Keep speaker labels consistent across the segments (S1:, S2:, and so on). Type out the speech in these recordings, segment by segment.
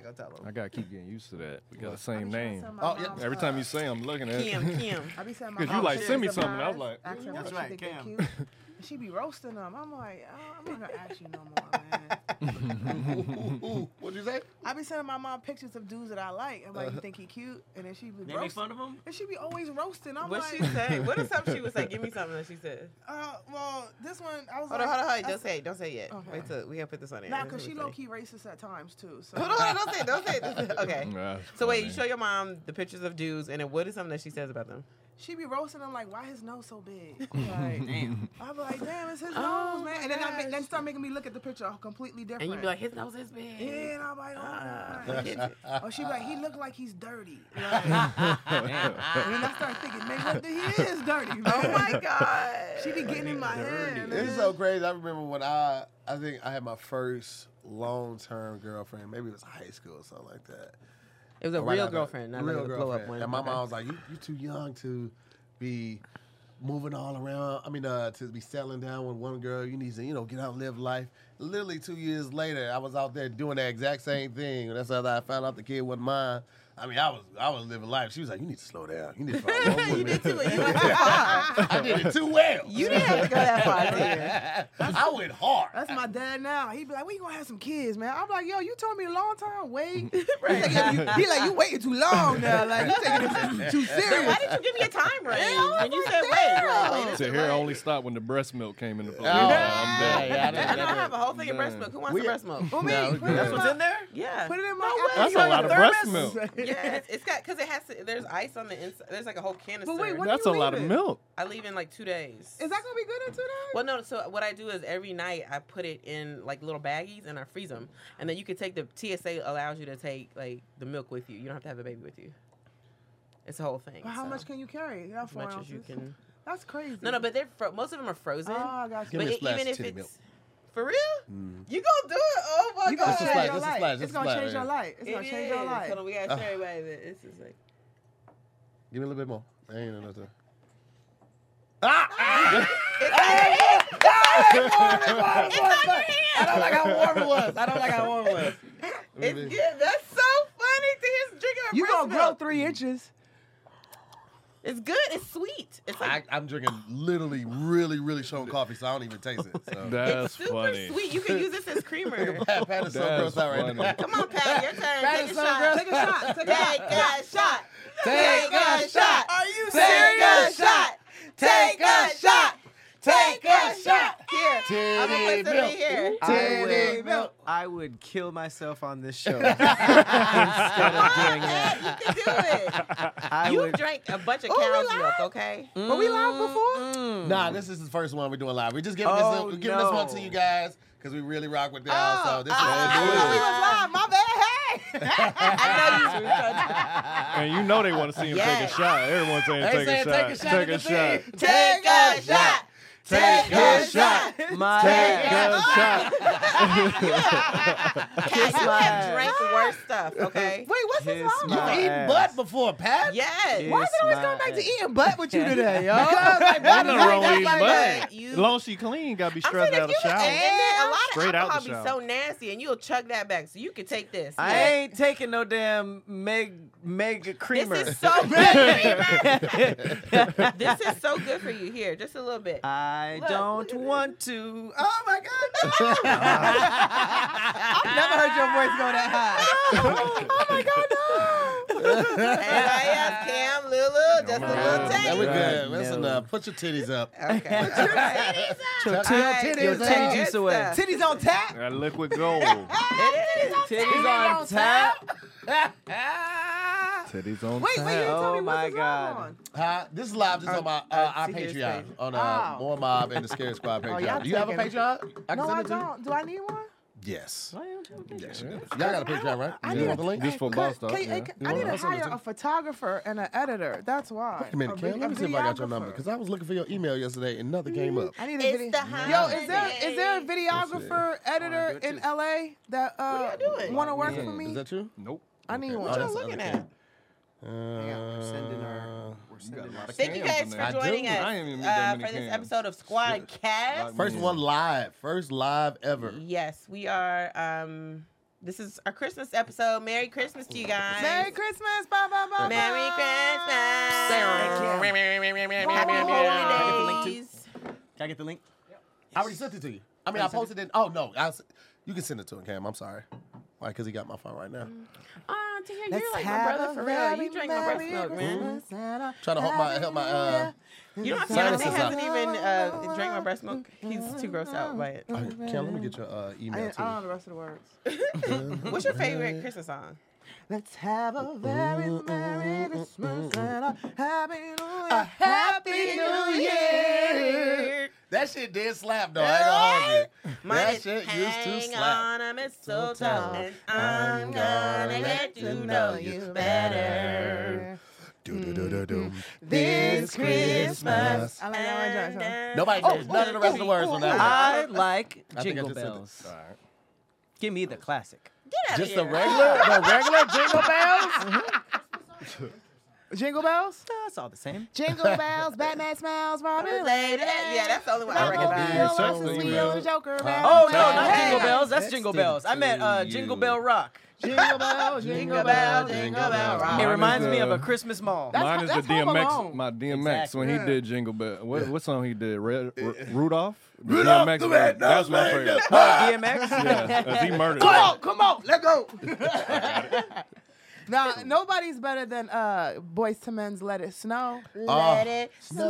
S1: Donatello.
S2: I gotta keep getting used to that. We got the
S1: What?
S2: same name.
S1: Oh, yeah.
S2: Every time you say, I'm looking at.
S3: Kim,
S2: it.
S3: Kim.
S4: I be telling my
S2: 'Cause you
S4: mom
S2: like,
S4: she
S2: send me
S4: was
S2: something. I was
S4: surprised,
S2: like,
S4: asking her
S1: That's
S4: what she
S1: right,
S4: think they
S1: Cam.
S4: cute. And She be roasting them. I'm like, oh, I'm not gonna ask you no more, man.
S1: Ooh, ooh, ooh. What'd you say?
S4: I be sending my mom pictures of dudes that I like. I'm like, you think he cute? And then she be
S3: They make
S4: roasting.
S3: fun of him.
S4: And she be always roasting. I'm
S3: What
S4: like,
S3: she say? What is something she would say? Give me something that she said.
S4: uh, well, this one I was
S3: Hold
S4: like,
S3: on, hold on, hold on.
S4: I
S3: Don't say it. Don't say it yet.
S4: Okay.
S3: Wait till we gotta put this on air.
S4: Nah,
S3: This
S4: cause
S3: is
S4: she
S3: what
S4: low
S3: we say.
S4: key racist at times too. So
S3: Hold on, hold on. Don't say it. Don't say it. Don't say it. Okay.
S2: Nah,
S3: So wait,
S2: funny.
S3: you show your mom the pictures of dudes, and then what is something that she says about them?
S4: she be roasting them like, why his nose so big? Like,
S1: Damn.
S4: I be like, damn, it's his
S3: Oh,
S4: nose, man.
S3: my
S4: And then I
S3: gosh.
S4: make, then start making me look at the picture completely different.
S3: And you be like, his nose is big.
S4: yeah, and I'm like, oh,
S3: Ah,
S4: my
S3: I get it.
S4: God. or she be like, he look like he's dirty. Like, and then I start thinking, man, what the, he is dirty. Man.
S3: oh my god.
S4: She be getting in my head.
S5: It's so crazy. I remember when I, I think I had my first long term girlfriend. Maybe it was high school or something like that.
S3: It was a
S5: Right
S3: real
S5: out of-
S3: girlfriend, not like a blow up one.
S5: And my
S3: Okay.
S5: mom was like, "You, you too young to be moving all around. I mean, uh, to be settling down with one girl. You need to, you know, get out, and live life." Literally two years later, I was out there doing the exact same thing. And that's how I found out the kid wasn't mine. I mean, I was I was living life. She was like, "You need to slow down. You need to find one
S3: you
S5: woman."
S3: did too. and You went too far.
S5: I did it too well.
S3: You didn't have to go that far. dear.
S5: I went hard.
S4: That's my dad now. He be like, "We gonna have some kids, man." I'm like, "Yo, you told me a long time. Wait."
S3: Right.
S4: He like, "You- he like, "You waiting too long now. Like you taking it too serious."
S3: Why did you give me a time range
S4: Yeah,
S3: when you
S4: I'm
S3: said
S4: like,
S3: wait?
S4: damn.
S3: Wait,
S2: To hear only stopped when the breast milk came in the play.
S4: Oh,
S5: yeah, yeah,
S3: I know I have a whole thing of breast
S2: Damn.
S3: milk. Who wants some
S5: We-
S3: breast milk?
S4: For me,
S5: No,
S4: put it in
S5: that's what's
S4: my-
S3: there? Yeah.
S4: Put it in my.
S3: way.
S4: apple
S2: That's a lot of breast
S4: thermos.
S2: milk.
S3: Yes, it's got because it has to. There's ice on the inside. There's like a whole canister.
S4: But wait, what-
S2: That's a lot of
S4: leaving?
S2: milk.
S3: I leave in like two days.
S4: Is that gonna be good in two days?
S3: Well, no. So what I do is every night I put it in like little baggies and I freeze them, and then you can take the TSA allows you to take like the milk with you. You don't have to have a baby with you. It's a whole thing.
S4: But how
S3: so,
S4: much can you carry? Not
S3: As
S4: four
S3: much as you
S4: ounces.
S3: can.
S4: That's crazy.
S3: No, no. But they're fro- most of them are
S4: oh,
S3: frozen.
S4: I got you.
S5: Give
S3: but
S5: me a
S3: it-
S5: splash
S3: even
S5: of
S3: if
S5: titty
S3: it's
S5: milk. Mm.
S3: for real, you gonna do it? Oh my
S4: You
S3: god!
S4: gonna
S5: Just a
S4: change
S5: splash,
S4: your
S5: just a
S4: life.
S5: splash,
S4: It's
S5: just a
S4: gonna
S5: splash,
S4: change your
S5: yeah.
S4: life. It's gonna
S3: It
S4: change your
S3: is.
S4: life.
S3: Hold on, we gotta show everybody this. It's just like.
S5: Give me a little bit more. I ain't know nothing.
S3: I don't like how warm it was. I don't like how warm it was. It's
S5: Really?
S3: good. That's so funny. to He's drinking a
S4: You
S3: breast
S4: gonna grow
S3: milk.
S4: three inches.
S3: It's good. It's sweet. It's
S5: I,
S3: like
S5: I'm drinking literally, really, really strong coffee, so I don't even taste it. So.
S2: That's
S3: it's super
S2: funny.
S3: sweet. You can use this as creamer.
S5: Pat, Pat is so
S2: That's
S5: gross out right
S2: funny.
S5: now.
S3: Come on, Pat. Your turn.
S5: Pat
S3: Take
S5: is
S3: a
S5: so
S3: shot.
S5: gross.
S4: Take a shot. Take a
S3: Take
S4: shot.
S3: a shot.
S5: Take
S3: a shot.
S4: Are you
S3: Take a
S4: serious?
S3: shot. Take a shot. Take a shot. Here. I'm gonna
S5: Titty
S3: put some in here.
S5: milk. Titty
S1: Titty
S5: milk.
S1: I would kill myself on this show instead of doing that.
S3: Pat, you can do it.
S1: I
S3: You
S1: would.
S3: drank a bunch of
S4: Oh, we
S3: cow's
S4: live?
S3: milk, okay?
S4: Were we live before?
S5: Nah, this is the first one we're doing live. We're just giving,
S1: Oh,
S5: this, we're giving this one to
S1: no.
S5: you guys because we really rock with y'all. so this
S3: Oh,
S4: I didn't
S5: is
S4: know we
S5: really
S4: was live. My bad. Hey.
S3: I know you drank
S2: And you know they want to see him
S3: Yes.
S2: take a shot. Everyone's saying
S5: They
S2: take,
S5: saying
S2: a shot. Take
S3: Take
S2: a shot.
S3: a shot. Take a shot.
S1: My
S2: Take a
S4: Ah.
S3: shot.
S2: shot.
S3: Pat, you
S1: my
S3: have
S1: ass.
S3: drank worse stuff, okay?
S4: Wait, what's
S1: Kiss
S4: this wrong?
S1: my
S5: You eaten
S1: ass.
S5: butt before, Pat?
S3: Yes.
S1: Yeah.
S4: Why is it always
S1: my
S4: going back to
S1: ass.
S4: eating butt with you today, yo?
S2: Ain't nothing wrong with
S3: Like,
S2: eating
S3: like,
S2: butt.
S3: like, you-
S2: As long as she clean, gotta be
S3: I'm saying
S2: strutting
S3: if
S2: out
S3: you
S2: of
S3: and
S2: shower.
S3: then a lot of
S2: Straight out
S3: alcohol
S2: the
S3: be
S2: shower.
S3: so nasty, and you'll chug that back, so you can take this.
S1: I
S3: Yeah.
S1: ain't taking no damn meg mega
S3: This
S1: creamer.
S3: is so good. this is so good for you. Here, just a little bit.
S1: I
S3: Look, look
S1: don't
S3: at this.
S1: want to.
S3: oh my god!
S1: I've never heard your voice go that
S3: Anybody else? Cam, Lulu, just a
S2: my
S3: little
S2: God.
S3: taste.
S5: That was
S2: Right,
S5: good. That's
S1: no.
S5: enough. Put your titties up.
S3: Okay.
S1: high. Your,
S5: Tuck
S1: t-
S5: your
S3: Alright,
S1: your
S5: titties
S3: good
S5: up.
S1: titties
S3: stuff.
S1: away.
S4: Titties on tap.
S2: That liquid gold.
S3: It is.
S1: Titties on tap.
S2: Titties on
S4: Wait, wait, you didn't tell
S1: Oh
S4: me
S1: my
S4: what's this
S1: God.
S4: live on.
S5: Huh? This is live just on my uh, our
S3: see his
S5: Patreon
S3: face.
S5: on uh,
S4: Oh.
S5: More Mob and the Scare Squad Patreon.
S4: y'all
S5: Do you have a
S4: taking-
S5: Patreon? I can
S4: No,
S5: send
S4: I
S5: it to you?
S4: don't. Do I need one?
S5: Yes. Yes, you
S2: Yeah.
S5: do. Y'all got a Patreon, right?
S4: I
S5: you
S4: need
S5: want the
S4: a-
S5: link?
S2: Just for my stuff.
S4: Can-
S2: yeah.
S4: can- uh, I need to
S5: I'll send it
S4: hire
S5: to
S4: a photographer and an editor. That's why.
S5: Wait a minute, Cam.
S4: vi-
S5: Let me see if I got your
S4: videographer.
S5: number because I was looking for your email yesterday and nothing came up.
S4: I need a
S3: It's
S4: video.
S3: the
S4: Yo, is there
S3: holidays.
S4: is there a videographer, editor
S1: good
S4: in
S1: too.
S4: LA that uh
S3: y'all doing?
S4: want to work
S2: Yeah.
S4: for me?
S5: Mm. Is that you?
S2: Nope.
S4: I need one.
S5: Oh,
S3: What y'all
S5: that's Uh, the
S3: looking
S5: other
S3: at?
S1: we're sending our.
S2: You
S1: We're
S2: got
S1: sending
S2: a lot
S1: our.
S2: of
S3: Thank you guys
S2: cans in
S3: for
S2: there.
S5: I do.
S3: joining us
S2: I ain't even meet that
S3: uh,
S2: many
S3: for this
S2: cams.
S3: episode of Squad Cast.
S2: Like
S5: First
S2: Yeah.
S3: Mm-hmm.
S5: one live. First live ever.
S3: Yes, we are. Um, This is our Christmas episode. Merry Christmas to you guys.
S4: Merry Christmas. Bye bye bye.
S3: Merry Christmas. Happy holidays.
S4: Can I get the link?
S5: I already sent it to you. I mean, I posted it. Oh no, I s you can send it to him, Cam. I'm sorry. Why? Because he got my phone right now.
S3: Ah, to hear you're like my brother for real. You drink my breast milk, man.
S4: man.
S5: Trying to help my help my. Uh,
S3: You don't have to.
S5: Sinuses
S3: Beyonce hasn't
S5: up.
S3: even uh, drank my breast milk. He's too grossed out by it.
S5: oh, Cam, let me get your
S4: I,
S5: uh,
S4: I
S5: email
S4: don't know the
S5: too.
S4: rest of the words.
S3: What's your favorite Christmas song?
S4: Let's have a very merry Christmas and a happy new year. A happy new
S5: That shit did slap though. I ain't gonna hold you.
S3: Mine
S5: That
S3: is
S5: shit used to
S3: hang
S5: slap.
S3: on a mistletoe, and I'm gonna get to know you better.
S5: Do, do, do, do, do.
S4: This Christmas. I like that one, Josh.
S3: And
S5: Nobody knows none of the rest of the words on that.
S4: I like
S5: one. I think I
S4: Jingle
S5: just sent it.
S4: Bells.
S5: All right.
S4: Give me the classic.
S3: Get out of
S5: Just the
S3: here.
S5: regular, the regular jingle bells.
S4: Jingle Bells? That's all the same. Jingle Bells, Batman smiles, Robin.
S3: Lady. Yeah, that's the only one I
S5: Bubble
S3: recognize.
S5: Bee.
S4: Bumblebee,
S5: Something,
S4: Sweet
S5: man.
S4: Old Joker, man.
S5: Oh,
S4: Oh,
S5: no,
S4: no,
S5: not
S4: not
S5: Hey.
S4: Jingle Bells. That's
S6: That's
S4: Jingle Bells. I meant uh, Jingle
S6: you.
S4: Bell Rock.
S7: Jingle bell, jingle bell, jingle bell rock.
S4: It
S2: Mine is,
S4: reminds me of
S2: uh,
S4: a Christmas mall.
S2: Mine is the
S7: that's Home
S2: DMX,
S7: Alone.
S2: my DMX when he
S7: Exactly.
S2: did Jingle Bell. What, what song he did? Red, R- Rudolph. The
S5: Rudolph
S2: DMX
S5: the
S2: one.
S5: Red-Nosed
S2: That was my
S5: Reindeer.
S2: favorite.
S4: DMX?
S2: yeah, as he murdered.
S7: Come
S2: it.
S7: on, come on, let go.
S4: Now, nobody's better than uh, Boys to Men's Let It Snow.
S3: Let it snow.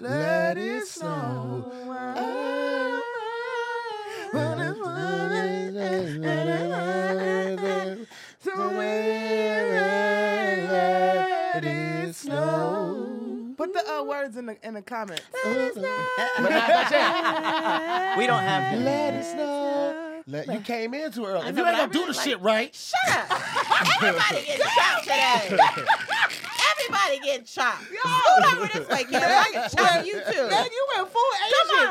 S5: Let it snow. Let it snow.
S4: Put the uh, words in the in the comments.
S6: We don't have
S5: Let it snow. Let, you came in too early. If
S3: know,
S5: you ain't
S3: but I
S5: gonna do
S3: really
S5: the
S3: like-
S5: shit right,
S3: Shut up. Everybody getting chopped today. Everybody getting chopped. Scoot over this way, Kim. I can chop you too.
S4: Man, you went full
S3: Come on,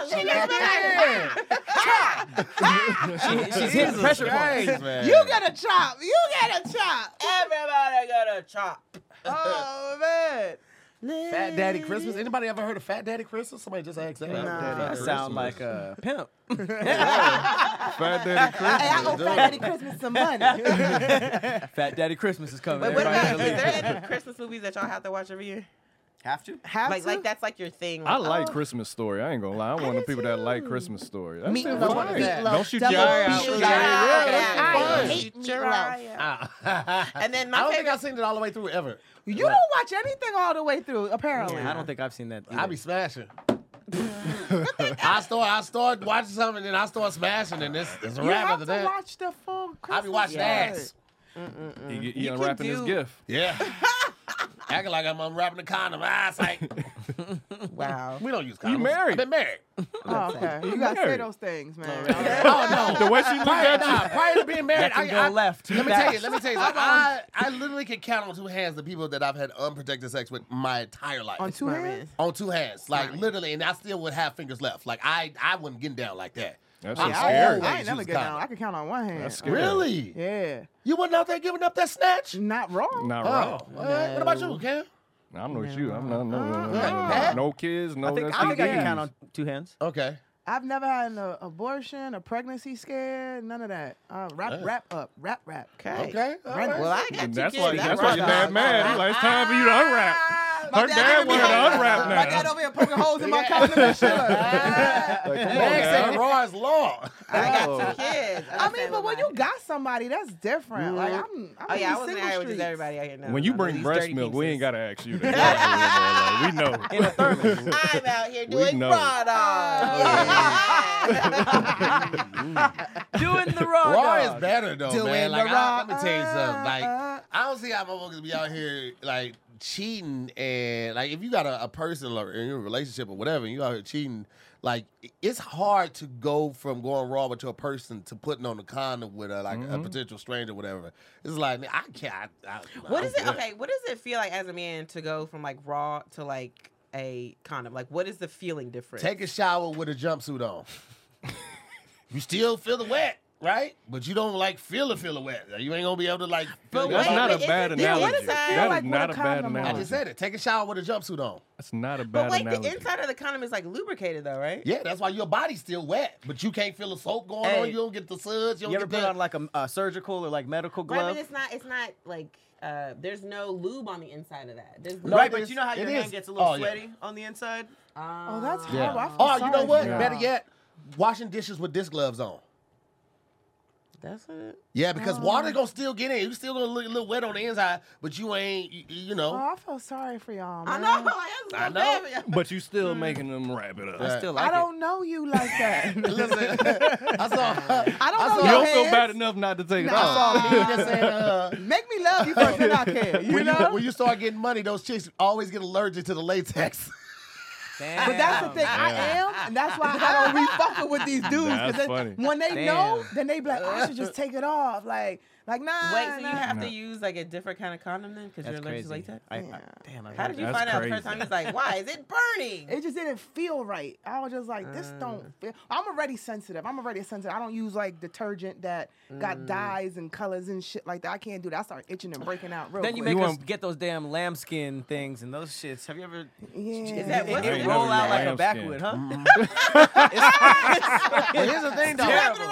S3: leave everybody.
S4: She, she's hitting pressure points.
S5: man.
S4: You got a chop. You got a chop.
S3: Everybody got a chop.
S4: Oh man.
S5: Fat Daddy Christmas. Anybody ever heard of Fat Daddy Christmas? Somebody just asked that.
S2: Daddy
S4: That
S2: sound
S5: like
S4: a pimp.
S2: Fat Daddy Christmas.
S4: Hey, I
S1: oh,
S4: owe Fat Daddy Christmas some money. Fat Daddy Christmas is coming.
S3: But what about, is there any Christmas movies that y'all have to watch every year?
S6: have to.
S4: Have
S3: Like,
S4: to?
S3: like that's like your thing. Oh,
S2: I like Christmas Story. I ain't gonna lie. I'm one of the people that like Christmas Story. That's
S4: Meat
S2: it.
S4: loaf,
S2: Right.
S4: meatloaf,
S2: Don't shoot
S4: double
S2: your eye
S4: beef
S2: out.
S4: loaf.
S2: Yeah, yeah,
S4: that's
S3: I
S5: fun.
S3: hate
S4: Meat
S3: your
S4: loaf.
S3: eye out. And then my
S5: I don't
S3: favorite.
S5: think I've seen it all the way through ever.
S4: You don't watch anything all the way through, apparently.
S3: Yeah, I don't
S4: think I've seen
S1: Mm.
S4: that.
S5: I be smashing. I start, I start watching something, and I start smashing, and it's, it's a
S4: You
S5: wrap
S4: have to
S5: after that.
S4: watch the full. Christmas
S5: I be watching
S4: episode.
S5: ass.
S2: He, he unwrapping his gift.
S5: Yeah. Acting like I'm unwrapping a condom. Ah, it's like
S3: wow.
S5: we don't use condoms.
S2: married.
S5: I've been married.
S4: Oh, okay. You gotta say
S2: married.
S4: those things, man.
S5: oh no.
S2: The way she looked
S5: Prior,
S2: at
S5: nah, prior to being married,
S4: That
S5: I,
S4: can go
S5: I,
S4: left.
S5: Let me
S4: Back.
S5: tell you. Let me tell you. something. I, I literally can count on two hands the people that I've had unprotected sex with my entire life.
S4: On two
S3: Smart
S4: hands.
S5: On two hands, like literally, and I still would have fingers left. Like I, I wouldn't get down like that.
S2: That's
S5: I
S2: just
S4: I,
S2: scary.
S4: Oh. I ain't
S5: always
S4: never
S5: use
S4: get down.
S5: condom.
S4: I can count on one hand.
S2: That's scary.
S5: Really?
S4: Yeah.
S5: You wasn't out there giving up that snatch?
S4: Not wrong.
S2: Not
S5: Oh,
S2: right.
S5: what? what about you, Cam?
S2: I'm not with you. I'm not. No, no,
S5: Uh-uh.
S2: no, no kids. No.
S1: I think,
S2: STDs.
S1: I, think I can count on two hands.
S5: Okay.
S4: I've never had an abortion, a pregnancy scare, none of that. Uh, wrap,
S5: Yeah.
S4: wrap up, wrap, wrap.
S3: Okay.
S5: Okay. all right.
S3: Well, I got
S2: And
S3: two
S2: that's
S3: kids.
S2: why.
S3: I
S2: That's
S3: rock
S2: why your
S3: out.
S2: dad mad. He's like, it's time for you to unwrap. Her dad wanted to unwrap
S4: My dad
S2: now.
S4: over here poking holes in my cousin
S2: Like, come on
S5: Max
S2: now.
S5: said raw is law.
S3: I
S2: Oh.
S3: got two kids.
S4: I mean, but when you got somebody, that's different. Like I'm, I'm
S3: Oh
S4: in
S3: yeah, I
S4: these
S3: wasn't
S4: single
S3: out here with just
S4: streets.
S3: everybody out here now.
S2: When you
S3: I'm
S2: bring
S3: these
S2: breast
S3: dirty
S2: milk, we
S3: pieces.
S2: ain't gotta ask you. That. Like, we know.
S3: I'm out here
S2: We
S3: doing
S2: know.
S3: fraud. Oh, Yeah.
S1: Doing the
S3: Oh,
S1: raw.
S5: Raw
S1: dog.
S5: is better though,
S4: Doing
S5: man. Like
S4: the
S5: I,
S4: raw-
S5: let me tell you
S3: uh,
S5: something. Like I don't see how motherfuckers be out here like cheating and like if you got a, a person or in your relationship or whatever, and you out here cheating. Like it's hard to go from going raw with your person to putting on a condom with a, like a
S3: Mm-hmm.
S5: potential stranger, or whatever. It's like man, I can't. I, I,
S3: what
S5: I'm
S3: is it?
S5: good.
S3: Okay, what does it feel like as a man to go from like raw to like a condom? Like, what is the feeling difference?
S5: Take a shower with a jumpsuit on. you still feel the wet. right? But you don't like feel a feel a wet. You ain't gonna be able to like. Feel
S3: But
S5: your
S2: That's
S3: wait,
S5: wet.
S2: not
S3: but
S2: a
S3: is
S2: bad
S3: it- yeah,
S2: analogy.
S3: what does that feel
S2: That
S3: like
S2: is not a
S4: with a
S2: bad
S4: condom on?
S5: I
S2: analogy.
S5: just said it. Take a shower with a jumpsuit on.
S2: That's not a bad
S3: But wait,
S2: analogy.
S3: the inside of the condom is like lubricated though, right?
S5: Yeah, that's why your body's still wet, but you can't feel the soap going
S1: Hey.
S5: on. You don't get the suds. You don't
S1: You ever
S5: get
S1: put
S5: the-
S1: on like a, a surgical or like medical
S3: Right,
S1: glove?
S3: but it's not. It's not like uh, there's no lube on the inside of that. There's
S1: right,
S5: it
S1: but
S5: is.
S1: you know how
S5: It
S1: your
S5: is.
S1: hand gets a little
S5: Oh, yeah.
S1: sweaty on the inside?
S3: Um,
S4: Oh, that's
S5: Yeah.
S4: horrible. I feel
S5: Oh, you know
S4: sorry
S5: what?
S4: for y'all.
S5: Better yet, washing dishes with disc gloves on.
S3: that's it.
S5: Yeah, because water gonna still get in. You still gonna look a little wet on the inside, but you ain't, you, you know.
S4: Oh, I feel sorry for y'all.
S3: I
S4: Man.
S3: know. I,
S5: I know.
S2: But you still making them wrap it up.
S5: Right.
S1: Still like
S4: I
S1: it.
S4: don't know you like that.
S5: Listen, I saw.
S4: I don't know
S5: I saw-
S2: You
S4: your
S2: don't feel
S4: hands.
S2: bad enough not to take it
S5: I
S2: off.
S5: saw me that said, uh,
S4: Make me love you first, then I care. You
S5: when, you,
S4: know.
S5: when you start getting money, those chicks always get allergic to the latex.
S4: But that's the thing. I am, and that's why I don't be fucking with these dudes. 'cause
S2: That's
S4: they-
S2: funny.
S4: When they
S1: Damn.
S4: know, then they be like, I should just take it off. Like, like nah.
S3: Wait, so you
S4: nah.
S3: have to use like a different kind of condom then, because you're
S1: That's
S3: allergic to
S1: crazy.
S3: latex.
S1: I, I,
S4: Yeah.
S1: damn, I
S3: How did you
S2: That's
S3: find out the first
S2: crazy.
S3: time? He's like, why is it burning?
S4: It just didn't feel right. I was just like, this
S3: Mm.
S4: don't feel. I'm already sensitive. I'm already sensitive. I don't use like detergent that
S3: Mm.
S4: got dyes and colors and shit like that. I can't do that. I start itching and breaking out real
S1: Then you
S4: quick.
S1: make
S2: You
S1: us
S2: want-
S1: get those damn lambskin things and those shits. Have you ever?
S4: yeah.
S3: Is that what-
S1: It,
S3: I
S1: it
S3: ain't
S1: roll
S2: never
S1: out like a
S2: used
S1: backwood, huh?
S5: But here's the thing, though.
S1: terrible.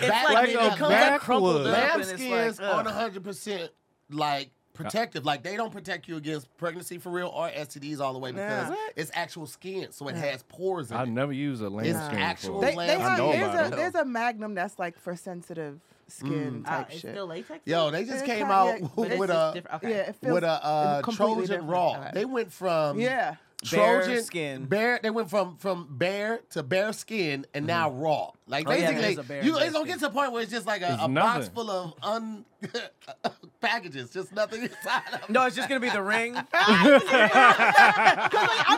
S5: Back-
S2: like
S5: it
S2: a
S5: comes
S1: back-
S5: up-
S2: backwood.
S1: crumpled up.
S5: Lamb
S1: and it's
S5: skins
S1: like, ugh.
S5: on hundred percent like protective. Like they don't protect you against pregnancy for real or STDs all the way because
S4: Nah.
S5: it's actual skin, so it has pores in
S2: I
S5: it.
S2: never use a lambskin.
S5: It's
S2: before.
S5: actual
S4: They,
S5: lamb
S4: they
S5: I
S4: have,
S2: know
S4: there's,
S2: about
S4: a,
S2: it.
S4: there's a Magnum that's like for sensitive skin
S3: Uh,
S4: type
S3: it's
S4: shit.
S3: still latex.
S5: Yo, they just
S4: It's
S5: came
S4: kinda
S5: out
S4: like-
S3: But it's
S5: with
S3: just
S5: a
S3: different. Okay.
S4: uh, yeah, it feels
S5: with a uh,
S4: completely
S5: Trojan
S4: different.
S5: raw.
S4: Okay.
S5: They went from
S4: Yeah.
S1: Bare
S5: Trojan
S1: skin.
S5: Bare. They went from from bare to bare skin and now raw. Like
S1: Oh, yeah,
S5: basically,
S1: there is a bare
S5: you
S1: and bare
S5: it's gonna
S1: skin.
S5: get to a point where it's just like a,
S2: It's
S5: a box
S2: nothing.
S5: full of un packages, just nothing inside of. it.
S1: No, it's just gonna be the ring.
S4: I'm like,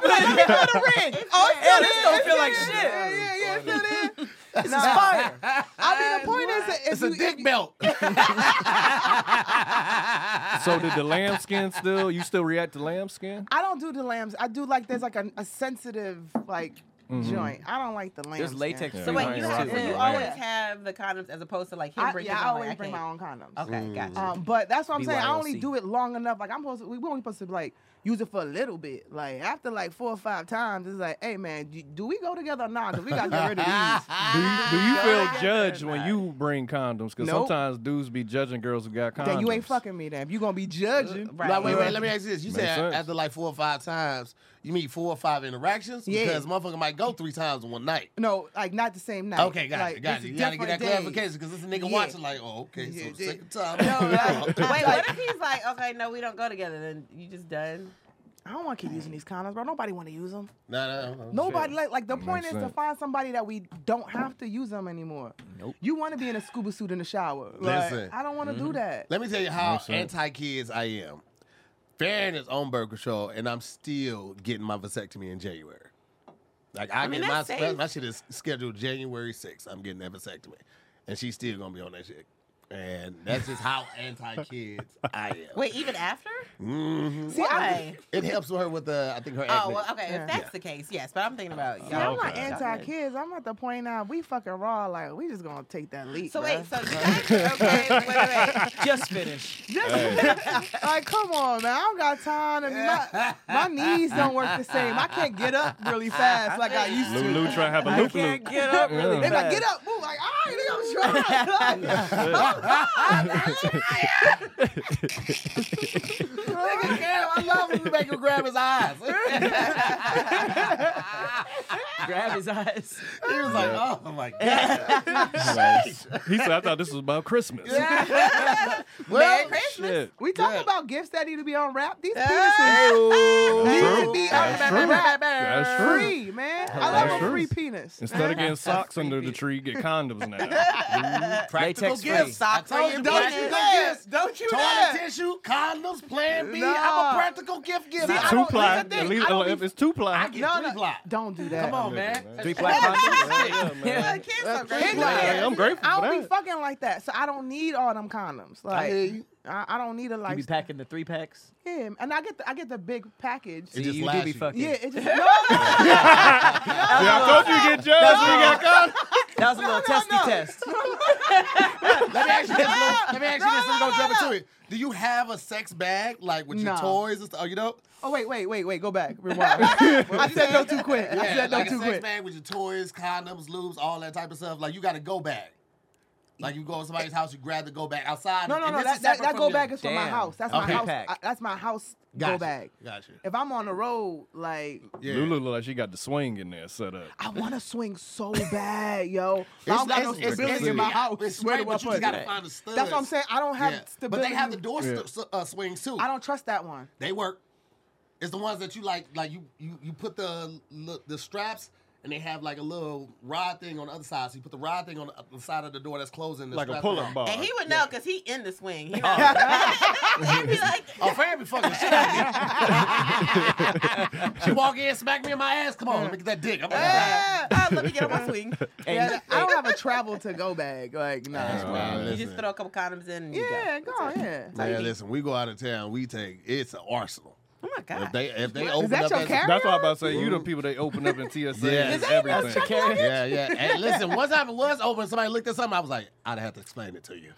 S4: let me feel the ring. Oh, it's
S1: Hell,
S4: still
S1: this
S4: there.
S1: don't
S4: It's
S1: feel like
S4: still
S1: shit.
S4: there. Yeah, yeah, yeah, it's still there. This is fire. I mean, the point is that if
S5: It's
S4: you,
S5: a dick belt.
S2: So did the lambskin still? You still react to lambskin?
S4: I don't do the lambs. I do like there's like a, a sensitive like
S5: Mm-hmm.
S4: joint. I don't like the lambs.
S1: There's latex.
S2: Yeah.
S3: So
S2: I
S3: wait,
S2: ain't
S3: you, have, so
S2: rocking
S3: you
S2: that.
S3: always have the condoms as opposed to like him
S4: I,
S3: bringing.
S4: yeah, I
S3: his own,
S4: always
S3: like,
S4: bring my own condoms.
S3: Okay, gotcha.
S4: Um, but that's what I'm saying. I only
S1: BYOC.
S4: do it long enough. Like I'm supposed to, we we only supposed to like use it for a little bit. Like after like four or five times, it's like, hey man, do, do we go together or not? Cause we gotta get rid of these.
S2: Do you, do you feel
S3: Yes,
S2: judged when
S3: right.
S2: you bring condoms? Because
S4: Nope.
S2: sometimes dudes be judging girls who got condoms.
S4: Then you ain't fucking me. Then if you gonna be judging,
S3: Right.
S5: Like, wait, wait, let me ask you this. You
S2: Makes
S5: said
S2: sense.
S5: after like four or five times, you mean four or five interactions?
S4: Yeah.
S5: Because motherfucker might go three times in one night.
S4: No, like not the same night.
S5: Okay, got
S4: like,
S5: it, got
S4: it's
S5: it.
S4: a
S5: You gotta get
S4: different
S5: that
S4: day.
S5: clarification because this nigga
S4: Yeah.
S5: watching like, oh, okay,
S4: Yeah,
S5: so the
S4: yeah.
S5: second time.
S4: No,
S3: Wait, what if he's like, okay, no, we don't go together? Then you just done.
S4: I don't want to keep using these condoms, bro. Nobody want to use them.
S5: no, no, no.
S4: Nobody like like the point is
S2: Makes
S4: to
S2: sense.
S4: find somebody that we don't have to use them anymore.
S1: Nope.
S4: You want to be in a scuba suit in the shower. Like,
S5: Listen. Mm-hmm.
S4: I don't want to do that.
S5: Let me tell you how
S2: Makes sense.
S5: anti kids I am. Farron is on birth control, and I'm still getting my vasectomy in January. Like I,
S3: mean,
S5: get my
S3: that's safe.
S5: my shit is scheduled January 6th. I'm getting that vasectomy, and she's still gonna be on that shit. And that's just how anti kids I am.
S3: Wait, even after?
S5: Mhm.
S4: See,
S3: Why?
S5: It helps her with the, I think her
S3: Oh,
S5: acne.
S3: well, okay.
S4: Yeah.
S3: If that's the case, yes. But I'm thinking about
S4: I'm, see, I'm
S3: y'all.
S4: not
S2: Okay.
S4: anti kids. I'm at the point now we fucking raw. Like we just gonna take that leap.
S3: So wait, so
S4: bruh.
S3: you guys, okay, wait, wait, wait.
S1: just finish.
S4: Just- like come on, man. I don't got time. And my, my knees don't work the same. I can't get up really fast like I used to.
S2: Lulu try to have a
S1: I
S2: loop
S1: can't
S2: loop.
S1: get up really
S2: Yeah.
S4: They
S1: fast.
S4: like get up, move. Like all right, I'm trying.
S5: Nigga, damn, I love when you make him grab his eyes. he
S1: Grab his eyes.
S5: was like, oh my God.
S2: He said, "I thought this was about Christmas."
S5: Well,
S2: Shit.
S4: We talk
S5: Yeah.
S4: about gifts that need to be unwrapped. These penises
S2: That's
S4: need
S2: true.
S4: to be
S2: That's true.
S4: unwrapped.
S2: That's true.
S4: Free, man. I
S2: That's
S4: love a
S2: true.
S4: free penis.
S2: Instead of getting socks under the tree, get condoms now.
S5: practical
S1: Latex-free.
S5: gifts.
S3: Socks
S5: I told
S3: for
S5: you,
S3: your
S5: practical
S3: penis.
S5: gifts.
S4: Don't you
S5: Toilet tissue, condoms, Plan B. I'm
S4: Nah.
S5: a practical gift giver.
S4: See, I
S2: two
S4: don't-
S2: ply.
S4: here's the thing,
S2: At least
S4: I don't
S2: oh, if
S4: be-
S2: it's two ply.
S5: I get
S4: No,
S5: three
S4: no.
S5: block.
S4: Don't do that.
S5: Come on, man.
S1: Three black condoms.
S2: Yeah, man.
S3: Kids are
S4: Here's
S3: great.
S4: the
S2: Like,
S4: thing.
S2: I'm grateful
S4: I
S2: for
S4: don't be
S2: that.
S4: fucking like that, so I don't need all them condoms. Like,
S5: I hear you.
S4: I, I don't need a
S1: You be
S4: lifestyle.
S1: packing the three packs.
S4: Yeah, and I get the, I get the big package.
S5: It
S1: See,
S5: just
S1: you do
S5: lasts
S1: be
S5: you.
S1: fucking.
S4: Yeah, it just no, no,
S2: See, I told you you get judged. when you got caught.
S1: That was a little testy
S4: no.
S1: test.
S5: Let me ask you this. Lou. Let me ask you this. Let me go jump into it. Do you have a sex bag like with your
S4: No.
S5: toys and stuff? Oh, you know.
S4: Oh wait, wait, wait, wait. Go back. Rewind. I said no too quick. I said no
S5: like a
S4: too
S5: sex
S4: quick.
S5: bag with your toys, condoms, lubes, all that type of stuff. Like you got to go bag. Like you go to somebody's house, you grab the go bag outside.
S4: No, no,
S5: and
S4: no.
S5: this
S4: That,
S5: is
S4: that,
S5: separate
S4: that
S5: from
S4: go
S5: your-
S4: bag is for my
S1: Damn.
S4: house. That's my
S5: Okay.
S4: house.
S1: Pack.
S4: I, that's my house
S5: Gotcha.
S4: go bag.
S5: Gotcha.
S4: If I'm on the road, like
S5: Yeah.
S2: Lulu look like she got the swing in there set up.
S4: I want to swing so bad, yo. I
S5: It's-
S4: don't got
S5: it's-
S4: no
S5: it's-
S4: stability
S5: it's-
S4: in my house.
S5: It's
S4: Where
S5: right,
S4: do I
S5: but you
S4: put
S5: just
S4: it?
S5: gotta find the studs.
S4: That's what I'm saying. I don't have
S5: Yeah. But
S4: stability.
S5: they have the door
S2: Yeah.
S5: st- s- uh, swings too.
S4: I don't trust that one.
S5: They work. It's the ones that you like. Like you, you, you put the l- the straps, and they have like a little rod thing on the other side. So you put the rod thing on the other side of the door that's closing. The
S2: Like a
S5: strap-
S2: pull-up bar.
S3: And he would know because he in the swing. He
S4: Oh,
S3: know. He'd be like,
S5: Oh, fam be fucking shit out of me. she walk in, smack me in my ass. Come on, let me get that dick. I'm like,
S3: ah, ah, let me get on my swing.
S1: And
S4: Yeah, I don't have a travel to go bag. Like nah.
S5: man,
S3: You just throw a couple condoms in and you go.
S4: yeah, go yeah.
S5: Man, listen, we go out of town, we take it's an arsenal.
S3: Oh my
S5: If
S3: God.
S5: they if they
S4: Is
S5: open
S4: that
S5: up
S4: your
S5: that
S4: carry-
S2: That's why I'm about to say you the people they open up in TSA
S5: Yeah.
S2: and
S5: Is
S2: everything.
S5: Yeah, yeah. Hey, listen, once I was open, somebody looked at something, I was like, I'd have to explain it to you.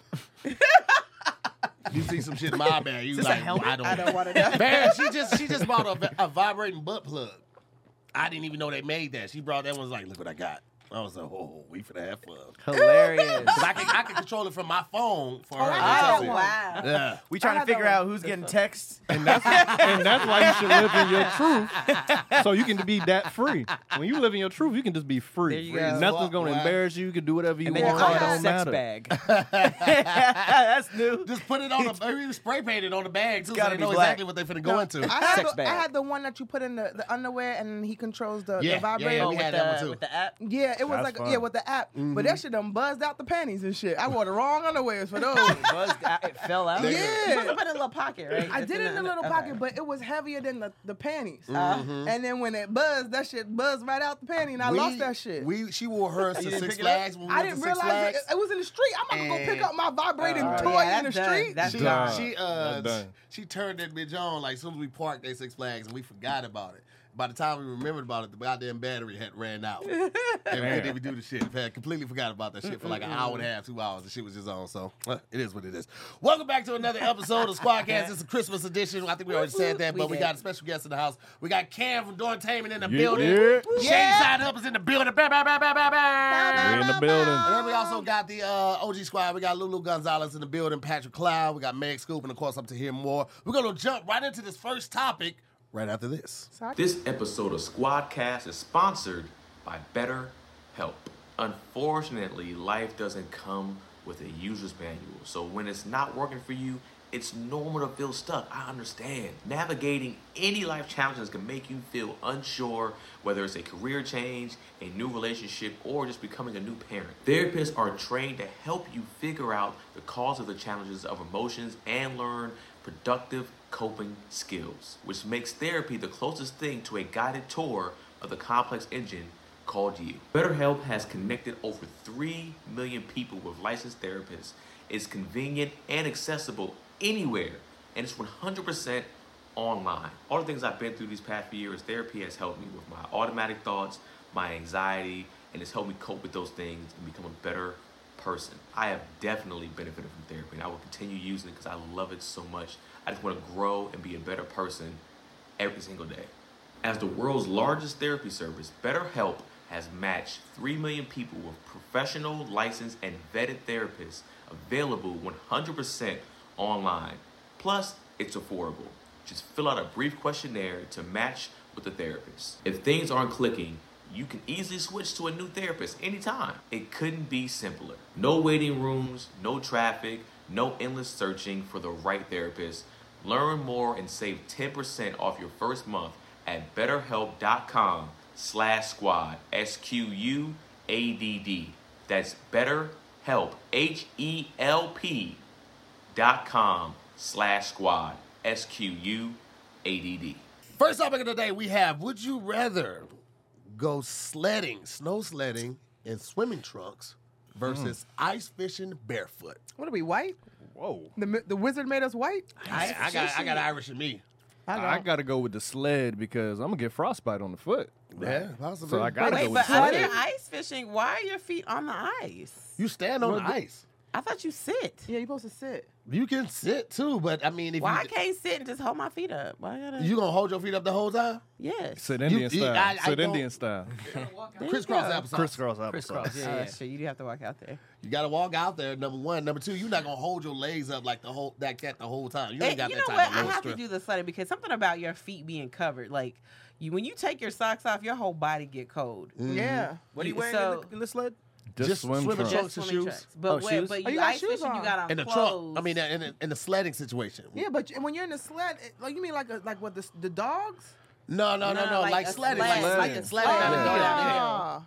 S5: you see some shit in my bag, you like, I don't,
S3: I don't want to know.
S5: Man, she just she just bought a, vi- a vibrating butt plug. I didn't even know they made that. She brought that one. Was like, look what I got. I was like, oh, we finna have fun.
S1: Hilarious.
S5: 'Cause I can I can control it from my phone for her.
S4: Oh, I
S5: to
S4: got
S5: tell
S4: that
S5: me.
S4: one.
S3: oh, wow.
S5: Yeah.
S1: We trying to figure out who's getting texts.
S2: and that's why you should live in your truth, so you can be that free. When you live in your truth, you can just be free.
S1: There you go.
S2: Nothing's gonna
S5: Wow.
S2: embarrass you. You can do whatever you
S1: And then you
S2: want.
S1: call
S2: it
S1: it a
S2: don't
S1: sex
S2: matter.
S1: bag. That's new.
S5: Just put it on a maybe spray painted on the bag too, so
S1: Gotta
S5: they
S1: be
S5: know
S1: black.
S5: exactly what they finna go into.
S4: I had,
S1: Sex
S4: the, I
S1: bag.
S4: had the one that you put in the, the underwear and he controls the,
S5: Yeah, yeah,
S4: the vibrator.
S5: yeah,
S1: Oh,
S5: we
S1: with,
S5: had
S1: the,
S5: that one too.
S1: with the app.
S4: Yeah, it was
S2: That's
S4: like
S2: fun.
S4: yeah with the app, but that shit done buzzed out the panties and shit. I wore the wrong underwears for those.
S1: It, buzzed out- it fell out.
S3: You supposed to
S4: yeah,
S3: put it in a little pocket, right?
S4: I
S3: That's
S4: did it in the Uh-huh. little
S3: okay.
S4: pocket, but it was heavier than the, the panties. And then when it buzzed, that shit buzzed right out the panty, and I
S5: We-
S4: lost that shit.
S5: We she wore hers to
S1: didn't
S5: Six
S1: pick it up?
S5: Flags. When we
S4: I
S5: went to
S4: didn't
S5: Six
S4: realize it,
S5: Flags.
S4: it was in the street. I'm about to go pick
S5: And-
S4: up my vibrating
S3: Oh,
S4: toy
S3: yeah,
S4: in the
S3: that's done.
S4: street.
S3: That's
S5: She,
S2: Done.
S5: she uh
S2: That's done.
S5: she turned that bitch on like as soon as we parked at Six Flags and we forgot about it. By the time we remembered about it, the goddamn battery had ran out. and we didn't even do the shit. Had completely forgot about that shit for like an hour and a half, two hours. The shit was just on. So uh, it is what it is. Welcome back to another episode of Squadcast. It's a Christmas edition. I think we already said that,
S3: We
S5: but we,
S3: did.
S5: got a special guest in the house. We got Cam from Dortainment in the
S2: Yeah,
S5: building.
S2: yeah.
S5: Shane Side Up is in the building. Bah, bah, bah, bah, bah, bah.
S2: We in the building.
S5: And then we also got the uh, OG squad. We got Lulu Gonzalez in the building, Patrick Cloud. We got Meg Scoop, and of course, up to hear more. We're going to jump right into this first topic right after this.
S8: This episode of Squadcast is sponsored by Better Help. Unfortunately, life doesn't come with a user's manual, so when it's not working for you, it's normal to feel stuck. I understand. Navigating any life challenges can make you feel unsure, whether it's a career change, a new relationship, or just becoming a new parent. Therapists are trained to help you figure out the cause of the challenges of emotions and learn productive coping skills, which makes therapy the closest thing to a guided tour of the complex engine called you. BetterHelp has connected over 3 million people with licensed therapists. It's convenient and accessible anywhere, and it's 100% online. All the things I've been through these past few years, therapy has helped me with my automatic thoughts, my anxiety, and it's helped me cope with those things and become a better person. I have definitely benefited from therapy, and I will continue using it because I love it so much. I just want to grow and be a better person every single day. As the world's largest therapy service, BetterHelp has matched 3 million people with professional, licensed, and vetted therapists available 100% online. Plus, it's affordable. Just fill out a brief questionnaire to match with the therapist. If things aren't clicking, you can easily switch to a new therapist anytime. It couldn't be simpler. No waiting rooms, no traffic, no endless searching for the right therapist. Learn more and save 10% off your first month at betterhelp.com slash squad, S-Q-U-A-D-D. That's betterhelp, H-E-L-P dot com slash squad, S-Q-U-A-D-D.
S5: First topic of the day we have Would you rather go sledding, snow sledding, in swimming trunks, versus ice fishing barefoot.
S4: What are we white?
S2: Whoa.
S4: The mi- the wizard made us white.
S5: I, I got I got Irish in me.
S2: I gotta go with the sled because I'm gonna get frostbite on the foot.
S5: Yeah, possibly.
S2: So I gotta
S3: Wait,
S2: go with
S3: but
S2: the sled.
S3: under ice fishing, why are your feet on the ice?
S5: You stand on the ice.
S3: I thought you sit.
S4: Yeah, you supposed to sit.
S5: You can sit too, but I mean, if
S3: Why I
S5: you
S3: can't sit and just hold my feet up? Why I gotta?
S5: you gonna hold your feet up the whole time,
S3: yes.
S2: Sit Indian
S5: you-
S2: style.
S5: I- I
S2: Sit
S5: don't-
S2: Indian style.
S3: There you
S5: crisscross
S3: go.
S5: applesauce.
S2: Crisscross applesauce.
S1: Yeah,
S3: Oh,
S1: yeah.
S3: that's true. You do have to walk out there.
S5: You gotta walk out there. Number one, number two, you're not gonna hold your legs up like the whole that cat the whole time. You ain't
S3: And
S5: got
S3: you
S5: that
S3: know
S5: type
S3: what?
S5: of
S3: I
S5: low
S3: have
S5: strength.
S3: to do the sledding because something about your feet being covered, like you when you take your socks off, your whole body get cold.
S4: Yeah.
S1: What are you
S3: You-
S1: wearing
S3: so-
S1: in, the, in the sled?
S2: Just,
S5: Just
S2: swim
S5: swim in
S2: trunks.
S5: Trunks and
S3: swimming
S5: shoes?
S3: But
S1: Oh,
S3: wait,
S1: shoes?
S3: but
S4: Oh,
S3: you,
S4: you got
S3: ice
S4: shoes
S3: fishing, you
S4: on.
S3: got on
S5: in the
S3: clothes.
S5: trunk. I mean, in the, in the sledding situation.
S4: Yeah, but you- when you're in the sled, it- like you mean like a, like what the s- the dogs?
S5: No, no, no,
S3: No,
S5: no.
S3: like
S5: Like,
S3: a
S5: sledding,
S3: sled.
S5: like, like
S2: Sledding.
S5: a sledding.
S2: Oh.
S5: gotta go down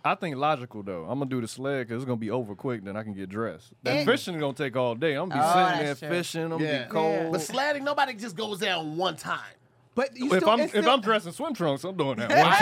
S4: Ah.
S2: I think logical though. I'm gonna do the sled because it's gonna be over quick. Then I can get dressed. That fishing gonna take all day. I'm gonna be
S3: Oh,
S2: sitting there
S3: that's true.
S2: fishing. I'm gonna
S5: Yeah.
S2: be cold.
S4: Oh.
S5: the hill. But sledding, nobody just goes down one time.
S4: But you
S2: If
S4: still,
S2: I'm
S4: it's
S2: if
S4: still-
S2: I'm dressed in swim trunks, I'm doing that one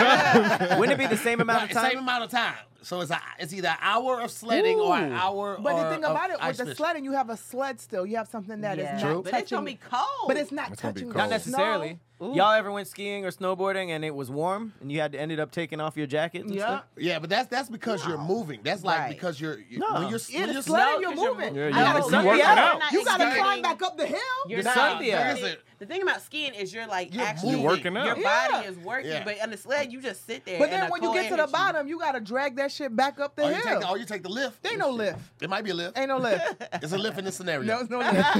S2: time.
S1: Wouldn't it be the same amount of
S5: Right, Same
S1: time?
S5: amount of time. So it's a, it's either an hour of sledding or an
S2: Ooh.
S5: hour.
S4: But
S5: or
S4: the thing about
S5: of
S4: it,
S5: ice
S4: with the
S5: fishing.
S4: sledding, you have a sled still. You have something that is
S3: Yeah.
S4: not
S3: True. But
S4: touching.
S3: it's gonna be cold.
S4: But it's not
S2: It's gonna be
S4: touching.
S2: cold.
S4: the
S1: Not necessarily.
S3: Ooh.
S1: Y'all ever went skiing or snowboarding and it was warm and you had to ended up taking off your jacket?
S4: snow.
S1: And
S4: Yeah.
S1: stuff?
S5: Yeah, but that's that's because you're moving. That's like
S3: Right.
S5: because you're you,
S1: No.
S5: when you're
S4: Yeah,
S5: when
S4: the
S5: you're
S4: sled,
S5: snow-
S4: you're
S3: 'cause you're
S4: moving.
S3: moving.
S2: Yeah,
S4: I
S2: you
S4: gotta
S2: gotta
S4: climb
S2: work it
S4: out.
S3: out.
S4: You gotta
S3: Exactly.
S4: climb back up the hill.
S3: You're
S1: Nah,
S3: not.
S1: yeah.
S3: The, the thing about skiing is you're like
S5: You're
S3: actually
S5: moving.
S2: Working out.
S3: Your
S4: Yeah.
S3: body is working,
S5: Yeah.
S3: but on the sled you just sit there.
S4: But
S3: and
S4: then
S3: a
S4: when you
S3: cold
S4: get to
S3: air
S4: the
S3: hits you.
S4: bottom, you gotta drag that shit back up the
S5: Or oh, you, take, or
S4: hill.
S5: you take the lift.
S4: There ain't no lift.
S5: It might be a lift.
S4: Ain't no lift.
S5: It's a lift in this scenario.
S4: No, it's no lift.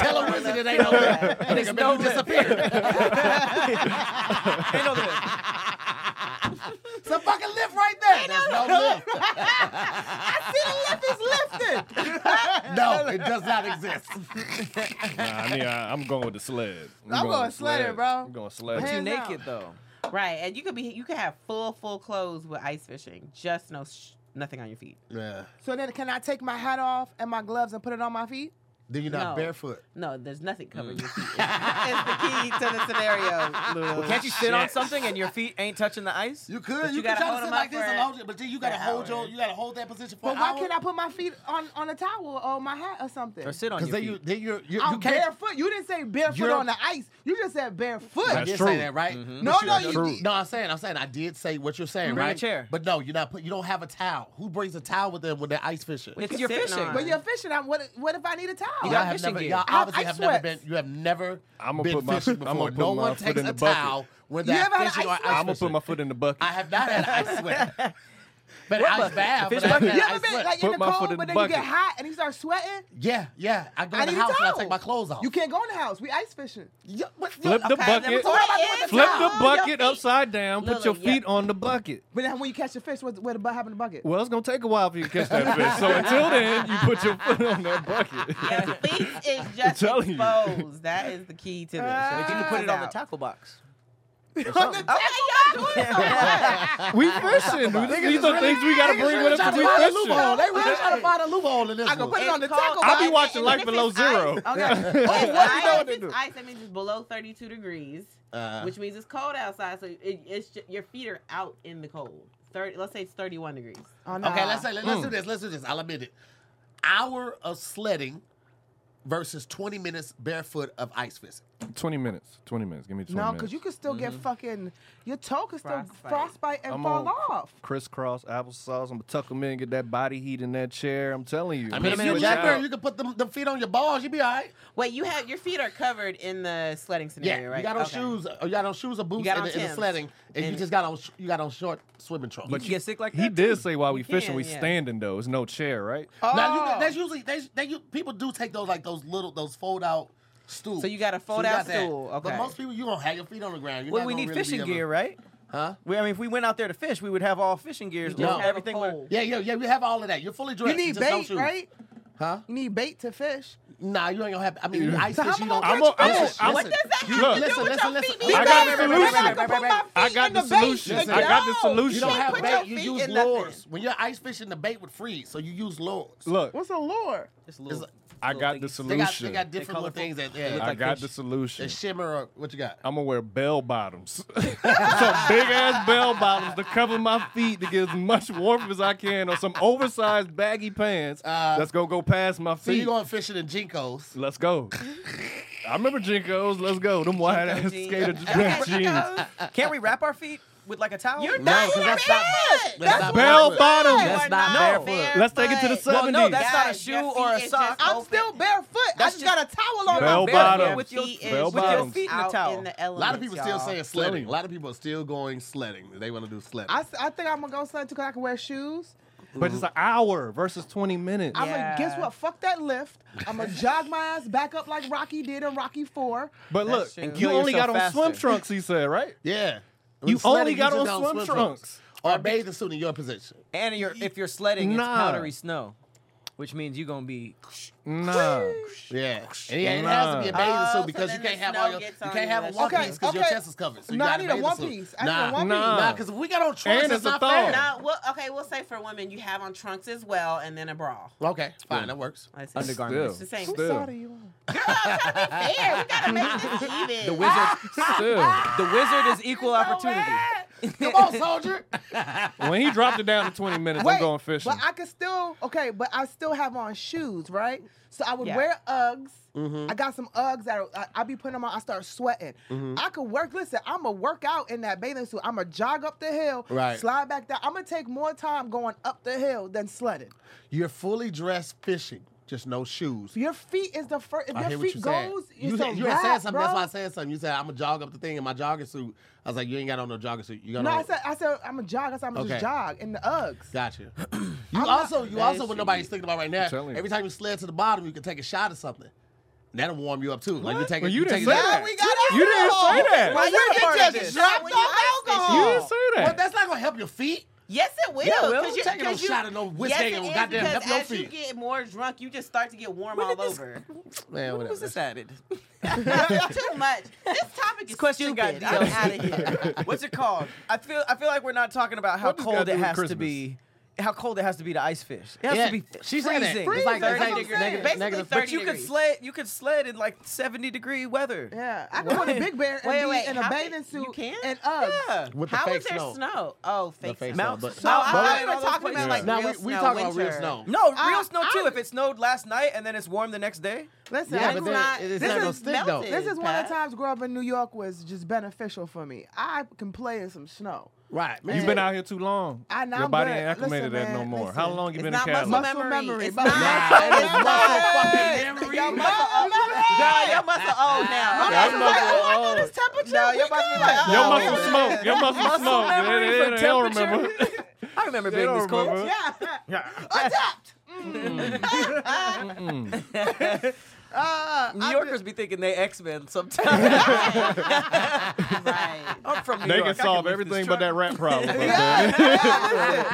S5: Tell a wizard it ain't no lift. That nigga
S1: no
S5: no disappear.
S1: Ain't no lift.
S5: it's a fucking lift right there. There's no lift. No, it does not exist.
S2: nah, I mean, I, I'm going with the sled. I'm,
S4: going sledding, bro.
S2: I'm going sled.
S1: But you
S4: Hands
S1: naked
S4: out.
S1: though.
S3: right? And you could be you could have full full clothes with ice fishing, just no sh- nothing on your feet.
S5: Yeah.
S4: So then, can I take my hat off and my gloves and put it on my feet?
S5: Then you're not
S3: No.
S5: barefoot.
S3: No, there's nothing covering
S4: Mm.
S3: your feet. it's the key to the scenario, Lulu.
S1: Can't you sit on something and your feet ain't touching the ice?
S5: You could.
S3: But
S5: you
S3: you
S5: could
S3: gotta
S5: try to
S3: hold
S5: sit
S3: 'em
S5: like
S3: up
S5: this
S3: for
S5: and
S3: an-
S5: hold it, but then you gotta
S3: an
S5: hold
S3: hour.
S5: your. You gotta hold that position for
S4: But
S5: an
S4: why
S5: hour.
S4: can't I put my feet on on a towel or my hat or something?
S1: Or sit on
S5: Because
S1: your
S5: then
S1: feet?
S5: you then you're you, you
S4: I'm
S5: can't.
S4: barefoot. You didn't say barefoot
S5: You're-
S4: on the ice. You just said barefoot.
S5: I
S2: That's
S5: did
S2: true.
S5: say that, right?
S4: No,
S5: But
S4: no,
S5: you,
S4: you-
S5: Mm-hmm. no. I'm saying, I'm saying, I did say what you're saying,
S1: Bring a
S5: right?
S1: chair.
S5: But no, you're not. Put, you don't have a towel. Who brings a towel with them when they're ice fishing?
S1: it's your
S3: sitting
S1: fishing.
S3: on.
S4: But you're fishing. I'm, what? What if Oh, I need a towel?
S1: You
S5: Y'all
S1: got
S5: have
S1: fishing
S5: never,
S1: gear.
S5: y'all
S4: I have
S5: obviously
S4: ice
S5: have never been.
S4: sweats.
S5: You have never
S2: I'ma
S5: been
S2: put my-
S5: fishing
S2: I'ma
S5: before.
S2: put
S5: no
S2: my
S5: one
S2: foot
S5: takes
S2: in
S5: a
S2: the bucket.
S5: towel when
S4: You
S5: they're
S4: ever had an
S5: fishing or
S4: ice sweat?
S5: ice
S2: I'm gonna
S5: fishing.
S2: put my foot in the bucket.
S5: I have not had an ice sweat. But an ice bath.
S1: Fish
S5: but I've
S1: bucket.
S5: had
S4: You
S5: an
S4: ever
S5: ice
S4: been
S5: sweat.
S4: like in
S2: Put
S4: the
S2: my
S4: cold,
S2: foot in
S4: but
S2: the
S4: then you get
S2: bucket.
S4: hot and you start sweating?
S5: Yeah, yeah. I go
S4: I
S5: to
S4: need
S5: the
S4: a
S5: house and I
S4: towel.
S5: take my clothes off.
S4: You can't go in the house. We ice fishing.
S5: Yeah, but-
S2: Oh. Flip the
S5: okay, then
S2: bucket.
S5: we talking about doing the
S2: Flip the
S5: towel.
S2: bucket upside down. Put
S3: Lily,
S2: your
S3: yeah.
S2: feet on the bucket.
S4: But then when you catch the fish, what, what what happened to the bucket?
S2: Well, it's gonna take a while for you to catch that fish. So until then, you put your foot on that bucket.
S3: Your feet is just
S2: telling you.
S3: exposed. That is the key to this.
S4: Uh,
S1: But you can put it on the tackle box.
S2: We fishing. dude. These are things we gotta bring with us. 'cause We
S5: They really
S2: fishing.
S5: trying to find a loophole. They really trying to find a loophole in this
S4: I can
S5: one.
S4: put it on the
S3: called-
S4: tackle.
S2: I
S4: box.
S2: be watching
S3: And
S2: Life
S3: if it's
S2: Below
S3: ice- oh,
S2: Zero.
S4: Okay.
S3: If
S2: what we
S3: ice-
S2: know what
S3: if
S2: they
S3: it's
S2: do.
S3: Ice, that means it's below 32 degrees,
S5: Uh.
S3: which means it's cold outside. So it, it's ju- your feet are out in the cold. 30, let's say it's 31 degrees.
S4: Oh, nah.
S5: Okay, let's say, let's
S2: Mm.
S5: do this. Let's do this. I'll admit it. Hour of sledding versus 20 minutes barefoot of ice fishing.
S2: Twenty minutes. Twenty minutes. Give me twenty
S4: No,
S2: minutes.
S4: because you can still get fucking your toe can still frostbite,
S3: Frostbite.
S4: and
S2: I'm
S4: fall
S2: on
S4: off.
S2: crisscross applesauce. I'm gonna tuck them in, get that body heat in that chair. I'm telling you.
S5: I
S1: them
S5: mean, if
S1: in
S5: you
S1: a
S5: live
S1: jacket.
S5: there, you can put them, them feet on your balls. You'll be all right.
S3: Wait, you have your feet are covered in the sledding
S5: Yeah,
S3: scenario, right?
S5: you got on
S3: Okay.
S5: shoes. Or you got on shoes or boots
S3: got
S5: in
S3: on
S5: the, in the
S3: Timbs.
S5: sledding, and, you
S3: And-
S5: just got on sh- you got on short swimming trunks.
S1: You can get sick like that.
S2: He did say while we
S3: You
S2: fishing, we
S3: can, yeah.
S2: standing though. It's no chair, right?
S5: now you,
S4: Oh.
S5: can- that's usually they, they u- people do take those like those little those fold out stools.
S3: So you got a
S5: got
S3: fold-out
S5: that.
S3: stool, okay.
S5: But most people you gonna have your feet on the ground. You're
S1: Well,
S5: not
S1: we
S5: gonna
S1: need
S5: really be
S1: fishing
S5: able to-
S1: gear, right?
S5: Huh?
S1: Well, I mean, if we went out there to fish, we would have all fishing gears.
S3: You just
S5: No.
S3: have a
S5: Oh.
S1: Everything. would-
S3: pole.
S5: Yeah, yeah, yeah. We have all of that. You're fully
S4: You
S5: dressed.
S4: need
S5: just no
S4: bait,
S5: shoes.
S4: right?
S5: Huh?
S4: You need bait to fish.
S5: Nah, you ain't gonna have. I mean, ice
S4: how
S5: fish.
S4: am
S5: You
S4: I
S5: don't.
S4: gonna
S2: I'm a, I'm a,
S4: fish?
S2: I'm
S3: What does that have
S2: Look,
S3: to do with
S5: listen,
S3: your
S5: listen,
S3: feet?
S5: listen.
S2: I got the
S3: Because remember,
S2: solution.
S3: I can put my feet
S2: I got
S3: in
S2: the
S3: bait.
S2: solution.
S5: I
S2: got the
S3: No,
S2: solution.
S5: You
S3: can't
S5: don't have
S3: put
S5: bait.
S3: your
S5: You
S3: feet
S5: use
S3: in nothing.
S5: lures. When you're ice fishing, the bait would freeze, so you use lures.
S2: look,
S4: What's a lure?
S1: Just little,
S5: It's-
S2: I
S1: little
S2: got the
S1: thingies.
S5: They got, they
S2: solution.
S5: got different little
S1: colorful.
S5: things that
S1: They
S5: yeah,
S1: look
S2: I
S1: like
S2: got
S1: fish.
S2: the solution.
S5: that shimmer. Or, what you got?
S2: I'm gonna wear bell bottoms, some big ass bell bottoms to cover my feet to get as much warmth as I can, or some oversized baggy pants
S5: Uh,
S2: that's gonna go past my
S5: So
S2: feet.
S5: you going fishing in jinkos?
S2: Let's go. I remember Jinkos. Let's go. Them wide ass
S3: jeans.
S2: skater
S3: Okay,
S2: jeans.
S3: Jinkos.
S1: Can't we wrap our feet with like a towel?
S3: You're
S5: No,
S3: not
S5: 'cause
S3: even
S5: that's
S3: in
S5: not-
S3: it.
S5: that's
S3: That's what I'm
S2: barefoot.
S5: not
S3: saying.
S2: Bell bottom.
S1: That's
S3: We're
S1: not barefoot.
S2: Let's take it to the
S3: barefoot.
S1: Well, no, that's not a
S3: Guys,
S1: shoe
S3: your
S1: or a
S3: feet is
S1: sock.
S3: just
S1: I'm
S3: open.
S1: still barefoot.
S3: That's
S1: I just
S3: just-
S1: got a towel on
S2: Bell
S1: my
S2: bottoms.
S1: barefoot with your,
S3: Feet is
S1: with your
S2: bottoms.
S1: feet in a
S3: out
S1: towel.
S3: in the
S5: A lot of people
S3: elements,
S5: still
S3: y'all.
S5: saying sledding. A lot of people are still going sledding. They want to do sledding.
S4: I, s- I think I'm gonna go something too, cause I can wear shoes.
S2: But it's an hour versus 20 minutes.
S4: I'm
S3: Yeah.
S4: gonna guess what? Fuck that lift. I'm gonna jog my ass back up like Rocky did in Rocky Four.
S2: But look,
S1: true. And
S2: you
S1: kill
S2: only got
S1: yourself
S2: on swim
S1: faster.
S2: trunks, he said, right?
S5: yeah.
S2: You
S5: Sledding,
S2: only got
S5: just
S2: on
S5: don't
S2: swim trunks.
S5: or a bathing suit in your position.
S1: And you're, if you're sledding, it's
S2: Nah.
S1: powdery snow, which means you're gonna be.
S2: Nah.
S5: Yeah, and yeah, it has to be a bathing
S3: Oh,
S5: suit
S3: so
S5: because
S3: then
S5: you can't
S3: the
S5: have
S3: snow
S5: all your, you
S3: gets on
S5: can't
S3: you,
S5: have a
S3: that's
S5: one
S4: okay.
S5: piece because your
S4: Okay.
S5: chest is covered. So you
S4: No, I
S5: got
S4: need a
S5: bathing
S4: one
S5: suit.
S4: piece. I need a
S5: Nah,
S4: one
S2: Nah.
S5: nah, because if we got on trunks,
S2: And
S5: it's
S2: it's a
S5: not
S2: thong.
S5: fair.
S3: Now, well, okay, we'll say for women, you have on trunks as well, and then a bra.
S5: Okay, fine, that works.
S3: That's it.
S1: Undergarments.
S3: It's the same.
S4: Who
S2: Still.
S4: side are you on?
S3: Fair. We gotta make this even.
S1: The wizard, the wizard is equal opportunity.
S5: Come on, soldier.
S2: when he dropped it down to 20 minutes, I'm going fishing.
S4: But I could still okay, but I still have on shoes, right? So I would
S3: Yeah.
S4: wear Uggs.
S2: Mm-hmm.
S4: I got some Uggs that I, I be putting them on. I start sweating.
S2: Mm-hmm.
S4: I could work. Listen, I'm a work out in that bathing suit. I'm a jog up the hill,
S5: Right.
S4: slide back down. I'm gonna take more time going up the hill than sledding.
S5: You're fully dressed fishing, just no shoes.
S4: Your feet is the first. If
S5: I hear
S4: your
S5: what
S4: feet
S5: you said.
S4: goes,
S5: You,
S4: it's
S5: said,
S4: a
S5: you had
S4: wrap,
S5: said something. That's
S4: bro.
S5: why I said something. You said I'm gonna jog up the thing in my jogging suit. I was like, you ain't got on no jogging suit. You got
S4: No,
S5: on.
S4: I said I said I'm a jog. I said I'm gonna
S5: Okay.
S4: just jog in the Uggs.
S5: Gotcha. You also, you also, what nobody's thinking about right now.
S2: telling you.
S5: Every time you sled to the bottom, you can take a shot of something. That'll warm you up too. Like you take.
S2: Well,
S5: a,
S2: you didn't
S5: take
S2: say
S5: a,
S2: that.
S5: Yeah, Oh, we got-
S3: got
S2: You didn't
S3: alcohol.
S2: say that.
S3: Why
S4: Well,
S3: you
S4: you're
S3: part
S4: just
S3: of this?
S4: dropped
S3: When
S4: off
S3: you ice
S2: you
S3: fishing.
S2: didn't say
S5: But
S2: that.
S5: that's not gonna help your feet.
S3: Yes, it will.
S5: Yeah, it will.
S3: 'cause
S5: Taking no
S3: 'cause
S5: shot of no whiskey
S3: yes, it
S5: ain't gonna
S3: is,
S5: goddamn help
S3: because
S5: no
S3: as you
S5: feet.
S3: get more drunk, you just start to get warm all over.
S5: Man,
S1: What was this added?
S3: Too much. This topic is
S1: question got
S3: stupid. I'm out of
S1: DLC.
S3: here.
S1: What's it called? I feel I feel like we're not talking about how
S2: What does
S1: cold
S2: that
S1: it
S2: do with
S1: has to
S2: Christmas?
S1: be. How cold it has to be to ice fish. It has
S5: Yeah,
S1: to be f-
S5: she said that.
S1: freezing.
S5: It's like- it's
S3: Freezing. Basically
S5: like negative-
S3: thirty
S5: negative-
S1: but you could
S3: degrees.
S1: sled. You could sled in like seventy degree weather.
S4: Yeah, I can wear the big bear and
S3: Wait,
S4: be
S3: wait,
S4: in a
S3: how can-
S4: bathing suit
S3: you can?
S4: and Uggs.
S1: Yeah.
S5: With the
S3: How
S5: fake
S3: is there
S5: snow.
S3: snow? Oh, fake
S5: fake
S3: snow.
S5: snow,
S1: Mount
S5: but-
S1: snow.
S3: No, I
S1: Mount-
S3: thought we were
S1: all those
S3: talking about
S1: places.
S3: like
S5: Now
S3: real
S5: we, we
S3: snow,
S5: talk about real
S3: winter.
S5: snow.
S1: No, real
S4: I-
S1: snow too.
S4: I-
S1: if it snowed last night and then it's warm the next day.
S4: Listen, I
S5: Yeah, but
S4: grew
S5: then
S4: up-
S5: it- it's
S4: this
S5: not gonna
S4: is
S5: stick though.
S3: melted,
S4: This is one of
S3: Pat.
S4: the times growing up in New York was just beneficial for me. I can play in some snow.
S5: Right, man.
S2: You've been out here too long.
S4: I know,
S2: Your
S4: I'm
S2: body
S4: good.
S2: ain't acclimated
S4: Listen,
S2: that no
S4: man,
S2: more.
S4: listen.
S2: How long you
S3: It's
S2: been
S3: not
S2: in Cali?
S3: muscle
S4: Muscle
S3: memory.
S4: memory.
S3: It's
S4: Nah,
S3: not
S5: it is
S3: muscle
S5: muscle
S3: memory.
S5: memory.
S3: Your muscle old. Nah, your muscle old now. Nah,
S2: Your
S3: your
S2: muscle old.
S3: temperature. Nah, your muscle be like,
S2: Your
S3: oh,
S2: muscle
S3: yeah.
S2: smoke. Your muscle,
S1: Muscle
S2: smoke. They-
S1: memory
S2: they-
S1: for
S2: they don't
S1: temperature.
S2: remember.
S1: I remember
S2: They
S1: being
S2: don't
S1: this cold.
S2: remember.
S1: New Yorkers be thinking they X Men sometimes.
S3: Right.
S1: I'm from New
S2: They
S1: York. I
S2: can solve
S1: lift
S2: everything
S1: this
S2: but that
S1: truck.
S2: rap problem. up there.
S4: Yeah, yeah, listen.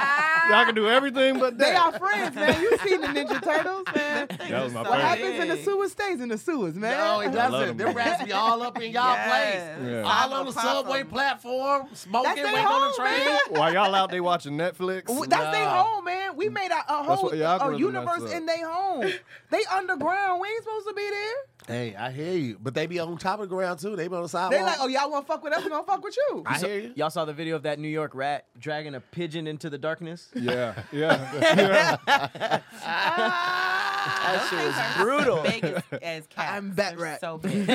S2: Y'all can do everything but
S4: They
S2: that.
S4: are friends, man. You seen the Ninja Turtles, man.
S2: That was my
S4: What
S3: Right.
S2: favorite.
S4: happens in the sewers stays in the sewers, man.
S5: No, it
S2: love
S5: doesn't.
S2: them.
S5: Them rats be all up in y'all
S1: Yes.
S5: place.
S2: Yeah.
S5: All on the subway platform, smoking,
S4: That's their
S5: waiting on the
S4: home,
S5: train.
S4: man.
S2: While y'all out there watching Netflix,
S4: W- That's their
S5: Nah.
S4: home, man. We made a, a whole
S2: what the algorithm
S4: a universe
S2: messed up.
S4: in their home. They underground. We ain't supposed to be there.
S5: Hey, I hear you. But they be on top of the ground too. They be on the sidewalk.
S4: They like, oh y'all want to fuck with us? We gonna fuck with you.
S5: I hear you.
S1: Y'all saw the video of that New York rat dragging a pigeon into the darkness?
S2: yeah, yeah, yeah.
S1: That shit was
S3: Ah. Things are
S1: brutal.
S3: Big as, as cats.
S4: I'm bat
S3: They're
S4: rat.
S3: So big.
S1: it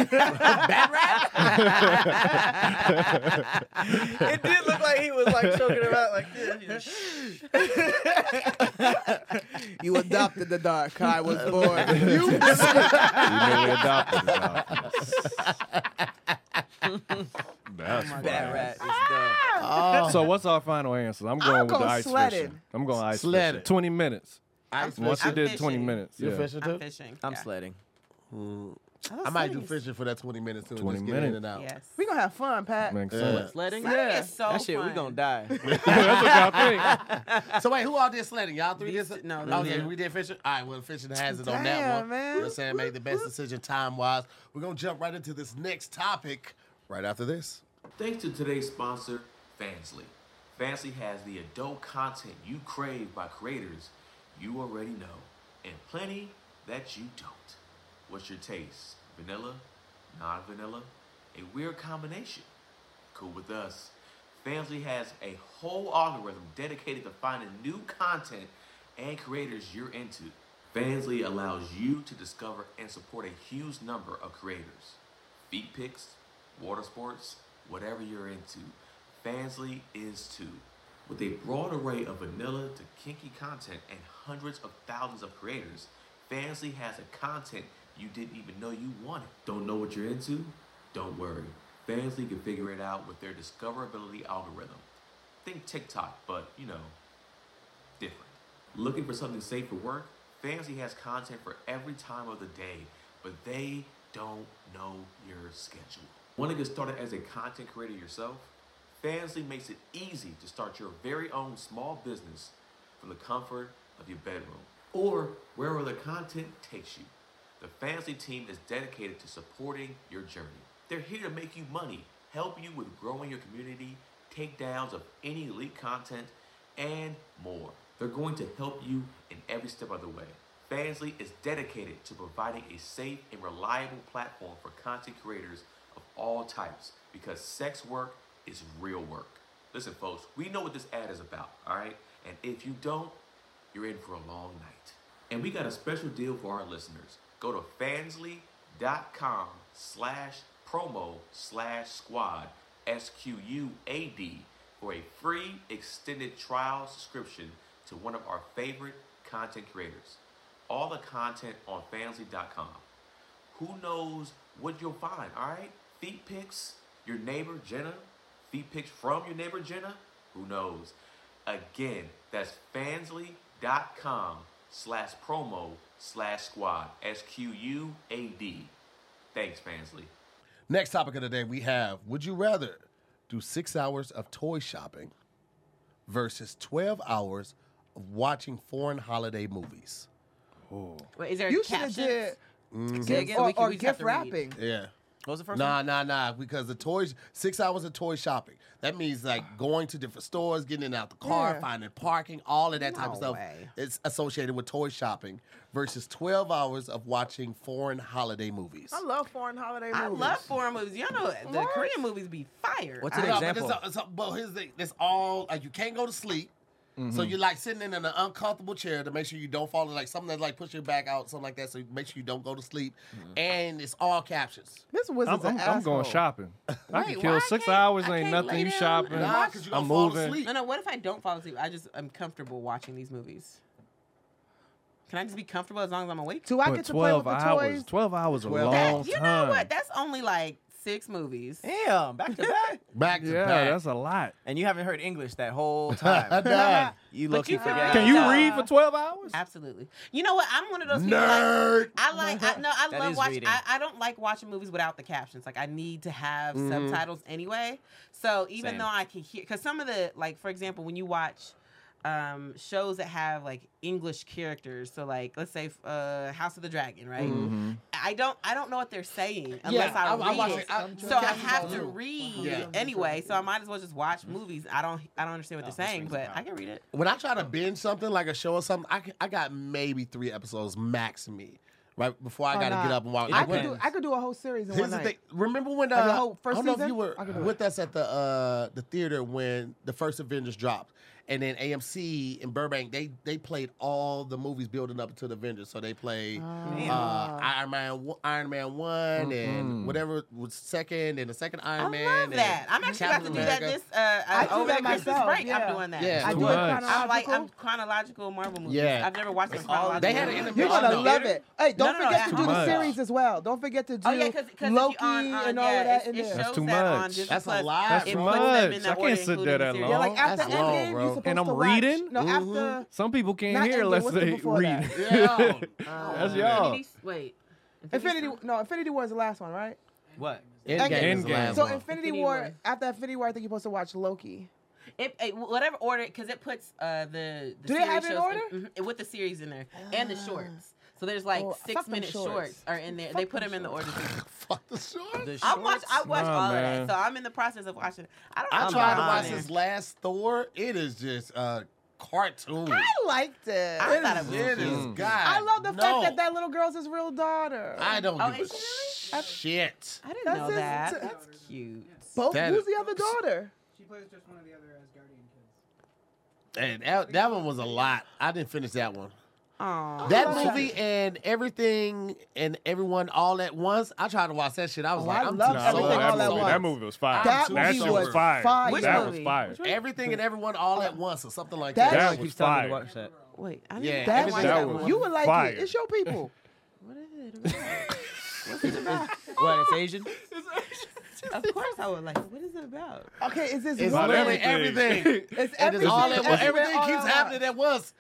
S1: did look like he was like choking her out like this.
S4: You adopted the dark. I was born. you
S2: You know we adopted it. dog. That's
S1: Bat
S2: funny.
S1: rat is dope.
S5: Oh,
S2: So what's our final answer? I'm going
S4: I'll
S2: with
S4: go
S2: the ice
S4: sledding.
S2: fishing. I'm going ice
S5: Sledding.
S2: fishing. Twenty minutes.
S5: ice
S2: Once you
S3: I'm
S2: did
S3: fishing.
S2: twenty minutes,
S5: You
S2: yeah.
S5: fishing
S3: I'm
S5: too?
S3: fishing.
S1: I'm
S3: yeah.
S1: sledding.
S5: I might do fishing for that 20 minutes too.
S2: 20
S5: 20 just get
S2: minutes.
S5: in and out.
S3: Yes.
S4: We gonna have fun, Pat.
S2: Makes
S5: Yeah.
S2: sense.
S1: Sledding?
S3: Sledding is so
S1: that shit, we
S3: fun.
S1: gonna die.
S2: That's what y'all think.
S5: So wait, who all did sledding? Y'all three
S3: These-
S5: did
S3: no,
S5: no,
S3: those two.
S5: we did fishing. All right, well, fishing has it
S4: Damn,
S5: on that one.
S4: man.
S5: You know what I'm saying? Made the best decision time wise. We're gonna jump right into this next topic right after this.
S8: Thanks to today's sponsor, Fansly. Fansly has the adult content you crave by creators you already know, and plenty that you don't. What's your taste? Vanilla? Non vanilla? A weird combination? Cool with us. Fansly has a whole algorithm dedicated to finding new content and creators you're into. Fansly allows you to discover and support a huge number of creators feet pics, water sports, whatever you're into. Fansly is too. With a broad array of vanilla to kinky content and hundreds of thousands of creators, Fansly has a content you didn't even know you wanted. Don't know what you're into? Don't worry. Fansly can figure it out with their discoverability algorithm. Think TikTok, but you know, different. Looking for something safe for work? Fancy has content for every time of the day, but they don't know your schedule. Want to get started as a content creator yourself? Fancy makes it easy to start your very own small business from the comfort of your bedroom or wherever the content takes you. The Fancy team is dedicated to supporting your journey. They're here to make you money, help you with growing your community, takedowns of any leaked content, and more. They're going to help you in every step of the way. Fansly is dedicated to providing a safe and reliable platform for content creators of all types because sex work is real work. Listen, folks, we know what this ad is about, all right? And if you don't, you're in for a long night. And we got a special deal for our listeners. Go to fansly.com slash promo slash squad, S Q U A D, for a free extended trial subscription to one of our favorite content creators. All the content on fansly.com. Who knows what you'll find, all right? Feet pics, your neighbor Jenna, feet pics from your neighbor Jenna, who knows? Again, that's fansly.com slash promo slash squad, S Q U A D. Thanks, Fansley.
S5: Next topic of the day we have Would you rather do six hours of toy shopping versus 12 hours of watching foreign holiday movies?
S3: Wait, is there
S4: You should have
S3: captions?
S4: did
S3: Say again,
S4: or,
S3: we can-
S4: or
S3: we just have
S4: gift
S3: to read.
S4: wrapping.
S5: Yeah.
S1: What was the first
S5: Nah,
S1: one?
S5: nah, nah. Because the toys, six hours of toy shopping. That means like going to different stores, getting in and out the car,
S4: Yeah.
S5: finding parking, all of that type
S3: No
S5: of stuff.
S3: way.
S5: It's associated with toy shopping versus 12 hours of watching foreign holiday movies.
S4: I love foreign holiday movies.
S3: I love foreign movies. Y'all know the
S4: What?
S3: Korean movies be fire.
S1: What's
S3: I-
S1: an
S5: No, but
S1: example?
S5: it's- it's- well, here's the thing. It's all like you can't go to sleep. So you're like sitting in an uncomfortable chair to make sure you don't fall in like something that's like push your back out, something like that. So you make sure you don't go to sleep. And it's all captions.
S4: This
S2: I'm,
S4: wizard's
S2: I'm,
S4: an
S2: I'm going
S4: asshole.
S2: shopping. I
S3: Wait,
S2: can
S3: why
S2: kill six
S3: can't-
S2: hours.
S3: I
S2: Ain't
S3: can't lay
S2: nothing
S3: down
S2: shopping.
S3: and
S5: Nah, because you're gonna
S2: I'm
S5: fall
S2: moving.
S5: asleep.
S3: No, no. What if I don't fall asleep? I just I'm comfortable watching these movies. Can I just be comfortable as long as I'm awake?
S4: Do I
S2: But
S4: get to play
S2: 12
S4: with the
S2: hours.
S4: toys?
S2: 12 hours a
S5: Twelve
S2: long
S3: you
S2: time.
S3: know what? That's only like six movies.
S1: Damn, back to back.
S5: Back to
S2: yeah,
S5: back.
S2: that's a lot.
S1: And you haven't heard English that whole time.
S5: Nah.
S1: you
S3: But
S1: look,
S3: you
S1: you
S3: can
S1: forget.
S2: Can you
S3: Uh,
S2: read for 12 hours?
S3: Absolutely. You know what? I'm one of those people.
S5: Nerd.
S3: Like, I like. I, no, I
S1: That
S3: love
S1: is
S3: watching.
S1: reading.
S3: I, I don't like watching movies without the captions. Like, I need to have subtitles anyway. So even
S1: Mm-hmm. Same.
S3: though I can hear, because some of the like, for example, when you watch um shows that have like english characters so like let's say uh house of the dragon right
S1: Mm-hmm.
S3: i don't i don't know what they're saying unless
S5: Yeah,
S3: i, read
S5: watch it. I-
S3: so I
S5: captions all
S3: have to
S5: over.
S3: read
S5: Yeah.
S3: anyway, so I might as well just watch movies. I don't I don't understand
S1: Oh,
S3: what they're saying, but I can read it.
S5: when I try to binge something like a show or something, I, can- I got maybe three episodes max me right before I
S4: Oh,
S5: got to
S4: nah.
S5: get up and walk.
S4: I
S5: Like,
S4: could
S5: when-
S4: do I could do a whole series in
S5: Here's
S4: one
S5: the
S4: night.
S5: thing. Remember when uh,
S4: Like the whole first
S5: I don't know if
S4: season?
S5: you were
S4: I can do
S5: with us at the uh, the theater when the first Avengers dropped, and then AMC in Burbank they they played all the movies building up to the Avengers. So they played uh, Iron Man, one- Iron Man one, and whatever was second, and the second Iron
S3: I
S5: Man.
S3: love
S5: and
S3: that. I'm actually about to
S5: Captain
S3: do that
S5: America.
S3: this uh,
S4: I
S3: I
S4: do
S3: over
S4: that
S3: the Christmas
S4: myself,
S3: break.
S4: yeah.
S3: I'm doing that.
S5: Yeah.
S4: I do it
S2: Right.
S3: I'm like I'm
S4: chronological.
S3: chronological Marvel movies.
S5: Yeah.
S3: I've never watched them
S5: all-
S3: all.
S5: they had an intermission.
S4: You're
S5: Oh,
S4: gonna
S5: no.
S4: love it. Hey,
S3: No,
S4: don't
S3: no, no,
S4: forget
S3: that's
S4: to do the
S2: much.
S4: series as well. Don't forget to do
S3: Oh yeah, because
S4: Loki
S3: on, on,
S4: and all
S3: yeah,
S4: of that
S3: it,
S4: in
S3: it
S4: there.
S3: shows
S2: That's too
S3: that on
S2: much.
S3: Disney
S5: That's a
S3: Plus.
S5: lot,
S3: It
S2: bro.
S3: puts them in
S2: Much.
S3: that
S2: I can't
S3: order,
S2: sit
S3: including
S2: there
S3: the
S2: that
S3: series.
S2: long.
S4: Yeah, like after
S5: That's long,
S4: Endgame,
S5: bro.
S4: you're
S5: And
S4: supposed
S2: I'm
S4: to watch.
S2: reading?
S4: No, after
S2: Some people can't
S4: Not
S2: hear
S4: Endgame,
S2: unless
S4: what's the
S2: they
S4: before
S2: read.
S3: Oh.
S4: that?
S5: Yeah.
S2: That's y'all.
S3: Wait,
S4: Infinity. No, Infinity War is the last one, right?
S1: What?
S4: Endgame.
S9: is the last
S4: So
S9: one.
S4: Infinity
S3: Infinity
S4: War.
S3: War.
S4: After Infinity War, I think you're supposed to watch Loki.
S3: It, it- whatever order, because it puts uh, the, the
S4: Do they have it in
S3: shows-
S4: order? Ah.
S3: Mhm, with the series in there and the shorts. So there's like
S4: Oh, fuck
S3: six
S4: them
S3: minute shorts.
S4: shorts.
S3: are in there.
S4: Fuck
S3: they put
S4: them
S3: them in the order. too.
S5: Fuck the short.
S9: The
S3: I watch. I
S9: shorts?
S3: watch
S2: Nah,
S3: all
S2: man.
S3: of that. So I'm in the process of watching. I don't.
S5: I
S3: know
S5: tried to
S3: why
S5: watch
S3: I'm
S5: his
S3: there.
S5: last Thor. It is just a cartoon.
S4: I liked it.
S3: I thought it was.
S5: It is
S2: Mm.
S5: God.
S4: I love the
S5: no.
S4: fact that that little girl's his real daughter.
S5: I don't
S3: Oh,
S5: give
S3: is she
S5: a shit.
S3: I didn't
S4: That's
S3: know
S4: his-
S3: that.
S4: t-
S3: That's cute.
S4: Both.
S5: That
S4: who's
S5: is-
S4: the other daughter?
S7: She plays just one of the other Asgardian kids.
S5: Hey, that, that one was a lot. I didn't finish that one.
S3: Aww.
S5: That
S4: love
S5: movie and everything and everyone all at once. I tried to watch that shit. I was
S4: Oh,
S5: like,
S4: I
S5: I'm
S4: love
S5: too
S2: Nah, I
S5: sober.
S4: Everything
S2: love
S4: All
S2: that
S4: at
S2: movie.
S4: Once.
S2: That movie was fire.
S4: That movie
S2: shit
S4: was
S2: was fire.
S4: fire. Which
S2: that
S4: movie?
S2: was fire.
S5: Everything and everyone all at once or something like
S4: That
S5: that.
S4: That
S2: That
S1: Everyone
S2: was
S1: keeps telling me to
S2: fire.
S1: watch that.
S3: Wait, I
S5: Yeah,
S3: didn't.
S4: That,
S3: That,
S2: was-
S4: one.
S2: that
S3: one.
S2: was
S4: You would like
S2: fire.
S4: it. It's your people.
S3: What is it? about?
S1: What? It's Asian.
S3: of course, I would like. it. What is it about?
S4: Okay, is this
S5: It's
S2: About
S4: one?
S5: literally
S2: everything.
S5: everything.
S4: It's
S5: It is
S4: everything.
S5: all at once.
S4: everywhere,
S5: Everything
S4: all
S5: keeps
S4: at
S5: happening
S4: once.
S5: at once.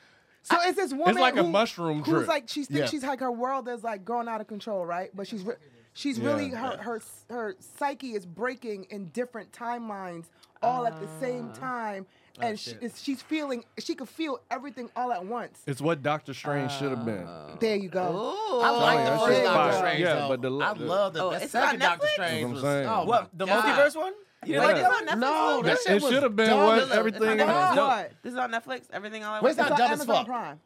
S4: So it's this woman
S2: It's like a
S4: who-
S2: mushroom
S4: who's
S2: trip.
S4: like she thinks
S5: Yeah.
S4: she's like her world is like growing out of control, right? But she's re- she's really her her her psyche is breaking in different timelines all at the same
S5: Ah.
S4: time, and she, is, she's feeling she could feel everything all at once.
S2: It's what Doctor Strange should have been.
S4: There you go.
S5: I like
S2: that
S5: the
S2: shit
S5: first
S2: fire.
S5: Doctor Strange.
S2: Yeah,
S5: though.
S2: but the-
S5: I
S2: the-
S5: love the,
S3: Oh,
S5: the
S3: it's
S5: second
S3: on
S5: Doctor
S3: Netflix?
S5: Strange.
S2: That's
S5: Was,
S2: what I'm saying.
S5: oh,
S1: What? The
S5: God.
S1: multiverse one? You
S3: Wait,
S1: didn't
S3: it's
S1: like
S3: on Netflix.
S5: No,
S3: already?
S5: that
S2: It
S5: shit was
S2: should have been
S5: dumb.
S2: what
S3: It's on
S2: everything.
S3: Netflix.
S2: is-
S4: Guess
S1: dope.
S4: what?
S3: This is on Netflix. Everything all at
S5: Where's
S3: once.
S4: It's on
S5: not dumb as
S4: Amazon
S5: fuck.
S4: Prime.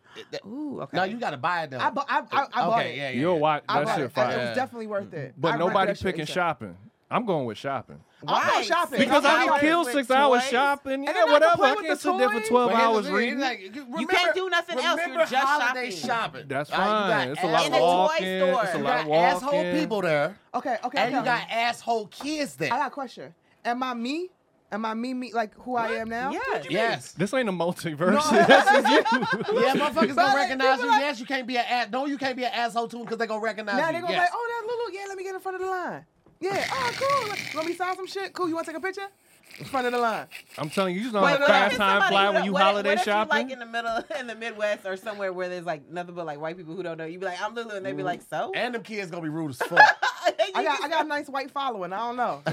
S3: Ooh, okay.
S5: No, you gotta buy it though.
S4: I bought. I, I, I bought
S5: okay,
S4: it.
S5: yeah, yeah.
S2: You'll
S5: yeah.
S2: watch
S4: I
S2: that
S4: bought
S2: shit
S4: it. I- It
S2: fire.
S4: was definitely worth it. I
S2: But
S4: rented
S2: nobody
S4: that shit
S2: picking
S4: ASAP.
S2: shopping. I'm going with shopping.
S4: I'll go
S3: Why?
S4: shopping.
S2: Because
S4: I'll
S2: I can
S4: go
S3: Somebody
S2: kill
S3: with
S2: six hours
S3: toys?
S2: shopping. Yeah,
S4: then I can
S2: whatever.
S4: play
S2: I
S4: with
S2: can't
S4: the
S2: sit there for
S4: toys.
S2: 12
S5: But here's the
S2: hours
S5: thing,
S2: reading.
S5: it's like, you remember-
S3: can't do nothing else,
S5: remember
S3: you're just
S5: holiday
S3: shopping.
S5: shopping.
S2: That's
S5: Like, you got
S2: fine. It's a
S5: ass-
S2: lot
S3: In
S2: of
S3: a toy
S2: walking. It's a
S3: store.
S5: You
S2: lot of
S5: got
S2: walking.
S5: asshole people there,
S4: Okay. Okay.
S5: and you
S4: okay.
S5: got asshole kids there.
S4: I got a question. Am I me? Am I me? Me like who I am now?
S3: Yes.
S2: Uh,
S5: yes.
S2: This ain't a multiverse. this is you.
S5: Yeah, motherfuckers
S4: But
S5: gonna recognize
S4: people
S5: you.
S4: like-
S5: yes, you can't be an ass. No, you can't be an asshole too because they gonna recognize
S4: Now
S5: you.
S4: they're gonna
S5: yes.
S4: be like, oh, that Lulu. Yeah, let me get in front of the line. Yeah. Oh, cool. Let- Let me sign some shit. Cool. You want to take a picture? In front of the line.
S2: I'm telling you, you just don't
S3: Wait,
S2: have
S3: what if
S2: fast
S3: it's
S2: time
S3: somebody
S2: fly
S3: who
S2: when
S3: don't-
S2: you
S3: what if-
S2: holiday
S3: what if you,
S2: shopping.
S3: like in the middle, in the Midwest or somewhere where there's like nothing but like white people who don't know. You'd be like, I'm Lulu, and they'd be like, so.
S5: and them kids gonna be rude as fuck.
S4: I got, I got a nice white following. I don't know. I,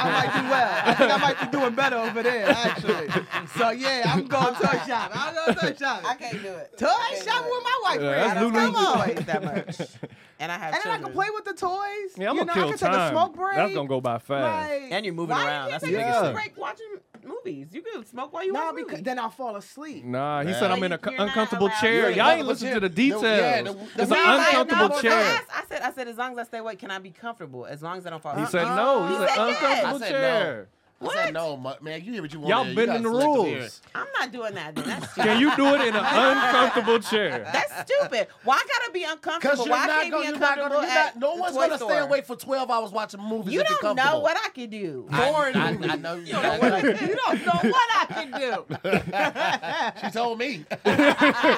S4: I might do well. I think I might be doing better over there, actually. So yeah, I'm going toy shopping. I'm going toy shopping.
S3: I can't do it.
S4: Toy
S3: I can't
S4: shopping
S3: do
S4: with
S3: it.
S4: my white
S2: Yeah,
S4: friends.
S2: that's
S3: I don't
S2: Lulu.
S4: Come on.
S3: like toys that much, and I have.
S4: And then I
S3: children.
S4: can play with the toys.
S2: Yeah, I'm gonna
S4: you know, I
S2: kill
S4: can take a
S2: time.
S4: smoke break.
S2: That's gonna go by fast.
S4: Like,
S1: And you're moving
S3: Why
S1: around. That's
S3: That's
S1: the
S3: you take
S2: biggest
S3: a
S2: thing.
S3: break watching movies? You can smoke while you
S4: no,
S3: watch movies.
S4: because then I'll fall asleep.
S2: Nah, he
S5: Yeah.
S2: said I'm
S3: Like,
S2: in an
S3: you're not
S2: uncomfortable
S3: allowed-
S2: chair.
S3: Yeah,
S2: Y'all ain't
S5: the-
S2: listening to the
S5: the-
S2: details.
S5: yeah, the- the
S2: it's
S5: me
S2: an
S5: and my
S2: uncomfortable
S3: I,
S2: chair.
S3: asked- I said, I said, as long as I stay awake, can I be comfortable? As long as I don't fall
S2: He
S3: asleep.
S2: said no. He
S3: He
S2: said
S3: said yes.
S2: uncomfortable
S5: I said no.
S2: chair.
S5: I
S3: What?
S5: said, no, mu- man, you hear what you want.
S2: Y'all
S5: man. You
S2: bending
S5: gotta
S2: the
S5: select
S2: rules.
S5: ears.
S3: Uh, I'm not doing that. Then. That's stupid.
S2: Can you do it in an uncomfortable chair?
S3: That's stupid. Why gotta be
S5: Cause
S3: uncomfortable?
S5: you're
S3: Why
S5: not
S3: can't
S5: gonna,
S3: be
S5: you're not
S3: uncomfortable?
S5: gonna, you're not,
S3: at
S5: no
S3: the
S5: one's
S3: toy
S5: gonna
S3: store?
S5: stay awake for 12 hours watching movies.
S3: You
S5: if you're
S3: don't know
S5: comfortable.
S3: what I can do.
S5: Boring I, I, I know you don't know what
S3: you don't know what I can do.
S5: She told me.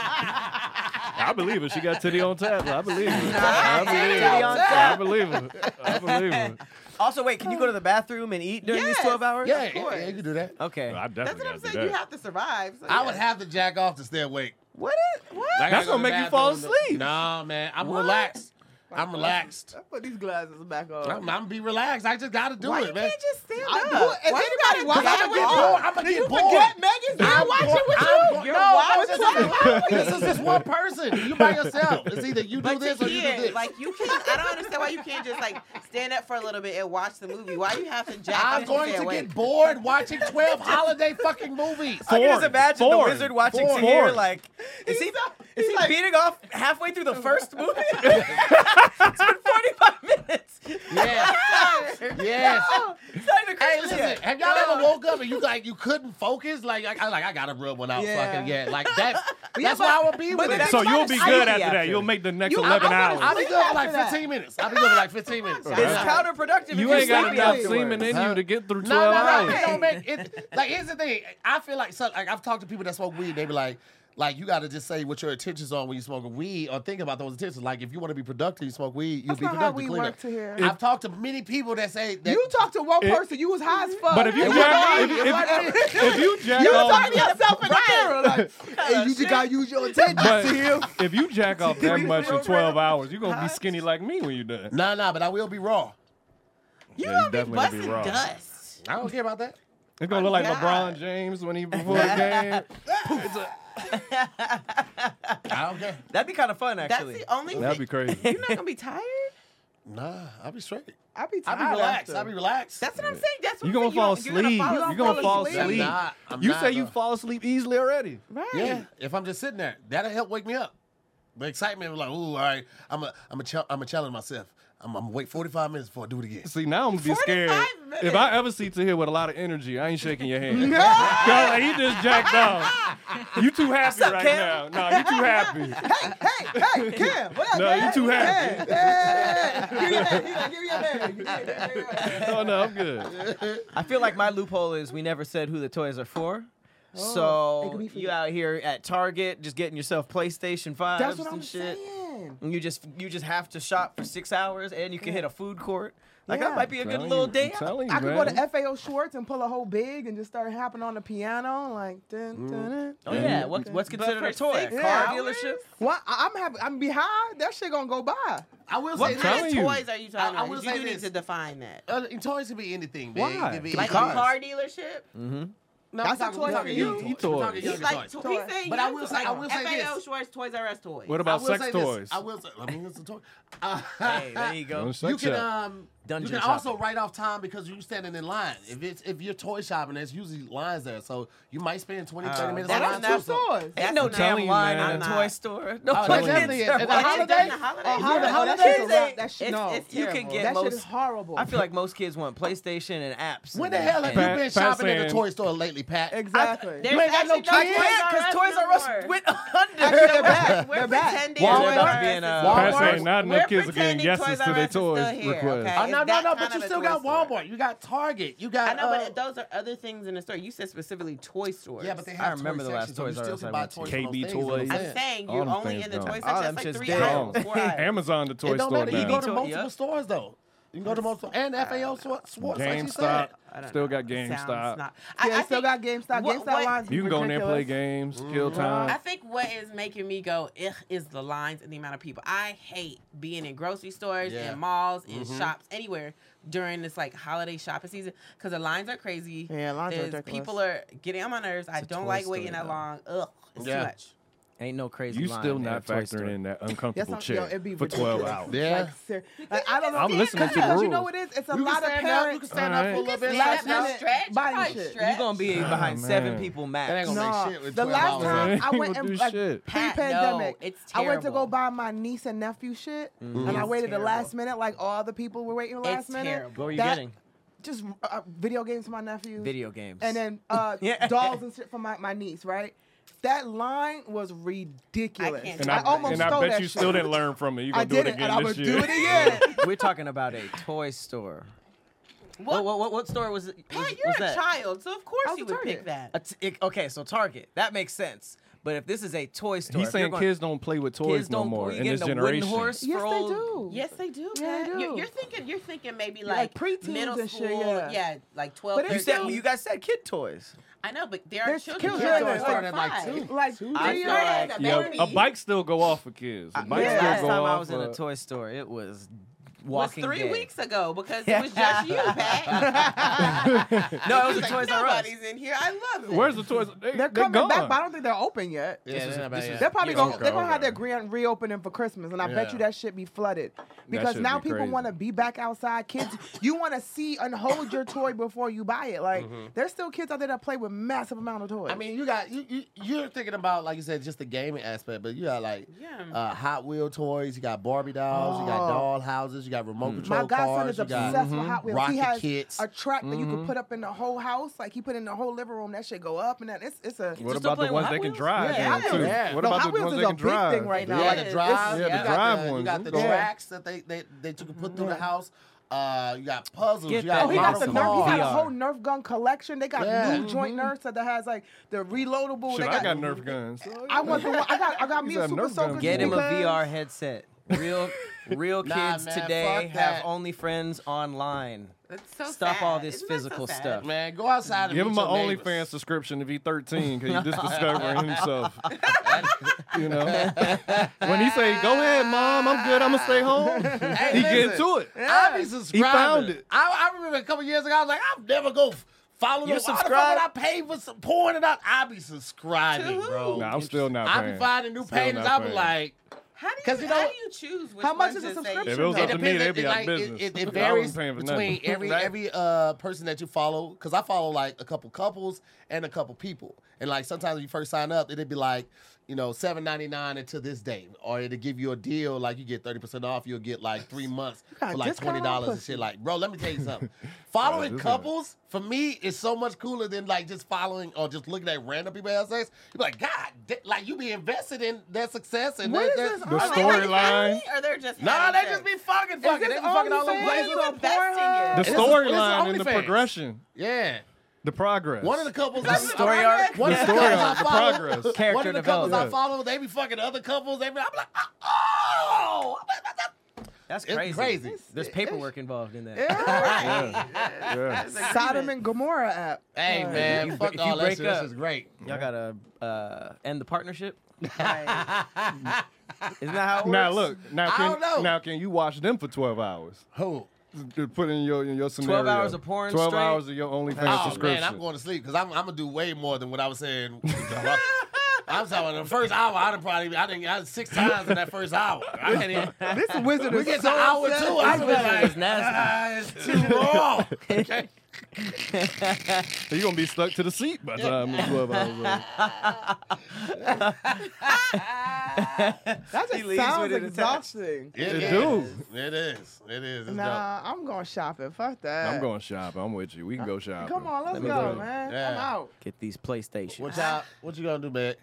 S2: I believe it. She got titty on tap. I believe it. I believe it.
S1: Titty on
S2: I
S1: tap.
S2: believe it. I believe it.
S1: Also, wait, can you go to the bathroom and eat during
S3: Yes.
S1: these 12 hours?
S5: yeah, yeah, yeah, you can do that.
S1: Okay.
S2: I
S3: That's
S2: definitely
S3: what I'm
S2: gotta do
S3: saying. You
S2: that.
S3: have to survive. So
S5: I would
S3: yeah.
S5: have to jack off to stay awake.
S3: What is what?
S5: Like, I
S2: That's
S5: go to
S2: gonna
S5: the
S2: make you fall
S5: bathroom.
S2: asleep.
S5: No, man, I'm relaxed. I'm relaxed.
S4: Put these glasses back on.
S5: I'm, I'm be relaxed. I just gotta do
S3: Why
S5: it,
S3: you
S5: man.
S3: can't just stand
S4: I-
S3: up?
S4: who- if
S3: Why
S4: anybody
S3: you gotta
S4: watch-
S3: jack
S5: I'm gonna get
S3: off?
S5: bored. I'm gonna get bored.
S4: Forget Megan's
S5: I'm
S4: not watching
S5: bored.
S4: with
S5: I'm
S4: you.
S5: bored.
S4: You're
S5: no, I
S4: watching
S5: was just this is just one person. You by yourself. It's either you do
S3: But
S5: this
S3: to
S5: or you do
S3: hear,
S5: this.
S3: like you can, I don't understand why you can't just like stand up for a little bit and watch the movie. Why you have to jack
S5: I'm
S3: off
S5: going
S3: and
S5: to
S3: stay
S5: get
S3: awake?
S5: bored watching 12 holiday fucking movies.
S1: I can just
S2: Foreign,
S1: imagine the
S2: foreign,
S1: wizard watching
S2: foreign.
S1: here
S2: Foreign.
S1: like, is he, is he beating off halfway through the first movie? it's been 45 minutes.
S5: Yes. yes.
S1: It's not even
S5: Hey,
S1: Christmas
S5: listen.
S1: yet.
S5: Have y'all ever woke up and you like you couldn't focus? Like I, I like I gotta rub one out
S4: Yeah.
S5: fucking yeah. Like that's
S4: but-
S5: that's why I would be
S1: but
S5: with it.
S1: that's-
S2: So
S1: Everybody
S2: you'll be
S1: sleepy
S2: good after
S1: after.
S2: that. You'll make the next
S4: You- I-
S2: eleven
S4: I wanna
S2: hours.
S5: I'll be
S4: sleep
S5: good for
S4: after
S5: like
S4: that.
S5: 15 minutes. I'll be good for like 15 minutes.
S1: It's
S5: Huh?
S1: counterproductive.
S2: You
S1: if
S2: ain't got
S1: sleepy
S2: enough
S1: afterwards.
S2: semen in you to get through
S5: No, no,
S2: twelve
S5: no.
S2: hours.
S5: It don't make it. Like here's the thing. I feel like so, like I've talked to people that smoke weed. They be like, Like you got to just say what your intentions are when you smoke weed, or think about those intentions. Like if you want to be productive, you smoke weed, you
S4: That's
S5: be
S4: not
S5: productive.
S4: how we
S5: cleaner.
S4: work to here.
S5: I've talked to many people that say that
S4: You talked to one
S2: It-
S4: person, you was high as fuck.
S2: But if you
S4: And
S2: jack,
S4: you
S2: if,
S4: lied.
S2: if, if, you jack
S4: You was
S2: off,
S4: talking to yourself in the mirror. Like, hey, you just gotta use your attention.
S2: but if you jack off that much in twelve hours, you're gonna be skinny like me when you're done.
S5: Nah, nah, but I will be raw.
S3: You
S2: Yeah, you
S3: gonna be
S2: definitely gonna be
S3: busting
S2: raw.
S3: dust.
S5: I don't care about that.
S2: It's gonna look like
S3: God.
S2: LeBron James when he before the game.
S5: I don't care.
S1: That'd be kind of fun,
S3: That's
S1: actually.
S3: the only.
S2: That'd be
S3: thing.
S2: crazy.
S3: You're not gonna be tired.
S5: Nah, I'll be straight.
S4: I be
S5: I'll
S4: tired.
S5: be relaxed.
S4: after.
S5: I'll be relaxed.
S3: That's what I'm saying. That's what
S2: You're gonna
S3: I'm saying.
S2: fall
S3: you don't-
S2: asleep.
S3: You're gonna
S2: You're gonna fall
S4: asleep.
S5: I'm
S2: asleep.
S5: not. I'm
S2: You
S5: not,
S2: say you
S5: though.
S2: fall asleep easily already.
S3: Right.
S5: Yeah, if I'm just sitting there, that'll help wake me up. The excitement was like, ooh, all right, I'm a, I'm a, ch- I'm a challenge myself. I'm, I'm gonna wait 45 minutes before I do it again.
S2: See now I'm gonna be scared.
S3: 45 minutes.
S2: If I ever see Tahir with a lot of energy, I ain't shaking your hand. no, like, he just jacked off. You too happy right
S1: Cam?
S2: now. Nah, you too happy.
S4: Hey, hey, Cam, what up,
S2: No,
S4: Cam?
S2: you too happy.
S4: Hey, hey, give me your hand, give me your hand, give me your hand.
S2: Oh no, I'm good.
S1: I feel like my loophole is we never said who the toys are for.
S4: Oh, it
S1: so
S4: could be for
S1: you
S4: the-
S1: out here at Target just getting yourself PlayStation 5s
S4: That's what
S1: and
S4: I'm
S1: shit.
S4: saying.
S1: And you just you just have to shop for six hours and you can hit a food court. Like
S4: Yeah.
S1: that might be a good
S2: Telling
S1: little
S2: you-
S1: day.
S2: I'm
S1: out.
S2: telling you,
S4: I could
S2: man.
S4: go to FAO Schwartz and pull a whole big and just start hopping on the piano, like.
S2: Mm.
S4: Dun, dun, dun.
S1: Oh yeah, what, what's
S3: But
S1: considered
S3: for
S1: a toy?
S3: six
S1: Car
S4: hours?
S1: dealership?
S4: What? I- I'm happy. I'm be high. That shit gonna go by.
S5: I will
S2: What kind
S5: say this.
S2: of
S3: What
S2: you.
S3: toys are you
S5: I- I
S3: talking about?
S5: will
S3: 'Cause
S5: say
S3: You do need
S5: this.
S3: to define that.
S5: Uh, toys can be anything, man.
S2: Why?
S5: It could be,
S2: Could
S3: Like a
S5: cars.
S3: car dealership.
S5: No,
S4: That's a toy for you.
S5: Toys.
S2: You toys.
S3: He's like, to- he's saying
S5: But I
S3: you
S5: will
S3: to-
S5: say- I
S3: like
S5: will say
S3: FAO
S5: this.
S3: Schwartz Toys R Us toys.
S2: What
S5: I
S2: about
S5: will
S2: sex
S5: say this.
S2: toys?
S5: I will say, I mean, it's a toy. Uh,
S1: Hey, there you go.
S2: Don't
S5: you
S2: sex
S5: can
S2: shop.
S5: um,
S1: Dungeon
S5: you can
S1: shopping.
S5: also write off time because you're standing in line. If it's if you're toy shopping, there's usually lines there, so you might spend 20, 30 minutes.
S3: that's
S5: in line
S3: not
S5: too, so-
S4: Toys.
S1: Ain't no
S3: I'm
S1: damn
S2: telling you,
S1: line
S2: man.
S1: on a
S3: I'm
S1: toy
S3: not.
S1: store. No
S5: Oh,
S1: fuck
S5: definitely.
S1: is there.
S5: At the
S1: Why-
S3: And it's
S5: holiday?
S3: during the holidays.
S4: Oh,
S3: Yeah.
S4: holiday- oh, that
S1: Holidays
S4: shit's a wrap.
S1: ain't-
S4: That shit,
S3: it's-
S4: no.
S3: it's
S1: You could get
S4: that
S1: most
S4: shit is horrible.
S1: I feel like most kids want PlayStation and apps.
S5: When
S1: and-
S5: the hell have
S1: and-
S2: Pat-
S5: you been
S2: Pat
S5: shopping at
S2: saying-
S5: the toy store lately, Pat?
S4: exactly.
S3: There's
S5: ain't got no
S3: actually
S5: kids?
S1: because Toys R Us went
S4: Actually,
S1: under.
S4: they're back.
S3: We're
S4: They're back.
S3: pretending
S1: Walmart-
S3: Toys
S1: They're about
S3: R
S1: to be
S3: Us
S1: in,
S3: is
S1: uh,
S3: still
S2: Pat
S3: here.
S2: saying not enough
S3: We're
S2: kids are getting
S3: pretending
S2: yeses
S3: Toys
S2: to
S3: R
S2: their
S3: Us is still
S2: toys
S3: here,
S2: request.
S3: okay?
S5: Oh, no,
S3: It's
S5: no,
S3: that
S5: no, but
S3: kind
S5: you
S3: of a
S5: still
S3: toy
S5: got
S3: store.
S5: Walmart. You got Target. You got.
S3: I know,
S5: uh,
S3: but those are other things in the store. You said specifically toy stores.
S5: Yeah, but they
S1: I
S5: have
S1: remember
S5: toy
S1: the last
S5: sections, so
S1: Toys
S5: you
S1: R
S5: still
S1: Us
S5: can
S1: I
S5: buy
S1: went to.
S5: toys
S2: KB
S5: from those things,
S2: Toys.
S5: is what I'm
S3: I'm
S5: saying.
S3: saying
S2: All
S3: you're
S2: them
S3: only
S2: things
S3: in the
S2: gone.
S3: toy
S1: All
S3: section.
S1: them
S3: That's like
S1: shit's
S3: three
S1: dead.
S3: items, four
S2: Gone.
S3: items.
S2: Amazon to toy
S5: It don't
S2: store
S5: matter. You
S2: now.
S5: can go to
S1: Yeah.
S5: multiple stores though. You can go to multiple and FAO Swa- Swartz. Like she
S2: GameStop.
S5: said.
S3: I don't
S2: Still
S3: know.
S2: got
S3: Sounds
S2: GameStop.
S3: not- I,
S4: yeah,
S3: I
S4: still
S3: think-
S4: got GameStop.
S3: what-
S4: GameStop
S3: what-
S4: lines.
S2: You can go in there and play
S4: ridiculous.
S2: games, kill
S3: I
S2: time.
S3: think what is making me go ugh is the lines and the amount of people. I hate being in grocery stores
S5: Yeah.
S3: and malls and
S4: Mm-hmm.
S3: shops anywhere during this like holiday shopping season because the lines are crazy.
S4: Yeah, lines are
S3: There's-
S4: ridiculous.
S3: People are getting on my nerves. I
S1: a
S3: don't
S1: toy
S3: like
S1: store,
S3: waiting that
S1: though.
S3: long. Ugh, it's
S5: Yeah.
S3: too much.
S1: Ain't no crazy.
S2: You
S1: line
S2: still
S1: at a
S2: not
S1: toy store.
S2: factoring in that
S4: That's
S2: uncomfortable
S4: not, yo,
S2: chair
S4: it'd be
S2: for 12
S4: ridiculous.
S2: hours.
S5: Yeah.
S4: Like, ser- like, I don't know.
S2: I'm listening to the
S4: Because you know
S2: rules.
S4: what it is? It's a
S5: You can
S4: lot of
S5: stand up. You can
S4: parents.
S5: stand up for a little bit.
S4: Last
S5: stretch out.
S4: minute.
S3: stretch,
S4: buying
S3: probably
S4: shit.
S3: stretch.
S1: You're gonna be behind
S2: Oh, man.
S1: seven people
S5: That ain't
S1: max.
S5: gonna make
S4: No,
S5: shit with
S4: the
S5: 12
S4: last
S5: hours.
S4: time I
S2: Ain't
S4: went
S2: gonna
S4: and
S2: do
S4: like,
S2: shit.
S4: pre-pandemic,
S3: Pat, no, it's
S4: I went to go
S3: terrible.
S4: buy my niece and nephew shit,
S5: Mm.
S4: and I
S3: It's
S4: waited the
S3: terrible.
S4: last minute, like all the people were waiting last
S3: It's
S4: minute.
S3: terrible.
S1: What were you
S4: That-
S1: getting?
S4: Just uh, video games for my nephew.
S1: Video games.
S4: and then uh,
S1: Yeah.
S4: dolls and shit for my, my niece, right? That line was ridiculous.
S3: I can't
S4: I,
S2: And
S3: do
S2: I,
S3: that.
S4: almost
S2: and I
S4: stole
S2: bet
S4: that
S2: you
S4: shit.
S2: still didn't learn from it. You're
S4: I
S2: going to do it
S4: did it,
S2: again
S4: and I
S2: this
S4: would
S2: year.
S4: do it again.
S1: we're talking about a toy store.
S3: What?
S1: What? What, what, what store was it? Was,
S3: Pat,
S1: was
S3: you're a
S1: that?
S3: child, so of course
S4: was
S3: you
S4: a
S3: would
S4: target.
S3: pick that.
S1: A t- it- okay, so Target. That makes sense. But if this is a toy store,
S2: He's
S1: if you're
S2: saying
S1: going-
S2: kids don't play with toys
S1: kids
S2: no
S1: don't
S2: more
S1: you
S2: in
S1: getting
S2: this
S1: a
S2: generation.
S1: Wooden horse
S4: Yes,
S1: for
S4: they
S1: old-
S4: do.
S3: Yes, they do.
S4: Yeah,
S3: Pat.
S4: they
S3: You-
S4: do.
S3: You're thinking. You're thinking maybe
S4: like
S3: like,
S4: preteens
S3: middle
S4: and
S3: school.
S4: shit, yeah.
S3: yeah, like twelve.
S4: But
S1: You
S4: it's
S3: 13.
S1: said you guys said kid toys.
S3: I know, but there are
S4: There's
S3: children.
S4: children
S3: that are
S4: that start
S5: at, like,
S3: five.
S5: two.
S4: Like three
S1: I
S4: years
S1: feel like-
S4: old.
S2: Yeah,
S3: Baby.
S2: a bike still go off for kids. A bike
S4: yeah.
S2: still
S1: Last
S2: go
S1: time
S2: off
S1: I was in
S2: for,
S1: a toy store, it was
S3: was
S1: Walking
S3: three
S1: Dead.
S3: weeks ago because it was just you, Pat.
S1: No, it was a Toys R Us.
S3: Nobody's in here. I love it.
S2: Where's the toys? They,
S4: They're coming
S2: gone.
S4: back, but I don't think they're open yet.
S5: Yeah, they're not bad, yeah.
S4: They're probably
S5: Yeah,
S4: gonna
S5: okay,
S4: they're gonna
S2: okay.
S4: have their grand reopening for Christmas, and I bet
S5: Yeah.
S4: you that shit be flooded because
S2: shit
S4: now
S2: be
S4: people
S2: crazy.
S4: want to be back outside. Kids, you want to see and hold your toy before you buy it. Like there's still kids out there that play with massive amount of toys.
S5: Mm-hmm. I mean, you got you, you you're thinking about like you said just the gaming aspect, but you got like
S3: Yeah.
S5: uh, Hot Wheel toys, you got Barbie dolls, you got
S4: Oh.
S5: doll houses, you got remote control
S4: My godson
S5: cars,
S4: is
S5: you got
S4: obsessed with Hot Wheels.
S5: Rocket
S4: he has
S5: Kits. Mm-hmm.
S4: a track that you can put up in the whole house. Like he put in the whole living room. That shit go up and that it's it's a
S2: What
S1: They're still
S2: about the
S1: playing with
S2: ones
S1: Hot
S2: they can
S1: Wheels?
S2: drive?
S4: Yeah,
S2: now,
S4: Hot
S2: too?
S4: Wheels.
S5: Yeah.
S2: What
S4: No,
S2: about
S4: Hot
S2: the
S4: Wheels
S2: ones
S4: is
S2: they
S4: a
S2: can
S4: big
S2: drive?
S4: thing right now.
S5: You
S3: Yeah,
S5: got
S4: Like,
S5: the
S3: it's-
S5: drive,
S2: yeah, the
S5: you got
S2: drive
S5: the,
S2: ones.
S5: You got the
S2: Yeah.
S5: tracks that they they that you can put through the house. Uh, you got puzzles.
S1: Get
S5: you got
S1: that
S4: Oh, he got the
S5: model
S4: Nerf. He got a
S1: VR.
S4: whole Nerf gun collection. They got
S5: Yeah.
S4: new joint Nerfs that has like the reloadable.
S2: Shit,
S4: they
S2: I got Nerf guns. so-
S4: I want the one. I got. I got me
S2: He's
S4: a
S2: a
S4: super
S2: Nerf gun.
S4: soaker.
S1: Get him a
S4: because-
S1: VR headset. Real, real
S5: Nah,
S1: kids
S5: man,
S1: today
S5: fuck
S1: have
S5: that.
S1: only friends online.
S3: That's so
S1: Stop all
S3: sad.
S1: this
S3: Isn't that so
S1: physical
S3: sad?
S1: stuff.
S5: Man, go outside and
S2: Give
S5: meet
S2: him an
S5: your neighbors.
S2: OnlyFans subscription if he's 13, because he's just discovering himself. you know? When he say, go ahead, mom, I'm good, I'm going to stay home,
S5: Hey,
S2: he get
S5: listen,
S2: to it.
S5: I be subscribing.
S2: found it.
S5: I, I remember a couple years ago, I was like, I'll never go f- follow
S1: You
S5: them. Why the fuck would
S1: subscribe?
S5: I pay for some porn and I, I be subscribing, bro.
S2: Nah, I'm still not
S5: I be
S2: paying.
S5: finding new
S2: Still not
S5: pages. I be
S2: paying.
S5: like,
S3: How do you,
S5: 'Cause you
S3: how
S5: know-
S3: do you choose which
S4: How much
S3: ones
S4: is a
S3: to say-
S4: subscription?
S2: If it was
S4: though?
S2: up to me,
S5: depends,
S2: they'd be
S5: it-
S2: out
S5: like,
S2: of
S5: it-
S2: business.
S5: It, it
S2: I
S5: varies
S2: wasn't paying for
S5: between
S2: nothing.
S5: every
S2: Right.
S5: every uh, person that you follow. Because I follow like a couple couples and a couple people, and like sometimes when you first sign up, it'd be like you know seven ninety nine until this day, or it'll give you a deal like you get thirty percent off. You'll get like three months
S4: got
S5: for like
S4: discount
S5: twenty
S4: on
S5: dollars and
S4: pussy.
S5: shit. Like, bro, let me tell you something.
S2: this
S5: Following
S2: is-
S5: couples for me is so much cooler than like just following or just looking at random people have sex. You're like, God, da- like you be invested in their success and
S4: What
S5: their,
S4: is
S5: their,
S4: this
S2: The
S4: Oh,
S5: their
S3: Are they like
S2: storyline.
S3: family, Or they're just
S5: Nah,
S3: having
S5: they
S3: sex?
S5: just be fucking fucking. They
S4: this
S5: be fucking all over the
S4: OnlyFans?
S5: place.
S4: Is it
S3: investing in?
S2: The
S5: This is- this is
S2: storyline and the
S5: OnlyFans.
S2: progression,
S5: Yeah.
S2: the progress.
S5: One of the couples I
S1: Story arc.
S5: one
S2: the
S5: of the
S2: story
S5: couples I
S2: arc, the
S5: follow-
S2: progress.
S5: One
S1: Character
S5: of the couples I
S1: development.
S5: follow, they be fucking other couples. They be, I'm like, oh,
S1: That's
S5: It's
S1: crazy.
S5: crazy.
S1: There's paperwork involved in that.
S2: Yeah.
S4: Sodom and Gomorrah app.
S5: hey
S4: Right.
S5: man,
S1: If you-
S5: fuck
S1: if you
S5: all that
S1: break
S5: shit. This
S1: up-
S5: is great.
S1: Y'all gotta uh, end the partnership.
S4: Right.
S1: Isn't that how it works?
S2: Now look, now
S5: I
S2: can
S5: don't know.
S2: now can you watch them for twelve hours?
S5: Who?
S2: To Put in your in your scenario.
S1: hours of porn
S2: Twelve
S1: straight?
S2: hours of your OnlyFans
S5: Oh
S2: subscription.
S5: man, I'm going to sleep because I'm, I'm gonna do way more than what I was saying. I'm talking about the first hour. I done probably I done, I done six times in that first hour. I can't even.
S4: This wizard
S5: We
S4: is
S5: get to
S4: so
S5: hour
S4: upset.
S5: two. I was like,
S1: It's nasty.
S5: "Ah, it's too raw. Okay.
S2: So you're gonna be stuck to the seat by the time the twelve hours. are over.
S3: Ah,
S4: That just
S1: leaves
S4: sounds
S1: with it attached.
S4: exhausting.
S2: It
S5: is.
S2: do.
S5: It is. It is. It's dope.
S4: Nah, I'm going shopping. Fuck that.
S2: I'm going shopping. I'm with you. We can go shopping.
S4: Come on, let's
S1: me
S4: go,
S1: go.
S4: man. I'm
S5: Yeah.
S4: out.
S1: Get these PlayStations.
S5: What y'all? What you gonna do, man?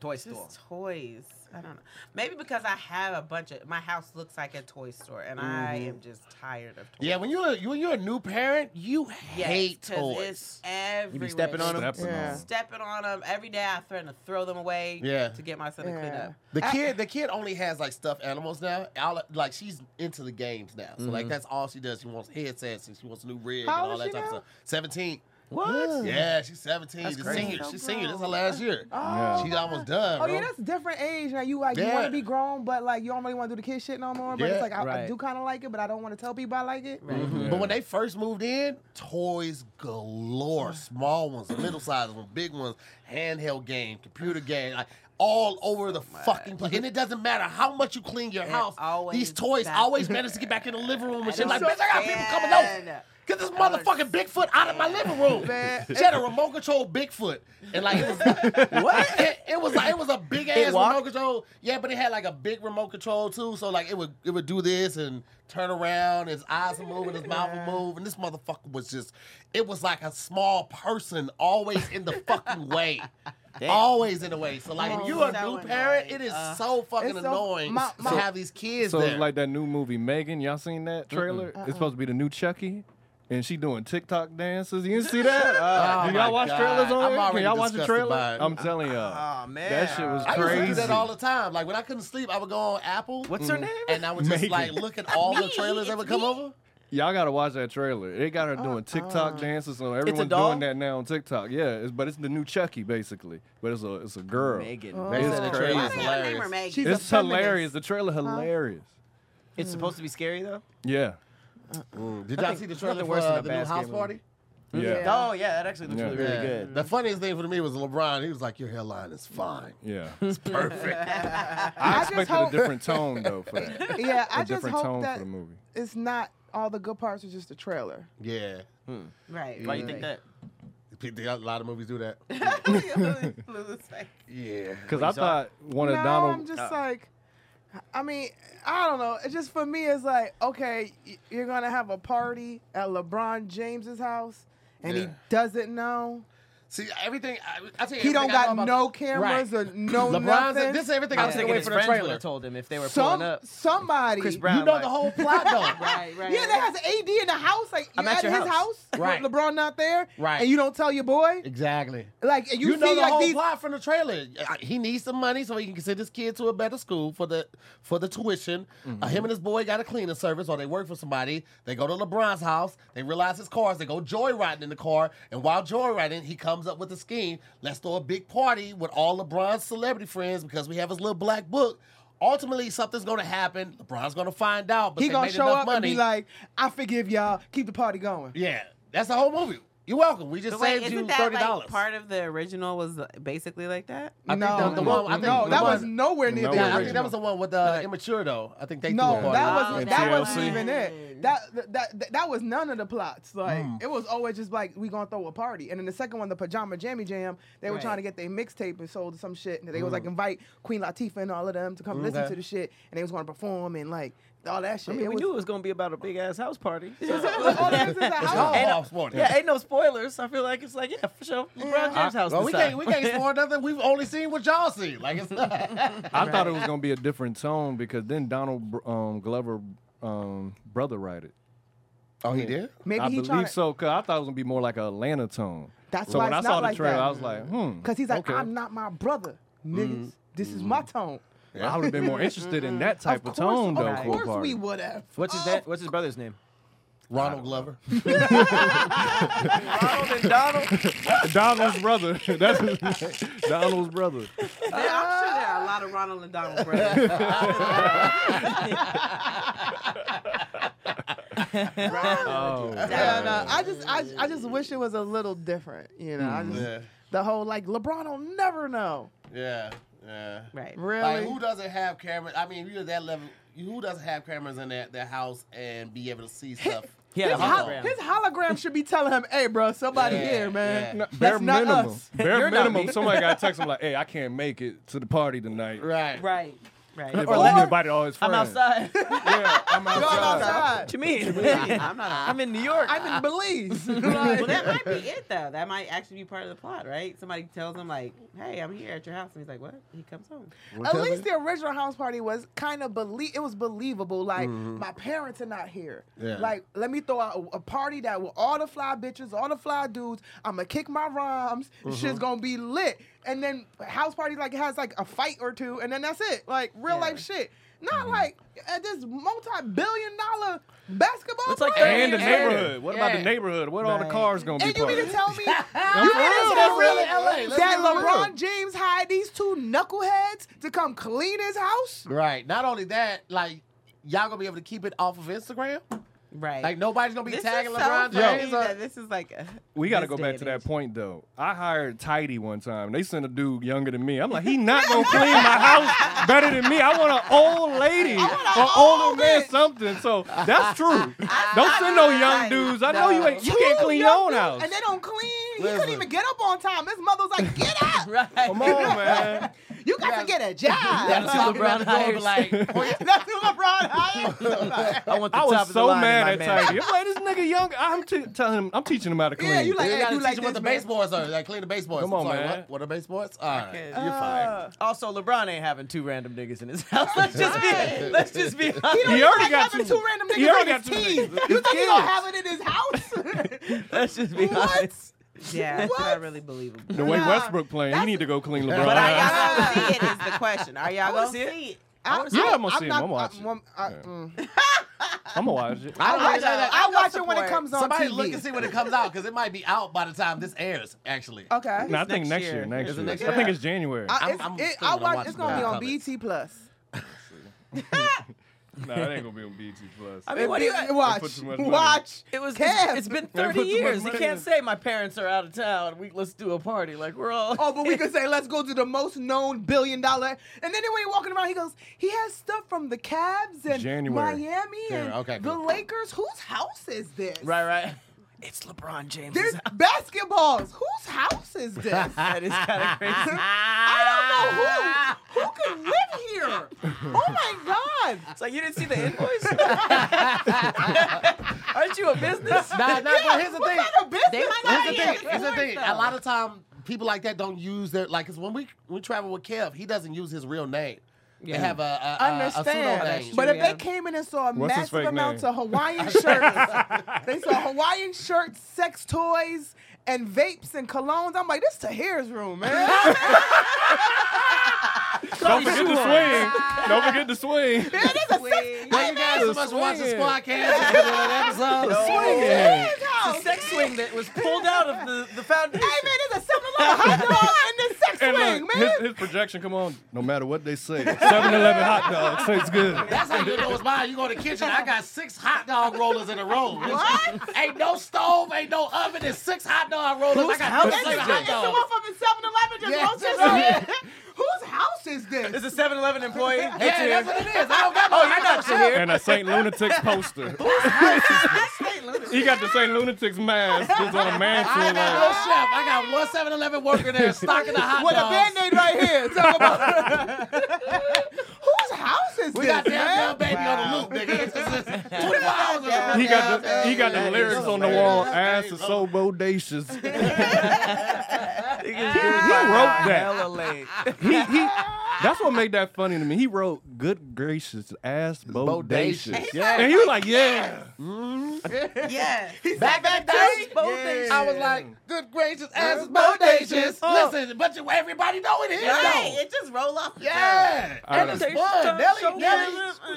S1: Toy store.
S3: Just toys. I don't know. Maybe because I have a bunch of my house looks like a toy store, and I am just tired of toys.
S5: Yeah, when you're a, when you're a new parent, you
S3: Yes,
S5: hate
S3: 'cause
S5: toys.
S3: It's everywhere.
S1: You be stepping on them.
S2: Stepping on
S4: Yeah.
S2: it.
S3: Stepping on them every day. I threaten to throw them away.
S5: Yeah.
S3: To get my son to clean
S4: Yeah.
S3: up.
S5: The kid, the kid only has like stuffed animals now. All- like she's into the games now, so
S2: Mm-hmm.
S5: like that's all she does. She wants headsets and she wants a new rig
S4: How
S5: and
S4: old
S5: all
S4: is
S5: that
S4: she
S5: type of
S4: now?
S5: stuff. Seventeen.
S1: What?
S5: Yeah, she's seventeen.
S1: That's
S5: she's
S1: crazy.
S5: senior.
S4: So
S5: She's senior. This is her
S4: grown.
S5: last year.
S2: Yeah.
S5: She's almost done.
S4: Oh
S5: bro.
S4: yeah, that's different age. Now you like you
S5: Yeah.
S4: want to be grown, but like you don't really want to do the kid shit no more. But
S5: Yeah.
S4: it's like I, I
S1: Right.
S4: do kind of like it, but I don't want to tell people I like it.
S2: Yeah.
S5: But when they first moved in, toys galore. Small ones, middle sized ones, big ones, handheld game, computer game, like all over the fucking place. And it doesn't matter how much you clean your house,
S3: always
S5: these toys
S3: back-
S5: always manage to get back in the living room and shit.
S3: don't
S5: Like, bitch, I got people coming over.
S3: understand.
S5: Get this motherfucking Bigfoot out of my living room.
S4: Man.
S5: She had a remote control Bigfoot. And like it was what? It, it was like it was a big ass
S1: walked?
S5: remote control. Yeah, but it had like a big remote control too. So like it would it would do this and turn around, his eyes would move and his mouth would move. And this motherfucker was just it was like a small person always in the fucking way. Always in the way. So like if you're a
S3: so
S5: new parent,
S3: annoying.
S5: it is so fucking
S4: It's so-
S5: annoying
S4: my- my-
S5: to have these kids
S2: So
S5: there.
S2: it's like that new movie Megan. Y'all seen that trailer?
S5: Uh-uh.
S2: It's supposed to be the new Chucky. And she doing TikTok dances. You didn't see that? Uh,
S5: Oh
S2: do
S5: my
S2: y'all watch
S5: God.
S2: trailers on
S5: I'm
S2: here? Can
S5: already
S2: y'all watch the
S5: disgusted
S2: trailer?
S5: by it. Uh-uh.
S2: I'm telling y'all.
S6: Oh man,
S2: That shit was
S5: I used to do
S2: crazy.
S5: that all the time. Like when I couldn't sleep, I would go on Apple.
S1: What's her name?
S5: And I would just
S2: Megan.
S5: like look at all the
S3: Me,
S5: trailers that
S3: it's
S5: would come
S3: me.
S5: over.
S2: Y'all gotta watch that trailer. They got her
S5: Uh-uh.
S2: doing TikTok dances, so everyone's
S1: doll?
S2: doing that now on TikTok. Yeah, it's, but it's the new Chucky basically. But it's a it's a girl.
S1: Megan.
S2: It's
S5: They said the
S2: crazy.
S5: trailer is
S3: Why do y'all name her
S5: hilarious.
S3: Maggie?
S4: She's a
S2: It's
S4: feminist.
S2: hilarious. The trailer hilarious.
S1: It's supposed to be scary though.
S2: Yeah.
S5: Did y'all see the trailer
S1: nothing
S5: for
S1: worse than
S5: uh,
S1: a
S5: the new
S1: basket
S5: house
S1: movie.
S5: party?
S2: Yeah.
S1: Oh yeah, that actually looks
S2: Yeah.
S1: really really
S5: Yeah.
S1: good.
S5: The funniest thing for me was LeBron. He was like, "Your hairline is fine.
S2: Yeah.
S5: It's perfect."
S2: I
S4: just
S2: expected
S4: hope-
S2: a different tone though for that.
S4: Yeah, I
S2: A
S4: just
S2: different
S4: hope
S2: tone
S4: that
S2: for the movie.
S4: it's not all the good parts are just the trailer.
S5: yeah.
S3: Right.
S1: Why you think that?
S5: People- A lot of movies do that. Yeah.
S2: Because I thought one of
S4: no,
S2: Donald
S4: I'm just like, I mean, I don't know. It's just for me, it's like, okay, y- you're gonna have a party at LeBron James's house, and he
S5: Yeah.
S4: doesn't know.
S5: See everything. I, I tell you
S4: He don't
S5: everything I
S4: got
S5: know about-
S4: no cameras or no
S5: LeBron.
S4: nothing.
S5: said- This is everything
S1: I
S5: I
S1: was
S5: took
S1: thinking
S5: away
S1: his
S5: from the
S1: friends would
S5: trailer.
S1: have told him if they were pulling
S4: Some
S1: up.
S4: somebody.
S1: Chris
S5: You
S1: Brown,
S5: know
S1: like,
S5: the whole plot though.
S3: Right, right.
S4: Yeah, that has an AD in the house. Like
S1: I'm
S4: you're
S1: at
S4: at,
S1: your
S4: his
S1: house.
S4: house.
S1: Right.
S4: LeBron not there.
S1: Right.
S4: And you don't tell your boy.
S5: Exactly.
S4: Like and you,
S5: You, know
S4: see
S5: the
S4: like
S5: whole
S4: these.
S5: plot from the trailer. Uh, He needs some money so he can send his kid to a better school for the for the tuition.
S4: Mm-hmm.
S5: Uh, him and his boy got a cleaning service, or they work for somebody. They go to LeBron's house. They realize his cars. They go joyriding in the car, and while joyriding, he comes up with a scheme. Let's throw a big party with all LeBron's celebrity friends because we have his little black book. Ultimately, something's going to happen. LeBron's going to find out, but
S4: He
S5: they
S4: gonna
S5: made
S4: show
S5: enough
S4: up and
S5: money.
S4: be like, "I forgive y'all. Keep the party going."
S5: "Yeah, that's the whole movie." You're welcome. We just
S3: But wait,
S5: saved you
S3: isn't
S5: thirty
S3: that
S5: dollars.
S3: like part of the original was basically like that?
S5: I think
S4: no,
S5: the- the one- I think
S4: no,
S5: the
S4: that
S5: one-
S4: was nowhere near
S2: No,
S4: the
S5: yeah, I
S4: original.
S5: think that was the one with uh, immature though. I think they threw a
S4: No,
S5: party.
S4: that
S3: Oh,
S4: wasn't
S2: that's
S4: that wasn't
S2: right.
S4: even it. That, that that that was none of the plots. Like
S2: Mm.
S4: it was always just like we gonna throw a party. And then the second one, the pajama jammy jam, they were
S1: Right.
S4: trying to get their mixtape and sold some shit. And they was like
S2: Mm.
S4: invite Queen Latifah and all of them to come listen
S5: Okay.
S4: to the shit. And they was gonna perform and like all that shit.
S1: I mean,
S4: it
S1: we
S4: was,
S1: knew it was gonna be about a big ass house party. So-
S4: it was all that was in the
S5: It's
S4: house.
S5: all
S1: Ain't no-
S5: off sporting.
S1: yeah, ain't no spoilers. I feel like it's like yeah, for sure. LeBron James' house.
S5: Well,
S1: this
S5: we can't we
S1: time.
S5: can't spoil nothing. We've only seen what y'all see. Like it's not.
S2: I thought it was gonna be a different tone because then Donald Br- um, Glover um, brother write it.
S5: oh, he did.
S4: Maybe
S2: I
S4: he trying
S2: believe so. Cause I thought it was gonna be more like a Atlanta tone.
S4: That's
S2: so
S4: why
S2: when
S4: it's
S2: I saw
S4: not
S2: the
S4: like
S2: trailer,
S4: that. Mm-hmm.
S2: I was like, hmm.
S4: Because he's like,
S2: okay. Mm.
S4: I'm not my brother, niggas. This is my tone.
S2: I would have been more interested in that type of,
S4: Of course,
S2: tone, though.
S4: of
S2: for a
S4: course
S2: party.
S4: we would have.
S1: What's his dad? What's his brother's name?
S5: Ronald Glover.
S1: Ronald and Donald.
S2: Donald's brother. That's his name. Donald's brother.
S3: There- I'm sure there are a lot of Ronald and Donald brothers.
S1: Oh,
S4: Yeah, no, I just, I, I just wish it was a little different, you know.
S2: Mm.
S4: I just,
S5: yeah,
S4: The whole like LeBron will never know.
S5: yeah, yeah.
S3: right.
S4: Really?
S5: Like who doesn't have cameras? I mean, if you're that level, you- who doesn't have cameras in that their house and be able to see stuff?
S1: He had a
S4: his, hol-
S1: hologram.
S4: his hologram should be telling him, "Hey, bro, somebody
S5: Yeah,
S4: here, man."
S5: yeah.
S4: That's
S2: Bare
S4: not
S2: minimum.
S4: us.
S2: Bare
S1: You're not
S2: minimum.
S1: me.
S2: Somebody got to text him like, "Hey, I can't make it to the party tonight."
S5: Right.
S3: Right. Right.
S2: If
S4: Or
S2: I
S4: let-
S2: invited all his friends.
S1: I'm outside.
S2: Yeah, I'm
S4: Y'all
S2: outside.
S4: outside.
S1: What you mean?
S3: I'm not.
S1: I'm in New York.
S4: I'm in Belize. Like,
S3: well, that might be it though. That might actually be part of the plot, right? Somebody tells him like, "Hey, I'm here at your house," and he's like, "What?" He comes home.
S4: at least the original house party was kind of belie- It was believable. Like my parents are not here.
S5: Mm-hmm. Yeah.
S4: Like let me throw out a, a party that with all the fly bitches, all the fly dudes. I'm gonna kick my rhymes.
S5: Mm-hmm.
S4: Shit's gonna be lit. And then house party like has like a fight or two, and then that's it. Like real life shit. Not
S5: Mm-hmm.
S4: like at this multi-billion dollar basketball.
S1: It's like
S4: player.
S2: And the
S1: Yeah.
S2: neighborhood. What about the
S5: Yeah.
S2: neighborhood? What all the
S1: Right.
S2: cars gonna be?
S4: And you mean to
S2: parked?
S4: tell me you mean
S2: real,
S4: to
S5: that's
S4: tell
S5: real
S4: me
S5: in LA. Let's
S4: that
S5: keep it real.
S4: LeBron James hired these two knuckleheads to come clean his house?
S5: Right. Not only that, like y'all gonna be able to keep it off of Instagram.
S3: Right.
S5: Like nobody's gonna be
S3: this
S5: tagging
S3: is so
S5: LeBron
S3: funny
S5: James.
S3: that this is like. A,
S2: We got to
S3: this
S2: go
S3: day
S2: back
S3: and
S2: to that
S3: age.
S2: point though. I hired Tidy one time. They sent a dude younger than me. I'm like, he not gonna clean my house better than me. I want an old lady or older man something. So that's true. Don't send no young
S3: Right.
S2: dudes. I know you ain't. You can't
S4: Two
S2: clean your
S4: young
S2: own
S4: dudes,
S2: house.
S4: And they don't clean. He
S5: Listen.
S4: couldn't even get up on time. His mother's like, get up.
S1: right.
S2: Come on, man.
S4: You got to get a
S1: That's
S4: job.
S1: who LeBron hires.
S4: That's who LeBron hired.
S1: I want the
S2: I
S1: top
S2: was
S1: of the
S2: so
S1: line in my
S2: mad at
S1: man.
S2: Tidy. I'm like, this nigga young. I'm t- telling him. I'm teaching him how to clean.
S4: Yeah, you like,
S5: You
S4: hey,
S5: gotta
S4: you
S5: teach
S4: like
S5: him
S4: this,
S5: what the
S4: man.
S5: baseboards are. Like clean the baseboards.
S2: Come
S5: I'm
S2: on,
S5: sorry,
S2: man.
S5: What, what are baseboards? All right, you're fine.
S1: Also, LeBron ain't having two random niggas in his house. Let's just be. Let's just be.
S2: He
S1: honest.
S2: already
S4: Like
S2: got
S4: having
S2: two.
S4: two random
S2: He
S4: niggas
S2: already
S4: on
S2: got
S4: his
S2: two
S4: team.
S2: niggas.
S4: You
S2: It's
S4: think he gonna
S2: kids.
S4: have it in his house?
S1: Let's just be
S4: What?
S1: honest.
S3: Yeah, that's
S4: What?
S3: not really believable.
S2: The way
S4: Nah,
S2: Westbrook playing, you
S4: that's-
S2: need to go clean LeBron.
S5: But
S3: But are
S2: house.
S3: y'all gonna see it? Is the question? Are y'all
S1: wanna
S3: gonna see
S1: see
S3: it?
S1: it.
S4: I,
S2: Yeah, I'm gonna see him.
S4: not-
S2: I'm watching.
S4: I'm- I-
S2: Yeah.
S4: mm.
S2: I'm gonna watch it.
S5: I don't
S4: I
S5: really know that-
S4: I watch it when it
S3: support.
S4: comes on
S5: Somebody
S4: TV.
S5: look and see when it comes out because it might be out by the time this airs. Actually,
S4: Okay.
S2: No, I think
S1: next
S2: next
S1: year.
S2: year. Next
S1: Is it
S2: year.
S1: next
S2: I think it's January.
S4: I,
S5: I'm-
S4: it's,
S5: I'm
S4: it,
S5: still
S4: I
S5: gonna
S4: watch,
S5: watch
S4: It's gonna be
S5: Black
S4: on
S5: Comet.
S4: BT Plus.
S2: Nah, it ain't gonna be on BT Plus.
S1: I mean, what do you?
S4: watch?
S2: put too much money.
S4: Watch.
S1: It was.
S4: Kev.
S1: It's been
S2: They put too
S1: 30
S2: much
S1: years. You
S2: money
S1: can't
S2: in.
S1: say my parents are out of town. We let's do a party. Like we're all.
S4: Oh, but we could say let's go to the most known billion dollar. And then when he walking around, he goes, he has stuff from the Cavs and
S2: January.
S4: Miami and
S5: January, okay,
S4: the
S5: cool.
S4: Lakers. Whose house is this?
S1: Right, right. It's LeBron James.
S4: There's basketballs. Whose house is this?
S1: that is kind of crazy.
S4: I don't know who who could live here. Oh my god.
S1: It's like you didn't see the invoice. Aren't you a business?
S9: Nah, nah, but here's the thing.
S6: They might not
S9: Here's the
S6: be
S9: thing.
S6: able to
S9: Here's the
S6: afford
S9: thing.
S6: them.
S9: A lot of
S5: time people like that don't use their like. Cause when we we travel with Kev, he doesn't use his real name. They have a, a, a,
S4: Understand.
S5: a pseudo name.
S4: but if
S3: yeah.
S4: they came in and saw
S2: What's his
S4: massive
S2: fake
S4: amounts
S2: name?
S4: of Hawaiian shirts, they saw Hawaiian shirts, sex toys, and vapes and colognes. I'm like, this Tahir's room, man.
S2: Don't forget the swing. Don't forget the swing.
S4: It is a sex.
S5: Thank you guys so
S2: The
S5: much for watching
S2: swing.
S5: Squadcast. episode.
S2: Swing.
S1: the sex swing that was pulled out of the, the foundation.
S4: Hey man, there's a 7-Eleven hot dog and the sex
S2: And
S4: swing,
S2: look,
S4: man.
S2: his, his projection, come on. No matter what they say, 7 Eleven hot dogs tastes good.
S5: That's how you know it's mine. You go to the kitchen. I got six hot dog rollers in a row. What? ain't no stove, ain't no oven. It's six hot dog rollers. I got
S1: house
S5: six
S1: is
S5: hot
S1: this?
S5: dogs.
S4: motherfucking 7-Eleven
S5: Yeah.
S4: just yeah. Whose house is this?
S1: It's a 7 Eleven employee. Hey,
S5: Yeah,
S1: Tahir.
S5: that's what it is. I don't got
S1: Oh, you're not Tahir.
S2: And a St. Lunatics poster. he got the St. Lunatics mask. It's on a
S5: I
S2: mantle.
S5: ain't got no
S2: Like,
S5: chef. I got one 7 Eleven worker there stocking the hot
S4: With a
S5: dogs.
S4: band-aid right here. Talk about Whose house is
S5: we
S4: this,
S5: got
S4: man?
S5: damn baby on the loop, nigga. It's just- it's 24 hours of
S2: he got the he got the lyrics on the wall. Ass is so bodacious. he wrote that.
S1: Hella late.
S2: He, he that's what made that funny to me. He wrote "Good gracious, ass bodacious,"
S5: Bodacious.
S2: and he was like, "Yeah."
S3: Yeah.
S5: Back, back, back. I was like, good gracious, ass is bodacious.
S1: Oh.
S5: Listen, but you, everybody know it is,
S3: Right.
S5: though.
S3: It just roll off. the
S5: Yeah.
S2: All
S5: And it's
S2: right.
S5: fun. Nelly, Nelly,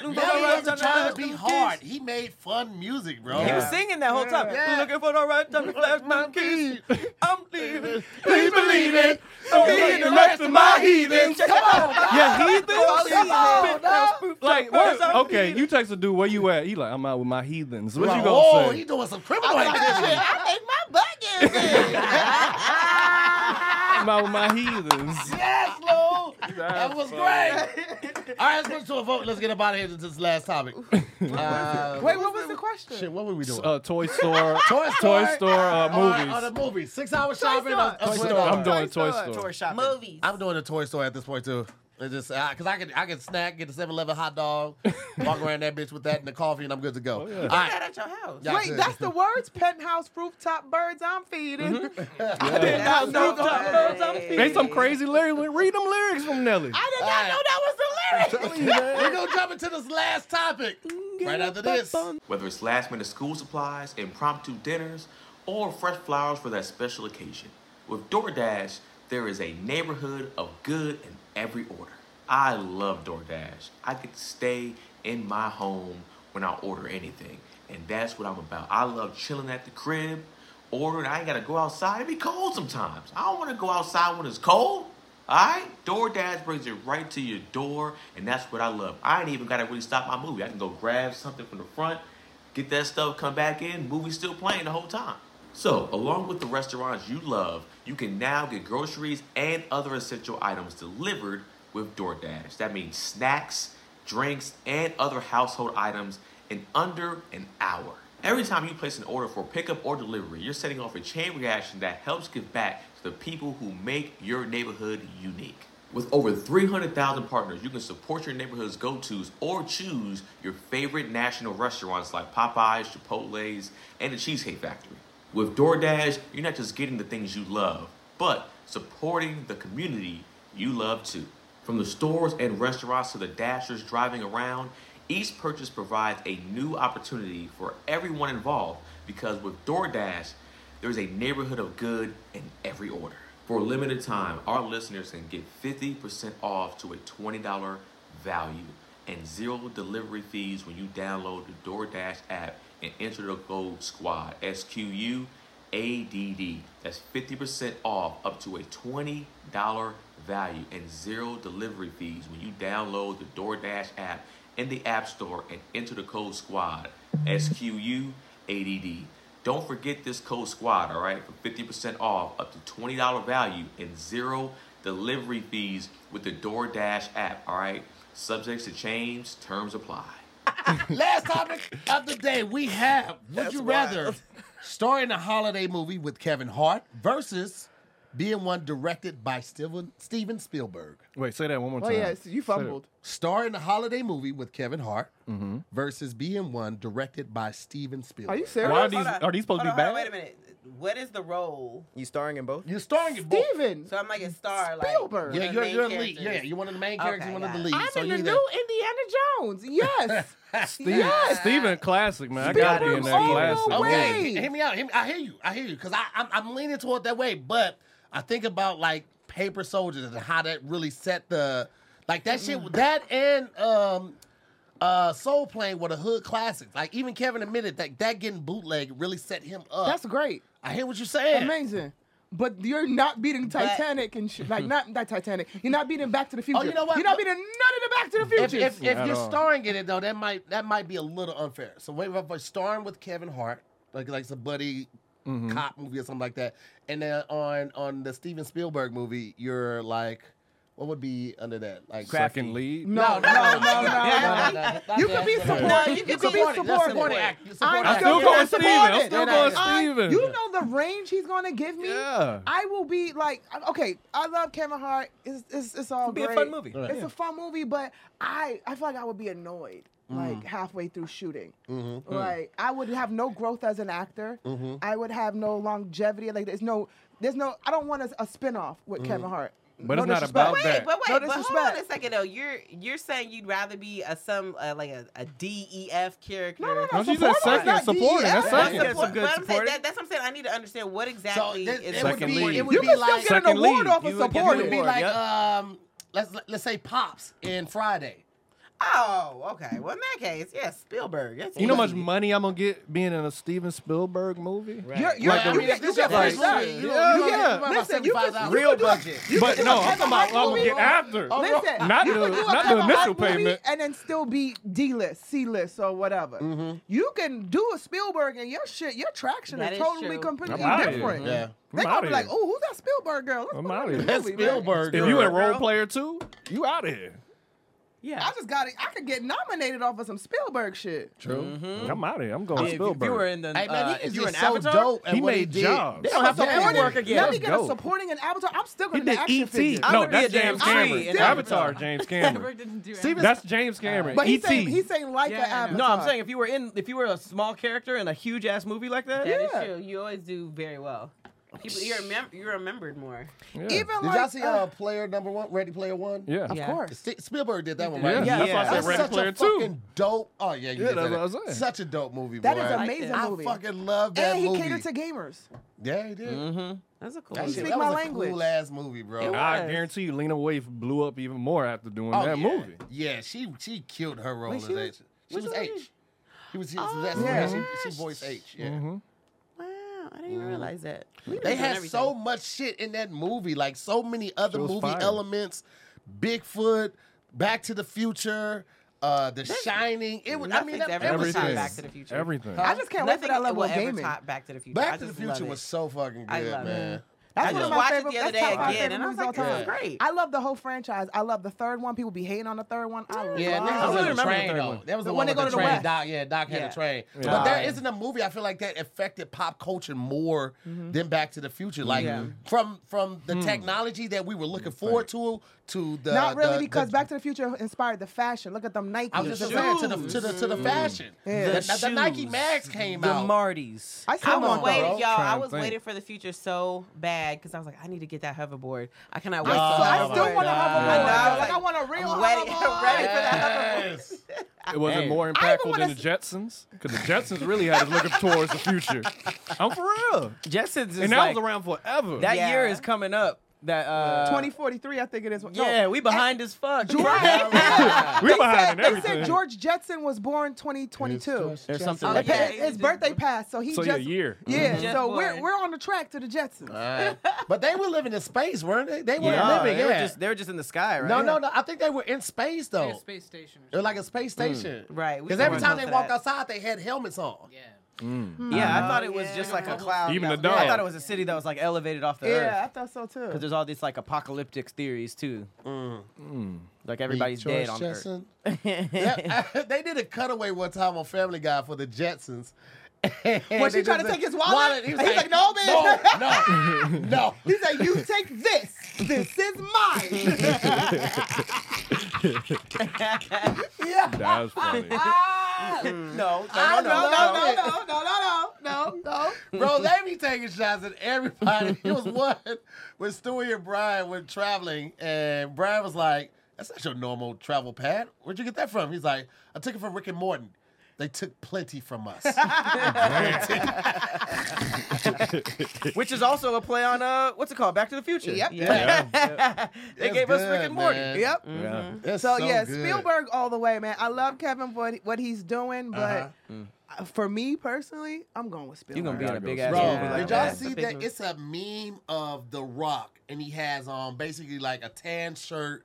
S1: Nelly
S5: Nelly wasn't trying to be hard. He made fun music, bro.
S1: He was singing that whole time.
S5: Yeah.
S1: Looking for the right time to flash my keys. I'm leaving.
S5: Please believe it.
S2: Be the rest of my heathens.
S1: Come on.
S2: Yeah,
S1: Come
S2: heathens.
S1: on.
S2: Like, where, okay, you text a dude, where you at? He like, I'm out with my heathens. What you
S5: oh,
S2: gonna
S5: he
S2: say?
S5: doing some criminal activity.
S3: I think my butt is in.
S2: I'm out with my heathens.
S5: Yes, Lou. That
S2: That's
S5: was great. All right, let's go to a vote. Let's get up out of here to this last topic. Uh,
S4: Wait, what was the question?
S5: shit, what were we doing?
S2: Uh, toy store,
S5: Toy
S2: toy
S5: Story.
S2: store, uh,
S5: Or- Or,
S2: movies.
S5: the movie. Six hour shopping. uh,
S4: Story.
S5: or-
S2: Toy
S5: or Toy
S2: Story. I'm
S5: Story.
S2: doing toy
S1: Tour
S2: store.
S1: shopping.
S3: Movies.
S5: I'm doing a toy store at this point too. It's just because I can I can snack, get a 7-Eleven hot dog, walk around that bitch with that and the coffee, and I'm good to
S2: Oh,
S5: go. All
S3: that
S5: right,
S3: at your house.
S5: Yeah.
S4: Wait,
S5: good.
S4: that's the words? Penthouse, rooftop, birds I'm feeding.
S2: Yeah.
S1: Rooftop birds, I'm feeding.
S2: They some crazy lyrics. Read them lyrics from Nelly.
S4: I did
S5: All
S4: not
S5: right.
S4: know that was the lyric.
S5: we're gonna jump into this last topic
S4: Mm,
S5: right after this.
S8: Whether it's last minute school supplies, impromptu dinners, or fresh flowers for that special occasion, with DoorDash, there is a neighborhood of good in every order. I love DoorDash. I get to stay in my home when I order anything, and that's what I'm about. I love chilling at the crib, ordering. I ain't gotta go outside. It be cold sometimes. I don't wanna go outside when it's cold. Alright? DoorDash brings it right to your door, and that's what I love. I ain't even gotta really stop my movie. I can go grab something from the front, get that stuff, come back in, movie still playing the whole time. So, along with the restaurants you love, you can now get groceries and other essential items delivered with DoorDash. That means snacks, drinks, and other household items in under an hour. Every time you place an order for pickup or delivery, you're setting off a chain reaction that helps give back to the people who make your neighborhood unique. With over 300,000 partners, you can support your neighborhood's go tos or choose your favorite national restaurants like Popeyes, Chipotle's, and the Cheesecake Factory. With DoorDash, you're not just getting the things you love, but supporting the community you love too. From the stores and restaurants to the dashers driving around, each purchase provides a new opportunity for everyone involved because with DoorDash, there's a neighborhood of good in every order. For a limited time, our listeners can get 50% off to a $20 value and zero delivery fees when you download the DoorDash app and enter the code SQUAD, S Q U A D D. That's 50% off up to a $20 value and zero delivery fees when you download the DoorDash app in the App Store and enter the code SQUAD, S Q U A D D. Don't forget this code SQUAD, all right, for 50% off, up to $20 value, and zero delivery fees with the DoorDash app, all right? Subjects to change, terms apply.
S5: Last topic of the day, we have Would you rather starring a holiday movie with Kevin Hart versus being one directed by Steven, Steven Spielberg.
S2: Wait, say that one more
S4: Oh
S2: time.
S4: yeah, so you
S2: Say that.
S4: fumbled.
S5: Starring a holiday movie with Kevin Hart versus being one directed by Steven Spielberg.
S4: Are you serious?
S2: Why are these
S3: Hold on.
S2: are these supposed to
S3: Hold
S2: be
S3: on, hold on,
S2: bad?
S3: Wait a minute. What is the role?
S1: You starring in both?
S5: You're starring in both.
S4: Steven
S3: So I'm like a star.
S4: Spielberg.
S3: Like,
S5: Yeah,
S3: the
S5: you're,
S3: main
S5: you're the lead.
S3: characters.
S5: Yeah, you're one of the main characters.
S3: Okay,
S5: you're one of the
S3: got
S5: leads.
S4: I'm
S5: so
S4: in
S5: you
S4: the
S5: either-
S4: new Indiana Jones. Yes.
S2: Steven,
S4: Yes.
S2: Steven classic, man. I gotta be in that
S4: Spielberg's
S2: classic.
S4: all the
S2: man.
S4: way.
S5: Okay, hear me out. Hear me- I hear you. I hear you. Because I'm, I'm leaning toward that way, but I think about like Paper Soldiers and how that really set the like that shit. That and um, uh, Soul Plane were the hood classics. Like even Kevin admitted that that getting bootleg really set him up.
S4: That's great.
S5: I hear what you're saying.
S4: Amazing. But you're not beating Titanic and shit. Like, not that Titanic. You're not beating Back to the Future.
S5: you know what?
S4: You're not beating none of the Back to the
S5: if,
S4: Future.
S5: if, if
S2: At
S5: you're
S2: all.
S5: starring in it though, that might that might be a little unfair. So wait, if I'm starring with Kevin Hart, like like some buddy
S2: Mm-hmm.
S5: cop movie or something like that, and then on on the Steven Spielberg movie, you're like, what would be under that? Like
S2: Second lead.
S4: no, no, no, no, no.
S5: no.
S4: You could be supporting.
S5: No,
S4: you could be supporting.
S5: supporting act. You're
S4: I'm
S5: supporting act.
S2: still
S4: You're
S2: going
S4: not
S2: Steven. I'm
S4: supported.
S2: still
S4: You're
S2: going
S4: not-
S2: Steven.
S4: You know the range he's gonna give me.
S2: Yeah.
S4: I will be like, I- okay, I love Kevin Hart. It's it's, it's all
S1: It'd be a
S4: great.
S1: fun movie.
S5: Right.
S4: It's a fun movie, but I I feel like I would be annoyed
S5: Mm.
S4: like halfway through shooting.
S5: Mm-hmm.
S2: Mm.
S4: Like I would have no growth as an actor. I would have no longevity. Like there's no there's no I don't want a, a spinoff with
S5: Mm-hmm.
S4: Kevin Hart.
S2: But
S4: No
S2: it's not
S4: disrespect.
S2: about
S3: Wait,
S2: that.
S3: but
S4: No
S3: wait, but hold on
S4: disrespect.
S3: a second though. You're you're saying you'd rather be a some uh, like a, a DEF character.
S4: No, no, no.
S2: No, she said
S4: supporting,
S2: second,
S4: not
S2: supporting,
S4: DEF.
S2: that's
S3: But
S2: second.
S3: I'm,
S1: That's a
S3: but I'm
S1: good
S3: saying
S1: supporting.
S3: that, that's what I'm saying. I need to understand what
S5: So
S3: exactly.
S5: this,
S3: is
S5: it would
S2: Second
S5: be
S2: lead.
S5: it would
S4: You
S5: be
S4: can still
S5: like
S4: get an
S2: Second lead.
S4: award off
S1: You
S4: of
S1: would get an
S5: it would
S4: supporting.
S5: be
S1: award.
S5: like
S1: Yep.
S5: um let's let's say Pops in Friday.
S3: Oh, okay. Well, in that case, yeah, Spielberg. That's
S2: You know how much
S3: easy.
S2: money I'm gonna get being in a Steven Spielberg movie?
S4: You're, you're,
S2: Like the-
S4: you get, you
S5: this
S4: get
S5: your
S4: first
S5: first
S4: shot.
S5: movie. You
S2: Yeah,
S5: know, you
S2: yeah.
S5: get about
S4: Listen, you could-
S5: $75,000.
S4: you
S1: Real
S4: could do a-
S1: budget.
S2: But no,
S4: can do a
S2: I'm
S4: Oh,
S2: talking
S4: Kevin
S2: about
S4: Hart
S2: I'm gonna
S4: movie.
S2: get after.
S4: Listen,
S2: Oh, not
S4: you
S2: the,
S4: could do a
S2: not the
S4: Kevin Hart
S2: initial
S4: movie
S2: payment.
S4: and then still be D list, C list, or whatever.
S2: Mm-hmm.
S4: You can do a Spielberg and your shit, your traction
S3: That
S4: is
S3: is
S4: totally
S3: true.
S4: completely
S2: I'm outta here.
S4: different.
S5: Yeah.
S4: They
S2: I'm
S4: gonna
S2: outta
S4: be like,
S2: here.
S4: "Oh, who's that Spielberg girl?" Let's
S2: I'm
S4: put her
S2: outta
S4: in
S2: here.
S4: the
S5: That's
S4: movie, man."
S5: Spielberg.
S2: If
S5: girl.
S2: you in role player two, you out of here.
S1: Yeah.
S4: I just got it. I could get nominated off of some Spielberg shit.
S5: True.
S2: I'm out of here. I'm going
S1: Mm-hmm. if,
S2: Spielberg.
S1: if you were in the,
S5: Hey man,
S1: uh,
S5: he
S1: if
S5: is
S1: you were an
S5: just so
S1: avatar,
S5: dope. At
S2: He
S5: what he
S2: made
S5: did.
S2: jobs. They
S1: don't have to
S5: Yeah.
S1: pay work again.
S4: Let me
S2: Let's
S4: get
S2: go.
S4: a supporting an Avatar. I'm still
S2: He
S4: gonna
S2: did
S4: get action
S2: E.T.
S4: figure.
S1: I'm
S2: No,
S1: gonna be
S2: that's
S1: a damn
S2: James
S1: tree
S2: Cameron.
S1: in
S2: Avatar,
S1: Avatar.
S2: James Cameron.
S9: Spielberg didn't do
S5: Steven-
S9: anything.
S2: That's James Cameron. E
S4: But he's
S2: E.T.
S4: saying he's saying like an
S9: Yeah, I know.
S4: Avatar.
S1: No, I'm saying if you were in, if you were a small character in a huge ass movie like that,
S3: That is
S4: Yeah.
S3: true. You always do very well. People, you're remem- you're remembered more.
S2: yeah.
S4: even
S5: Did
S4: like
S5: y'all see
S4: uh,
S5: uh, Player Number One, Ready Player One?
S2: yeah.
S4: of course.
S5: Sti- Spielberg did that one,
S2: Yeah,
S5: right?
S1: Yeah,
S2: that's why I
S1: yeah.
S2: said
S5: That's
S2: Ready
S5: such
S2: Player
S5: a
S2: Two.
S5: fucking dope. Oh yeah, you
S2: Yeah,
S5: did
S2: that's
S5: that.
S2: what I was saying.
S5: Such a dope movie.
S4: That
S5: boy.
S4: is amazing
S5: I
S4: movie.
S5: fucking love that
S4: and he
S5: movie.
S4: catered to gamers.
S5: yeah, he did.
S3: That's a cool.
S5: That,
S4: He
S5: shit-
S4: speak
S5: that
S4: my
S5: was
S4: language.
S5: a cool ass movie, bro.
S2: Mm-hmm. I guarantee you, Lena Waithe blew up even more after doing
S5: Oh,
S2: that
S5: yeah.
S2: movie.
S5: Yeah, she she killed her role
S3: Wait, she
S5: as
S3: was-
S5: H. She was
S3: which one is-
S5: H. He was, he was
S3: Oh.
S5: that's
S4: Yeah.
S5: yeah. she,
S3: Mm-hmm.
S5: she voiced H. Yeah.
S2: Mm-hmm.
S3: Wow, I didn't even realize that.
S5: They had so much shit in that movie, like so many other
S2: She was
S5: movie
S2: fire.
S5: elements. Bigfoot, Back to the Future, uh, The Shining. It was. I
S3: Nothing's
S5: mean, that,
S3: ever
S5: that
S3: gonna
S5: was
S3: top
S5: just-
S2: Everything.
S3: Back to the Future.
S2: Everything.
S4: I just can't wait for
S3: Uh, Nothing
S4: that level
S3: will
S4: of
S3: ever
S4: gaming.
S3: top Back to the Future. I
S5: Back to the
S3: just
S5: Future
S3: love
S5: was
S3: it.
S5: so fucking
S3: I
S5: good,
S3: love it.
S5: man.
S4: That's
S3: I
S4: one of
S3: just
S4: my
S3: watched it
S4: favorite.
S3: the other
S4: that's
S3: day
S4: top five
S3: again,
S4: favorite
S3: and I was like,
S4: movies all
S3: "This
S4: time.
S3: is great."
S4: I love the whole franchise. I love the third one. People be hating on the third one. I
S5: Yeah,
S4: love
S5: that
S1: I really
S5: was on the
S1: remember
S5: train
S1: the third
S5: though.
S1: one.
S5: That was the,
S4: The
S5: one
S4: one they
S5: that go
S4: go
S5: the
S4: to the
S5: train.
S4: West.
S5: Doc, yeah, Doc had
S3: Yeah.
S5: a train. But
S2: Yeah.
S5: there isn't a movie I feel like that affected pop culture more than Back to the Future. Like
S3: Yeah.
S5: from from
S1: Hmm.
S5: the technology that we were looking forward to to the
S4: Not really
S5: the-
S4: because
S5: the-
S4: Back to the Future inspired the fashion. Look at them Nikes.
S5: I was just saying to the to the to the fashion.
S4: Yeah.
S5: The,
S4: The
S5: the Nike
S1: shoes.
S5: Mags came
S1: the
S5: out.
S1: Martys.
S4: I
S3: I
S4: still
S3: was
S4: want
S3: waiting,
S4: those.
S2: bro.
S3: y'all. I
S2: Trying to
S3: was
S2: think.
S3: waiting for the future so bad because I was like, I need to get that hoverboard. I cannot wait.
S5: saw-
S3: for
S5: I
S3: that
S5: still
S3: hoverboard.
S4: wanna hoverboard.
S3: I know, I was
S4: Like, I want a real
S3: I'm ready,
S4: hoverboard.
S3: ready for that
S5: Yes.
S2: It was not
S1: Hey.
S2: more
S4: I even
S2: impactful
S4: wanna
S2: than the Jetsons? Because the Jetsons really had us looking towards the future. I'm for real.
S1: Jetson's is
S2: And that
S1: like,
S2: was around forever.
S1: that
S3: Yeah.
S1: year is coming up. That uh,
S4: 2043, I think it is. No.
S1: Yeah, we behind as fuck.
S2: we
S4: They said,
S2: behind in
S4: they said
S2: everything.
S4: George Jetson was born 2022.
S1: There's something
S4: Uh,
S1: like
S4: pa-
S3: yeah,
S1: that.
S3: he
S4: his
S3: just-
S4: birthday passed, so he
S2: so yeah,
S4: just
S2: year.
S4: yeah.
S1: Just
S4: so we're
S1: born.
S4: we're on the track to the Jetsons.
S5: but they were living in space, weren't they? They weren't
S1: Yeah,
S5: living.
S1: they, were
S5: yeah.
S1: just, they were just in the sky, right?
S5: no, no, no. I think they were in space though.
S9: Like a space station.
S5: It was like a space station.
S3: Hmm. Right, we
S5: Because
S3: can
S5: every
S3: run
S5: time
S3: both
S5: they
S3: of
S5: walked
S3: that.
S5: outside, they had helmets on.
S9: Yeah.
S1: Yeah, I thought
S3: Oh,
S1: it was just
S3: yeah.
S1: like a cloud.
S2: Even
S1: that
S2: the
S1: was- I
S2: dog.
S1: thought it was a city that was like elevated off the
S4: Yeah, I
S1: earth.
S4: thought so too.
S1: Because there's all these like apocalyptic theories too.
S2: Mm.
S1: Like everybody's
S5: George
S1: dead on earth.
S5: Jetson. Yeah, they did a cutaway one time on Family Guy for the Jetsons.
S4: Was she trying to
S5: just-
S4: take his wallet?
S5: Wallet, he was
S4: And he's like,
S5: like,
S4: no, man.
S5: No, no, no.
S4: He's like, you take this. This is mine. yeah.
S2: That's funny.
S5: Mm.
S1: No,
S4: Ah! No,
S1: no,
S4: no,
S1: no, no, no.
S4: no, no, no, no, no, no,
S5: Bro, they be taking shots at everybody. It was one when Stewie and Brian were traveling, and Brian was like, That's not your normal travel pad. Where'd you get that from? He's like, I took it from Rick and Morton. They took plenty from us.
S1: Which is also a play on uh, what's it called? Back to the Future.
S4: Yep.
S2: Yeah.
S1: they
S5: That's
S1: gave us Rick
S5: good,
S1: and Morty.
S5: man.
S4: Yep.
S2: Yeah.
S5: That's
S4: So, yeah,
S5: good.
S4: Spielberg all the way, man. I love Kevin for what he's doing, but uh for me personally, I'm going with Spielberg.
S1: You're gonna be in a
S2: Gotta go
S1: big ass.
S5: Bro,
S1: movie
S3: Yeah.
S1: like
S5: did y'all
S1: that.
S5: see that? It's a meme of The Rock, and he has on basically like a tan shirt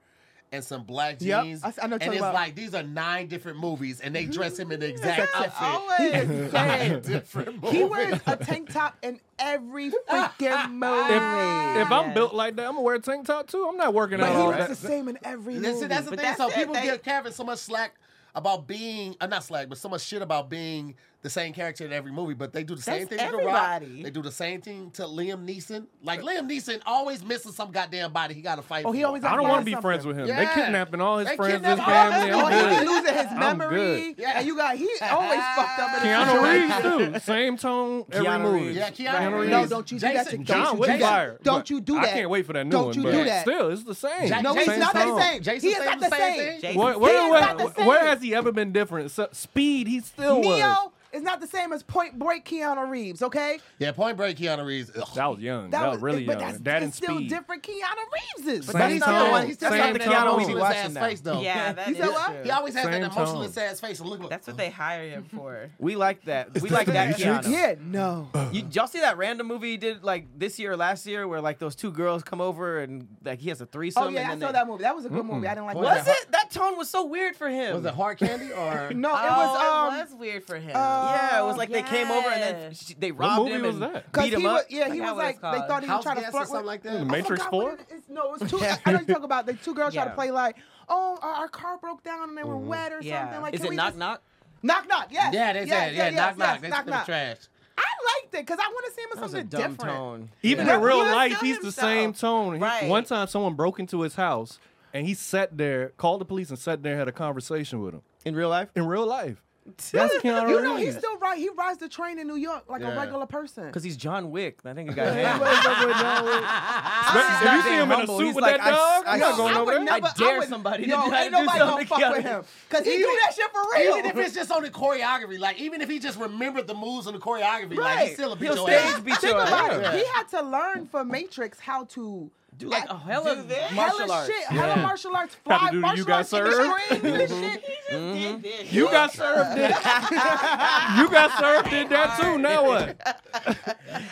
S5: and some black
S4: Yep,
S5: jeans.
S4: I s- I know what you're
S5: and it's
S4: talking about.
S5: like these are nine different movies, and they dress him in the exact outfit.
S4: He is
S5: Nine
S4: dead.
S5: different movies.
S4: He wears a tank top in every freaking movie.
S2: If I'm built like that, I'm gonna wear a tank top too. I'm not working
S4: but
S2: out
S4: he
S2: all
S4: looks the
S2: that.
S4: same in every movie.
S5: Listen, that's the
S3: But
S5: thing.
S3: that's
S5: so
S3: it.
S5: people
S3: They-
S5: give Kevin so much slack about being, uh, not slack, but so much shit about being the same character in every movie. But they do the same
S3: That's
S5: thing to The Rock.
S3: everybody.
S5: They do the same thing to Liam Neeson. Like Liam Neeson always misses some goddamn body. He got to fight.
S4: Oh, he
S5: for.
S4: always
S2: I don't
S4: want
S2: want to be friends with him. They
S5: Yeah.
S2: kidnapping all his
S5: They
S2: friends, his
S5: kidnap all
S2: family.
S5: his-
S4: Oh,
S2: I'm
S4: he
S2: good.
S4: be losing his
S2: I'm
S4: memory.
S2: good.
S4: And you got he always fucked up in a situation.
S2: Keanu Reeves too. Same tone every
S1: Keanu
S2: movie.
S1: Reeves.
S5: Yeah, Keanu
S2: Keanu Reeves.
S5: Reeves.
S4: No, don't you do that.
S5: Jason-
S4: to- don't
S2: John
S4: you
S2: was
S4: do that.
S2: fire.
S4: Don't
S2: but
S4: you do
S2: I
S4: that.
S2: can't wait for that new
S4: Don't
S2: one.
S4: you
S2: but
S4: do that.
S2: Still, it's the same.
S5: Jack-
S4: No,
S5: Jason
S4: he's not the
S2: tone.
S4: same.
S5: Jason
S4: he is
S5: said
S4: not
S5: the
S4: the
S5: same
S4: same.
S5: thing.
S2: Where,
S3: Jason
S2: where-
S4: He is not
S2: where-
S4: the
S2: where
S4: same.
S2: has he ever been different? So- speed, he still was.
S4: Neo is not the same as Point Break Keanu Reeves, okay?
S5: Yeah, Point Break, Keanu Reeves. ugh.
S2: That was young. That, was really
S4: but
S2: young.
S4: that's,
S2: that and
S4: it's still
S2: speed.
S4: different Keanu Reeves is.
S2: Same
S5: That's not the
S2: tone.
S5: one. He's still
S2: Same
S5: not the
S2: tone.
S5: Keanu
S2: We
S5: Reeves
S1: watching
S5: ass
S1: now.
S5: face though.
S3: Yeah, that
S4: You
S3: is
S4: said what?
S3: true.
S5: He always has
S2: Same
S5: that emotionless
S2: tone.
S5: ass face. and Look,
S3: That's what they hire him for.
S1: We like that. We like that Keanu.
S4: Yeah, no.
S1: You, y'all see that random movie he did like this year or last year where like those two girls come over and like he has a threesome.
S4: Oh yeah, I
S1: and then
S4: saw
S1: they-
S4: that movie. That was a good movie. I didn't like
S5: Was
S1: Was
S4: that.
S1: it? That tone was so weird for him.
S5: was it hard candy or?
S4: No,
S3: Oh,
S4: it was um uh,
S3: it was weird for him.
S1: Yeah, it was like they came over and
S3: Yeah.
S1: then sh they robbed
S2: movie
S1: him
S2: was
S1: and
S2: that?
S4: 'cause
S1: beat him
S4: he
S1: up.
S4: was, yeah, he
S3: Forgot
S4: was
S3: what
S4: like
S3: it's
S4: they
S3: called.
S4: thought he was
S5: House
S4: trying to
S5: guests or
S4: flirt
S5: something
S4: with.
S5: like
S2: The
S5: that.
S4: I
S2: Matrix
S4: forgot
S2: Four.
S4: what it is. No, it was two. I know you talk about the two girls trying
S1: Yeah.
S4: to play like, oh, our, our car broke down and they were wet or
S3: Yeah.
S4: something. Like,
S1: Is
S4: can
S1: it
S4: we
S1: knock
S4: just-
S1: knock?
S4: Knock knock. Yes.
S5: Yeah, they
S4: yes,
S5: said. Yeah,
S4: yes, yes,
S5: knock knock.
S4: yes,
S5: They took them
S4: knock.
S5: trash.
S4: I liked it because I want to see him in
S1: That was
S4: something
S1: a dumb
S4: different.
S1: tone.
S2: Even
S4: Yeah.
S2: in real
S4: He was
S2: life,
S4: still
S2: he's the
S4: himself.
S2: same tone. He-
S3: Right.
S2: One time, someone broke into his house and he sat there, called the police, and sat there and had a conversation with him
S1: In real life?
S2: in real life. That's Keanu
S4: You know,
S2: Reeves.
S4: he's still right. He rides the train in New York like a
S5: Yeah.
S4: regular person.
S1: Because he's John Wick. I think he got
S2: Wait,
S1: him.
S2: wait, wait, wait, no, wait.
S1: he's
S2: Have
S1: not
S2: you seen
S1: being
S2: him in a
S1: humble.
S2: suit
S1: He's
S2: with
S1: like,
S2: that
S1: I-
S2: dog?
S1: I-
S2: You're not
S1: I
S2: going
S1: would
S2: over there.
S1: never- I dare somebody to
S4: yo,
S1: try to
S4: ain't
S1: do
S4: nobody
S1: something
S4: gonna
S1: to
S4: fuck
S1: Keanu
S4: with him because he,
S1: He
S4: do
S1: do-
S4: that shit for real.
S5: Even if it's just on the choreography, like even if he just remembered the moves on the choreography, like
S1: Right.
S5: he's still a beat
S1: He'll
S5: your
S1: stage
S5: ass.
S1: beat
S4: Think
S1: your
S4: about
S1: ass.
S4: it. He had to learn for Matrix how to
S1: Do like a hell of
S4: hella
S1: martial arts.
S4: shit, hella martial arts,
S2: How to
S4: fly
S2: do the
S4: martial
S2: You Got
S4: arts in the
S2: Served.
S4: streets and shit. Mm-hmm.
S3: Did this.
S2: You got served. Did. you got served. Did that too. Now what?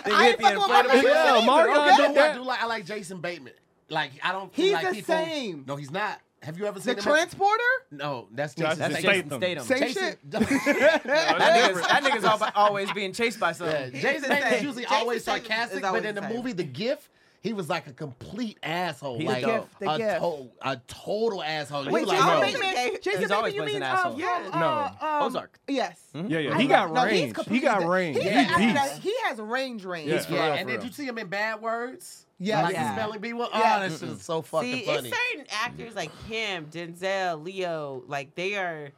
S4: I ain't fucking with my
S2: inflatable-
S4: Matrix
S2: Yeah,
S4: either,
S2: Mario
S4: okay?
S5: You know
S2: did
S5: what I
S2: that-
S5: do like? I like Jason Bateman. Like I don't.
S4: He's
S5: like
S4: the
S5: people,
S4: same.
S5: No, he's not. Have you ever
S4: The
S5: seen him?
S4: transporter,
S5: no, that's
S2: That's
S5: Jason.
S2: Jason Statham.
S1: Statham.
S5: Statham.
S4: same
S5: Jason.
S4: shit.
S1: That nigga's, that nigga's all, always being chased by
S5: Yeah,
S1: something.
S5: Jason Bateman's usually
S3: Jason
S5: always
S3: Statham is
S5: sarcastic,
S3: always
S5: but in the
S3: the same.
S5: movie The Gift, he was like a complete asshole.
S1: He's a
S5: like
S1: dope.
S4: The Gift, The
S5: a,
S4: Gift.
S5: to- a total asshole. He
S4: Wait,
S5: was like,
S4: Jason
S5: no.
S4: Bateman.
S3: He's
S4: Jason Bateman,
S1: always
S4: you
S1: was
S4: mean
S1: an
S4: uh,
S1: asshole. Hmm?
S4: yeah,
S2: No.
S4: uh, um,
S1: Ozark.
S4: Yes.
S2: Yeah, yeah.
S4: I
S2: He
S4: love-
S2: got
S4: no, he's
S2: range. He
S4: completely
S2: got
S4: di-
S2: range.
S4: He,
S2: He
S4: got- I got-
S2: beast.
S4: he has range, range.
S2: Yeah.
S5: Yeah,
S2: real,
S5: and
S2: for
S5: did
S2: real.
S5: you see him in Bad Words?
S4: Yes.
S5: like
S4: Yeah.
S5: the spelling bee one.
S4: Yeah.
S5: Oh, that shit is so fucking
S3: See,
S5: funny.
S3: it's certain actors like him, Denzel, Leo, like they are,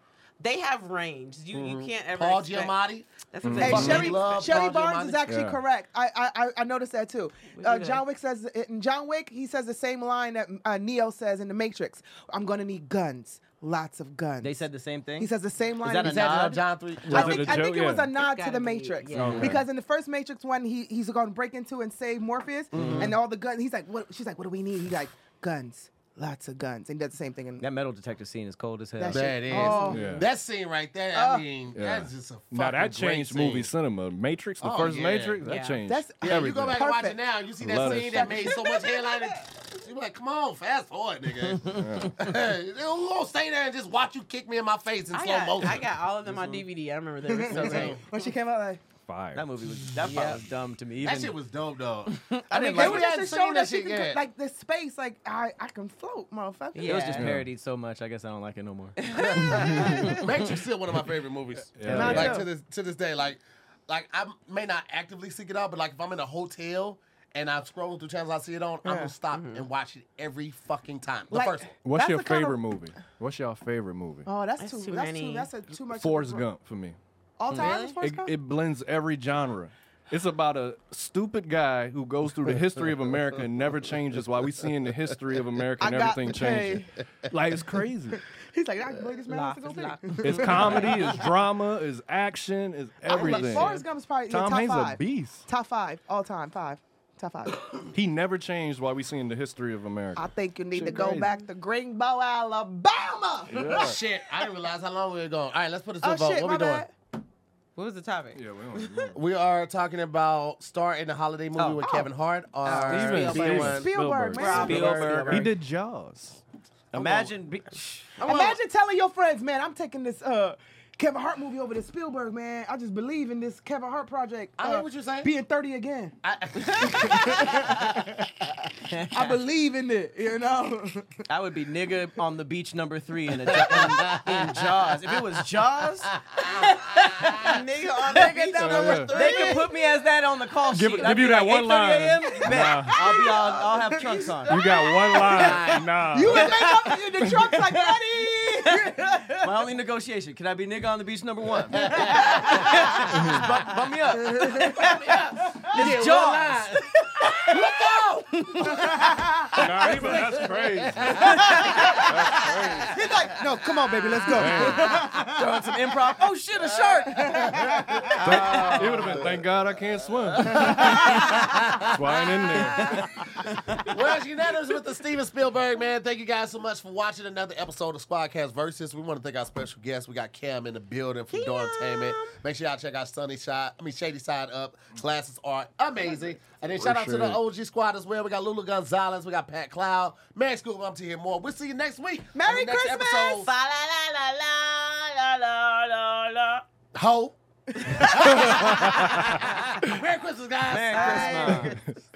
S3: they have range. You you can't ever.
S5: Mm-hmm. Paul
S3: expect-
S5: Giamatti.
S3: That's what
S4: Hey,
S5: Fucking
S4: Sherry,
S5: love
S4: Sherry
S5: Paul
S4: Barnes is
S5: Giamatti.
S4: actually
S2: Yeah.
S4: correct. I, I I- I noticed that too.
S3: What
S4: Uh,
S3: you
S4: John
S3: got?
S4: Wick says in John Wick he says the same line that uh, Neo says in The Matrix. I'm gonna need guns, lots of guns.
S1: They said the same thing.
S4: he says the same line.
S1: that
S4: in
S1: a
S4: the-
S1: nod?
S5: Exactly. John
S4: I
S5: three.
S2: Was it
S4: think,
S2: a
S4: I think
S2: joke?
S4: it was
S2: Yeah.
S4: a nod
S3: It's
S4: to
S3: gotta
S4: the
S3: be,
S4: Matrix
S3: yeah. Okay.
S4: because in the first Matrix one he he's gonna break into and save Morpheus
S2: Mm-hmm.
S4: and all the guns. He's like, what? She's like, what do we need? He's like, guns, lots of guns, and he does the same thing. In,
S1: that metal detector scene is cold as hell.
S4: That
S5: That
S4: shit.
S5: is.
S4: Oh.
S2: Yeah.
S5: That scene right there, I mean,
S2: Yeah.
S5: that's just a fucking
S2: Now that
S5: great
S2: changed
S5: scene.
S2: movie cinema. Matrix, the
S5: Oh,
S2: first
S5: yeah.
S2: Matrix, that
S3: Yeah.
S2: changed.
S4: That's- Yeah,
S5: Yeah, you go
S2: everything.
S5: back and watch it
S4: Perfect.
S5: now, you see that
S2: Love
S5: scene
S2: it.
S5: that made so much headline. and You're like, come on, fast forward, nigga. They don't gonna stay there and just watch you kick me in my face in
S3: I
S5: slow
S3: got,
S5: motion.
S3: I got all of them on DVD. I remember they were so great.
S4: when she came out like.
S2: fire.
S1: That movie was that part was dumb to me. Even,
S5: that shit was dope, though.
S1: I
S4: It
S1: didn't like
S5: mean, they
S4: was
S5: we
S1: it.
S5: hadn't
S4: just to show
S5: seen
S4: that
S5: that
S4: she
S5: shit
S4: could,
S5: yet.
S4: like the space, like I, I can float, motherfucker.
S1: It was just
S3: Yeah.
S1: parodied so much. I guess I don't like it no more.
S5: Matrix still one of my favorite movies.
S2: Yeah.
S4: Not
S5: Like
S4: too.
S5: to this to this day, like like I may not actively seek it out, but like if I'm in a hotel and I'm scrolling through channels, I see it on, I'm gonna stop and watch it every fucking time. The
S4: Mm-hmm. Like-
S5: first one.
S2: What's
S4: That's
S2: your
S4: the kind of-
S2: favorite movie? What's your favorite movie?
S4: Oh, that's,
S3: That's
S4: too,
S3: too
S4: That's
S3: many.
S4: too. That's a, too much. of a
S2: Forrest
S4: group.
S2: Gump for me.
S4: All time. is
S2: It,
S4: Forrest Gump?
S2: it blends every genre. It's about a stupid guy who goes through the history of America and never changes while we seeing the history of America and
S4: I got
S2: everything
S4: the pay.
S2: changing. Like it's crazy.
S4: He's like, I can believe this man wants to go pee."
S2: It's comedy, it's drama, it's action, it's everything.
S4: Forrest Gump is probably in the
S2: Tom
S4: top
S2: Hanks
S4: five.
S2: a beast.
S4: Top five, all time, five. Top five.
S2: He never changed while we seeing the history of
S4: I
S2: America.
S4: think you need
S2: Shit
S4: to go
S2: crazy.
S4: back to Greenbow, Alabama.
S5: Oh, Shit, I didn't realize how long we were going. All right, let's put this to
S4: Oh
S5: a vote.
S4: shit,
S5: what
S4: my
S5: we doing?
S4: bad.
S3: What was the topic?
S2: yeah, we don't
S5: We are talking about star in the holiday
S4: Oh.
S5: movie with Kevin Hart or
S2: Steven
S5: someone-
S4: Spielberg, man.
S1: Spielberg.
S2: He did Jaws.
S1: Imagine. Be-
S4: Imagine telling your friends, man, I'm taking this uh Kevin Hart movie over to Spielberg, man. I just believe in this Kevin Hart project.
S5: I hear
S4: uh,
S5: what you're saying.
S4: Being 30 again.
S5: I-
S4: I believe in it, you know?
S1: I would be nigga on the beach number three in, a, in, in Jaws. If it was Jaws,
S3: Nigga on that beach.
S2: Yeah.
S1: they could put me as that on the call
S2: Give-
S1: sheet.
S2: give
S1: I'd be
S2: you that
S1: like,
S2: one
S1: 8:30
S2: line.
S1: a.m.,
S2: Nah.
S1: bet. I'll be on. I'll have trunks on.
S2: You got one line. Nah.
S4: you would make up in the trucks like, buddy.
S1: My only negotiation: Can I be nigga on the beach number one? Just bump, bump me up. It's Jaws.
S2: nah, he- that's crazy.
S4: He's like, no, come on, baby, let's go.
S1: Throwing some improv. Oh shit, a shark.
S2: It would have been, thank God I can't swim. That's why I ain't in there.
S5: well, it's unanimous with the Steven Spielberg, man. Thank you guys so much for watching another episode of Squadcast Versus. We want to thank our special guest. We got Cam in the building from Door Entertainment. Make sure y'all check out Sunny Side, I mean Shady Side Up. Classes are amazing. And then shout out to the OG squad as well. We got Lulu Gonzalez. We got Pat Cloud. Max Google, I'm to hear more. We'll see you next week. on
S4: Merry
S5: the next
S4: Christmas!
S5: Episode.
S3: Fa la la la la la la la.
S5: Ho. Merry Christmas, guys.
S1: Merry Christmas.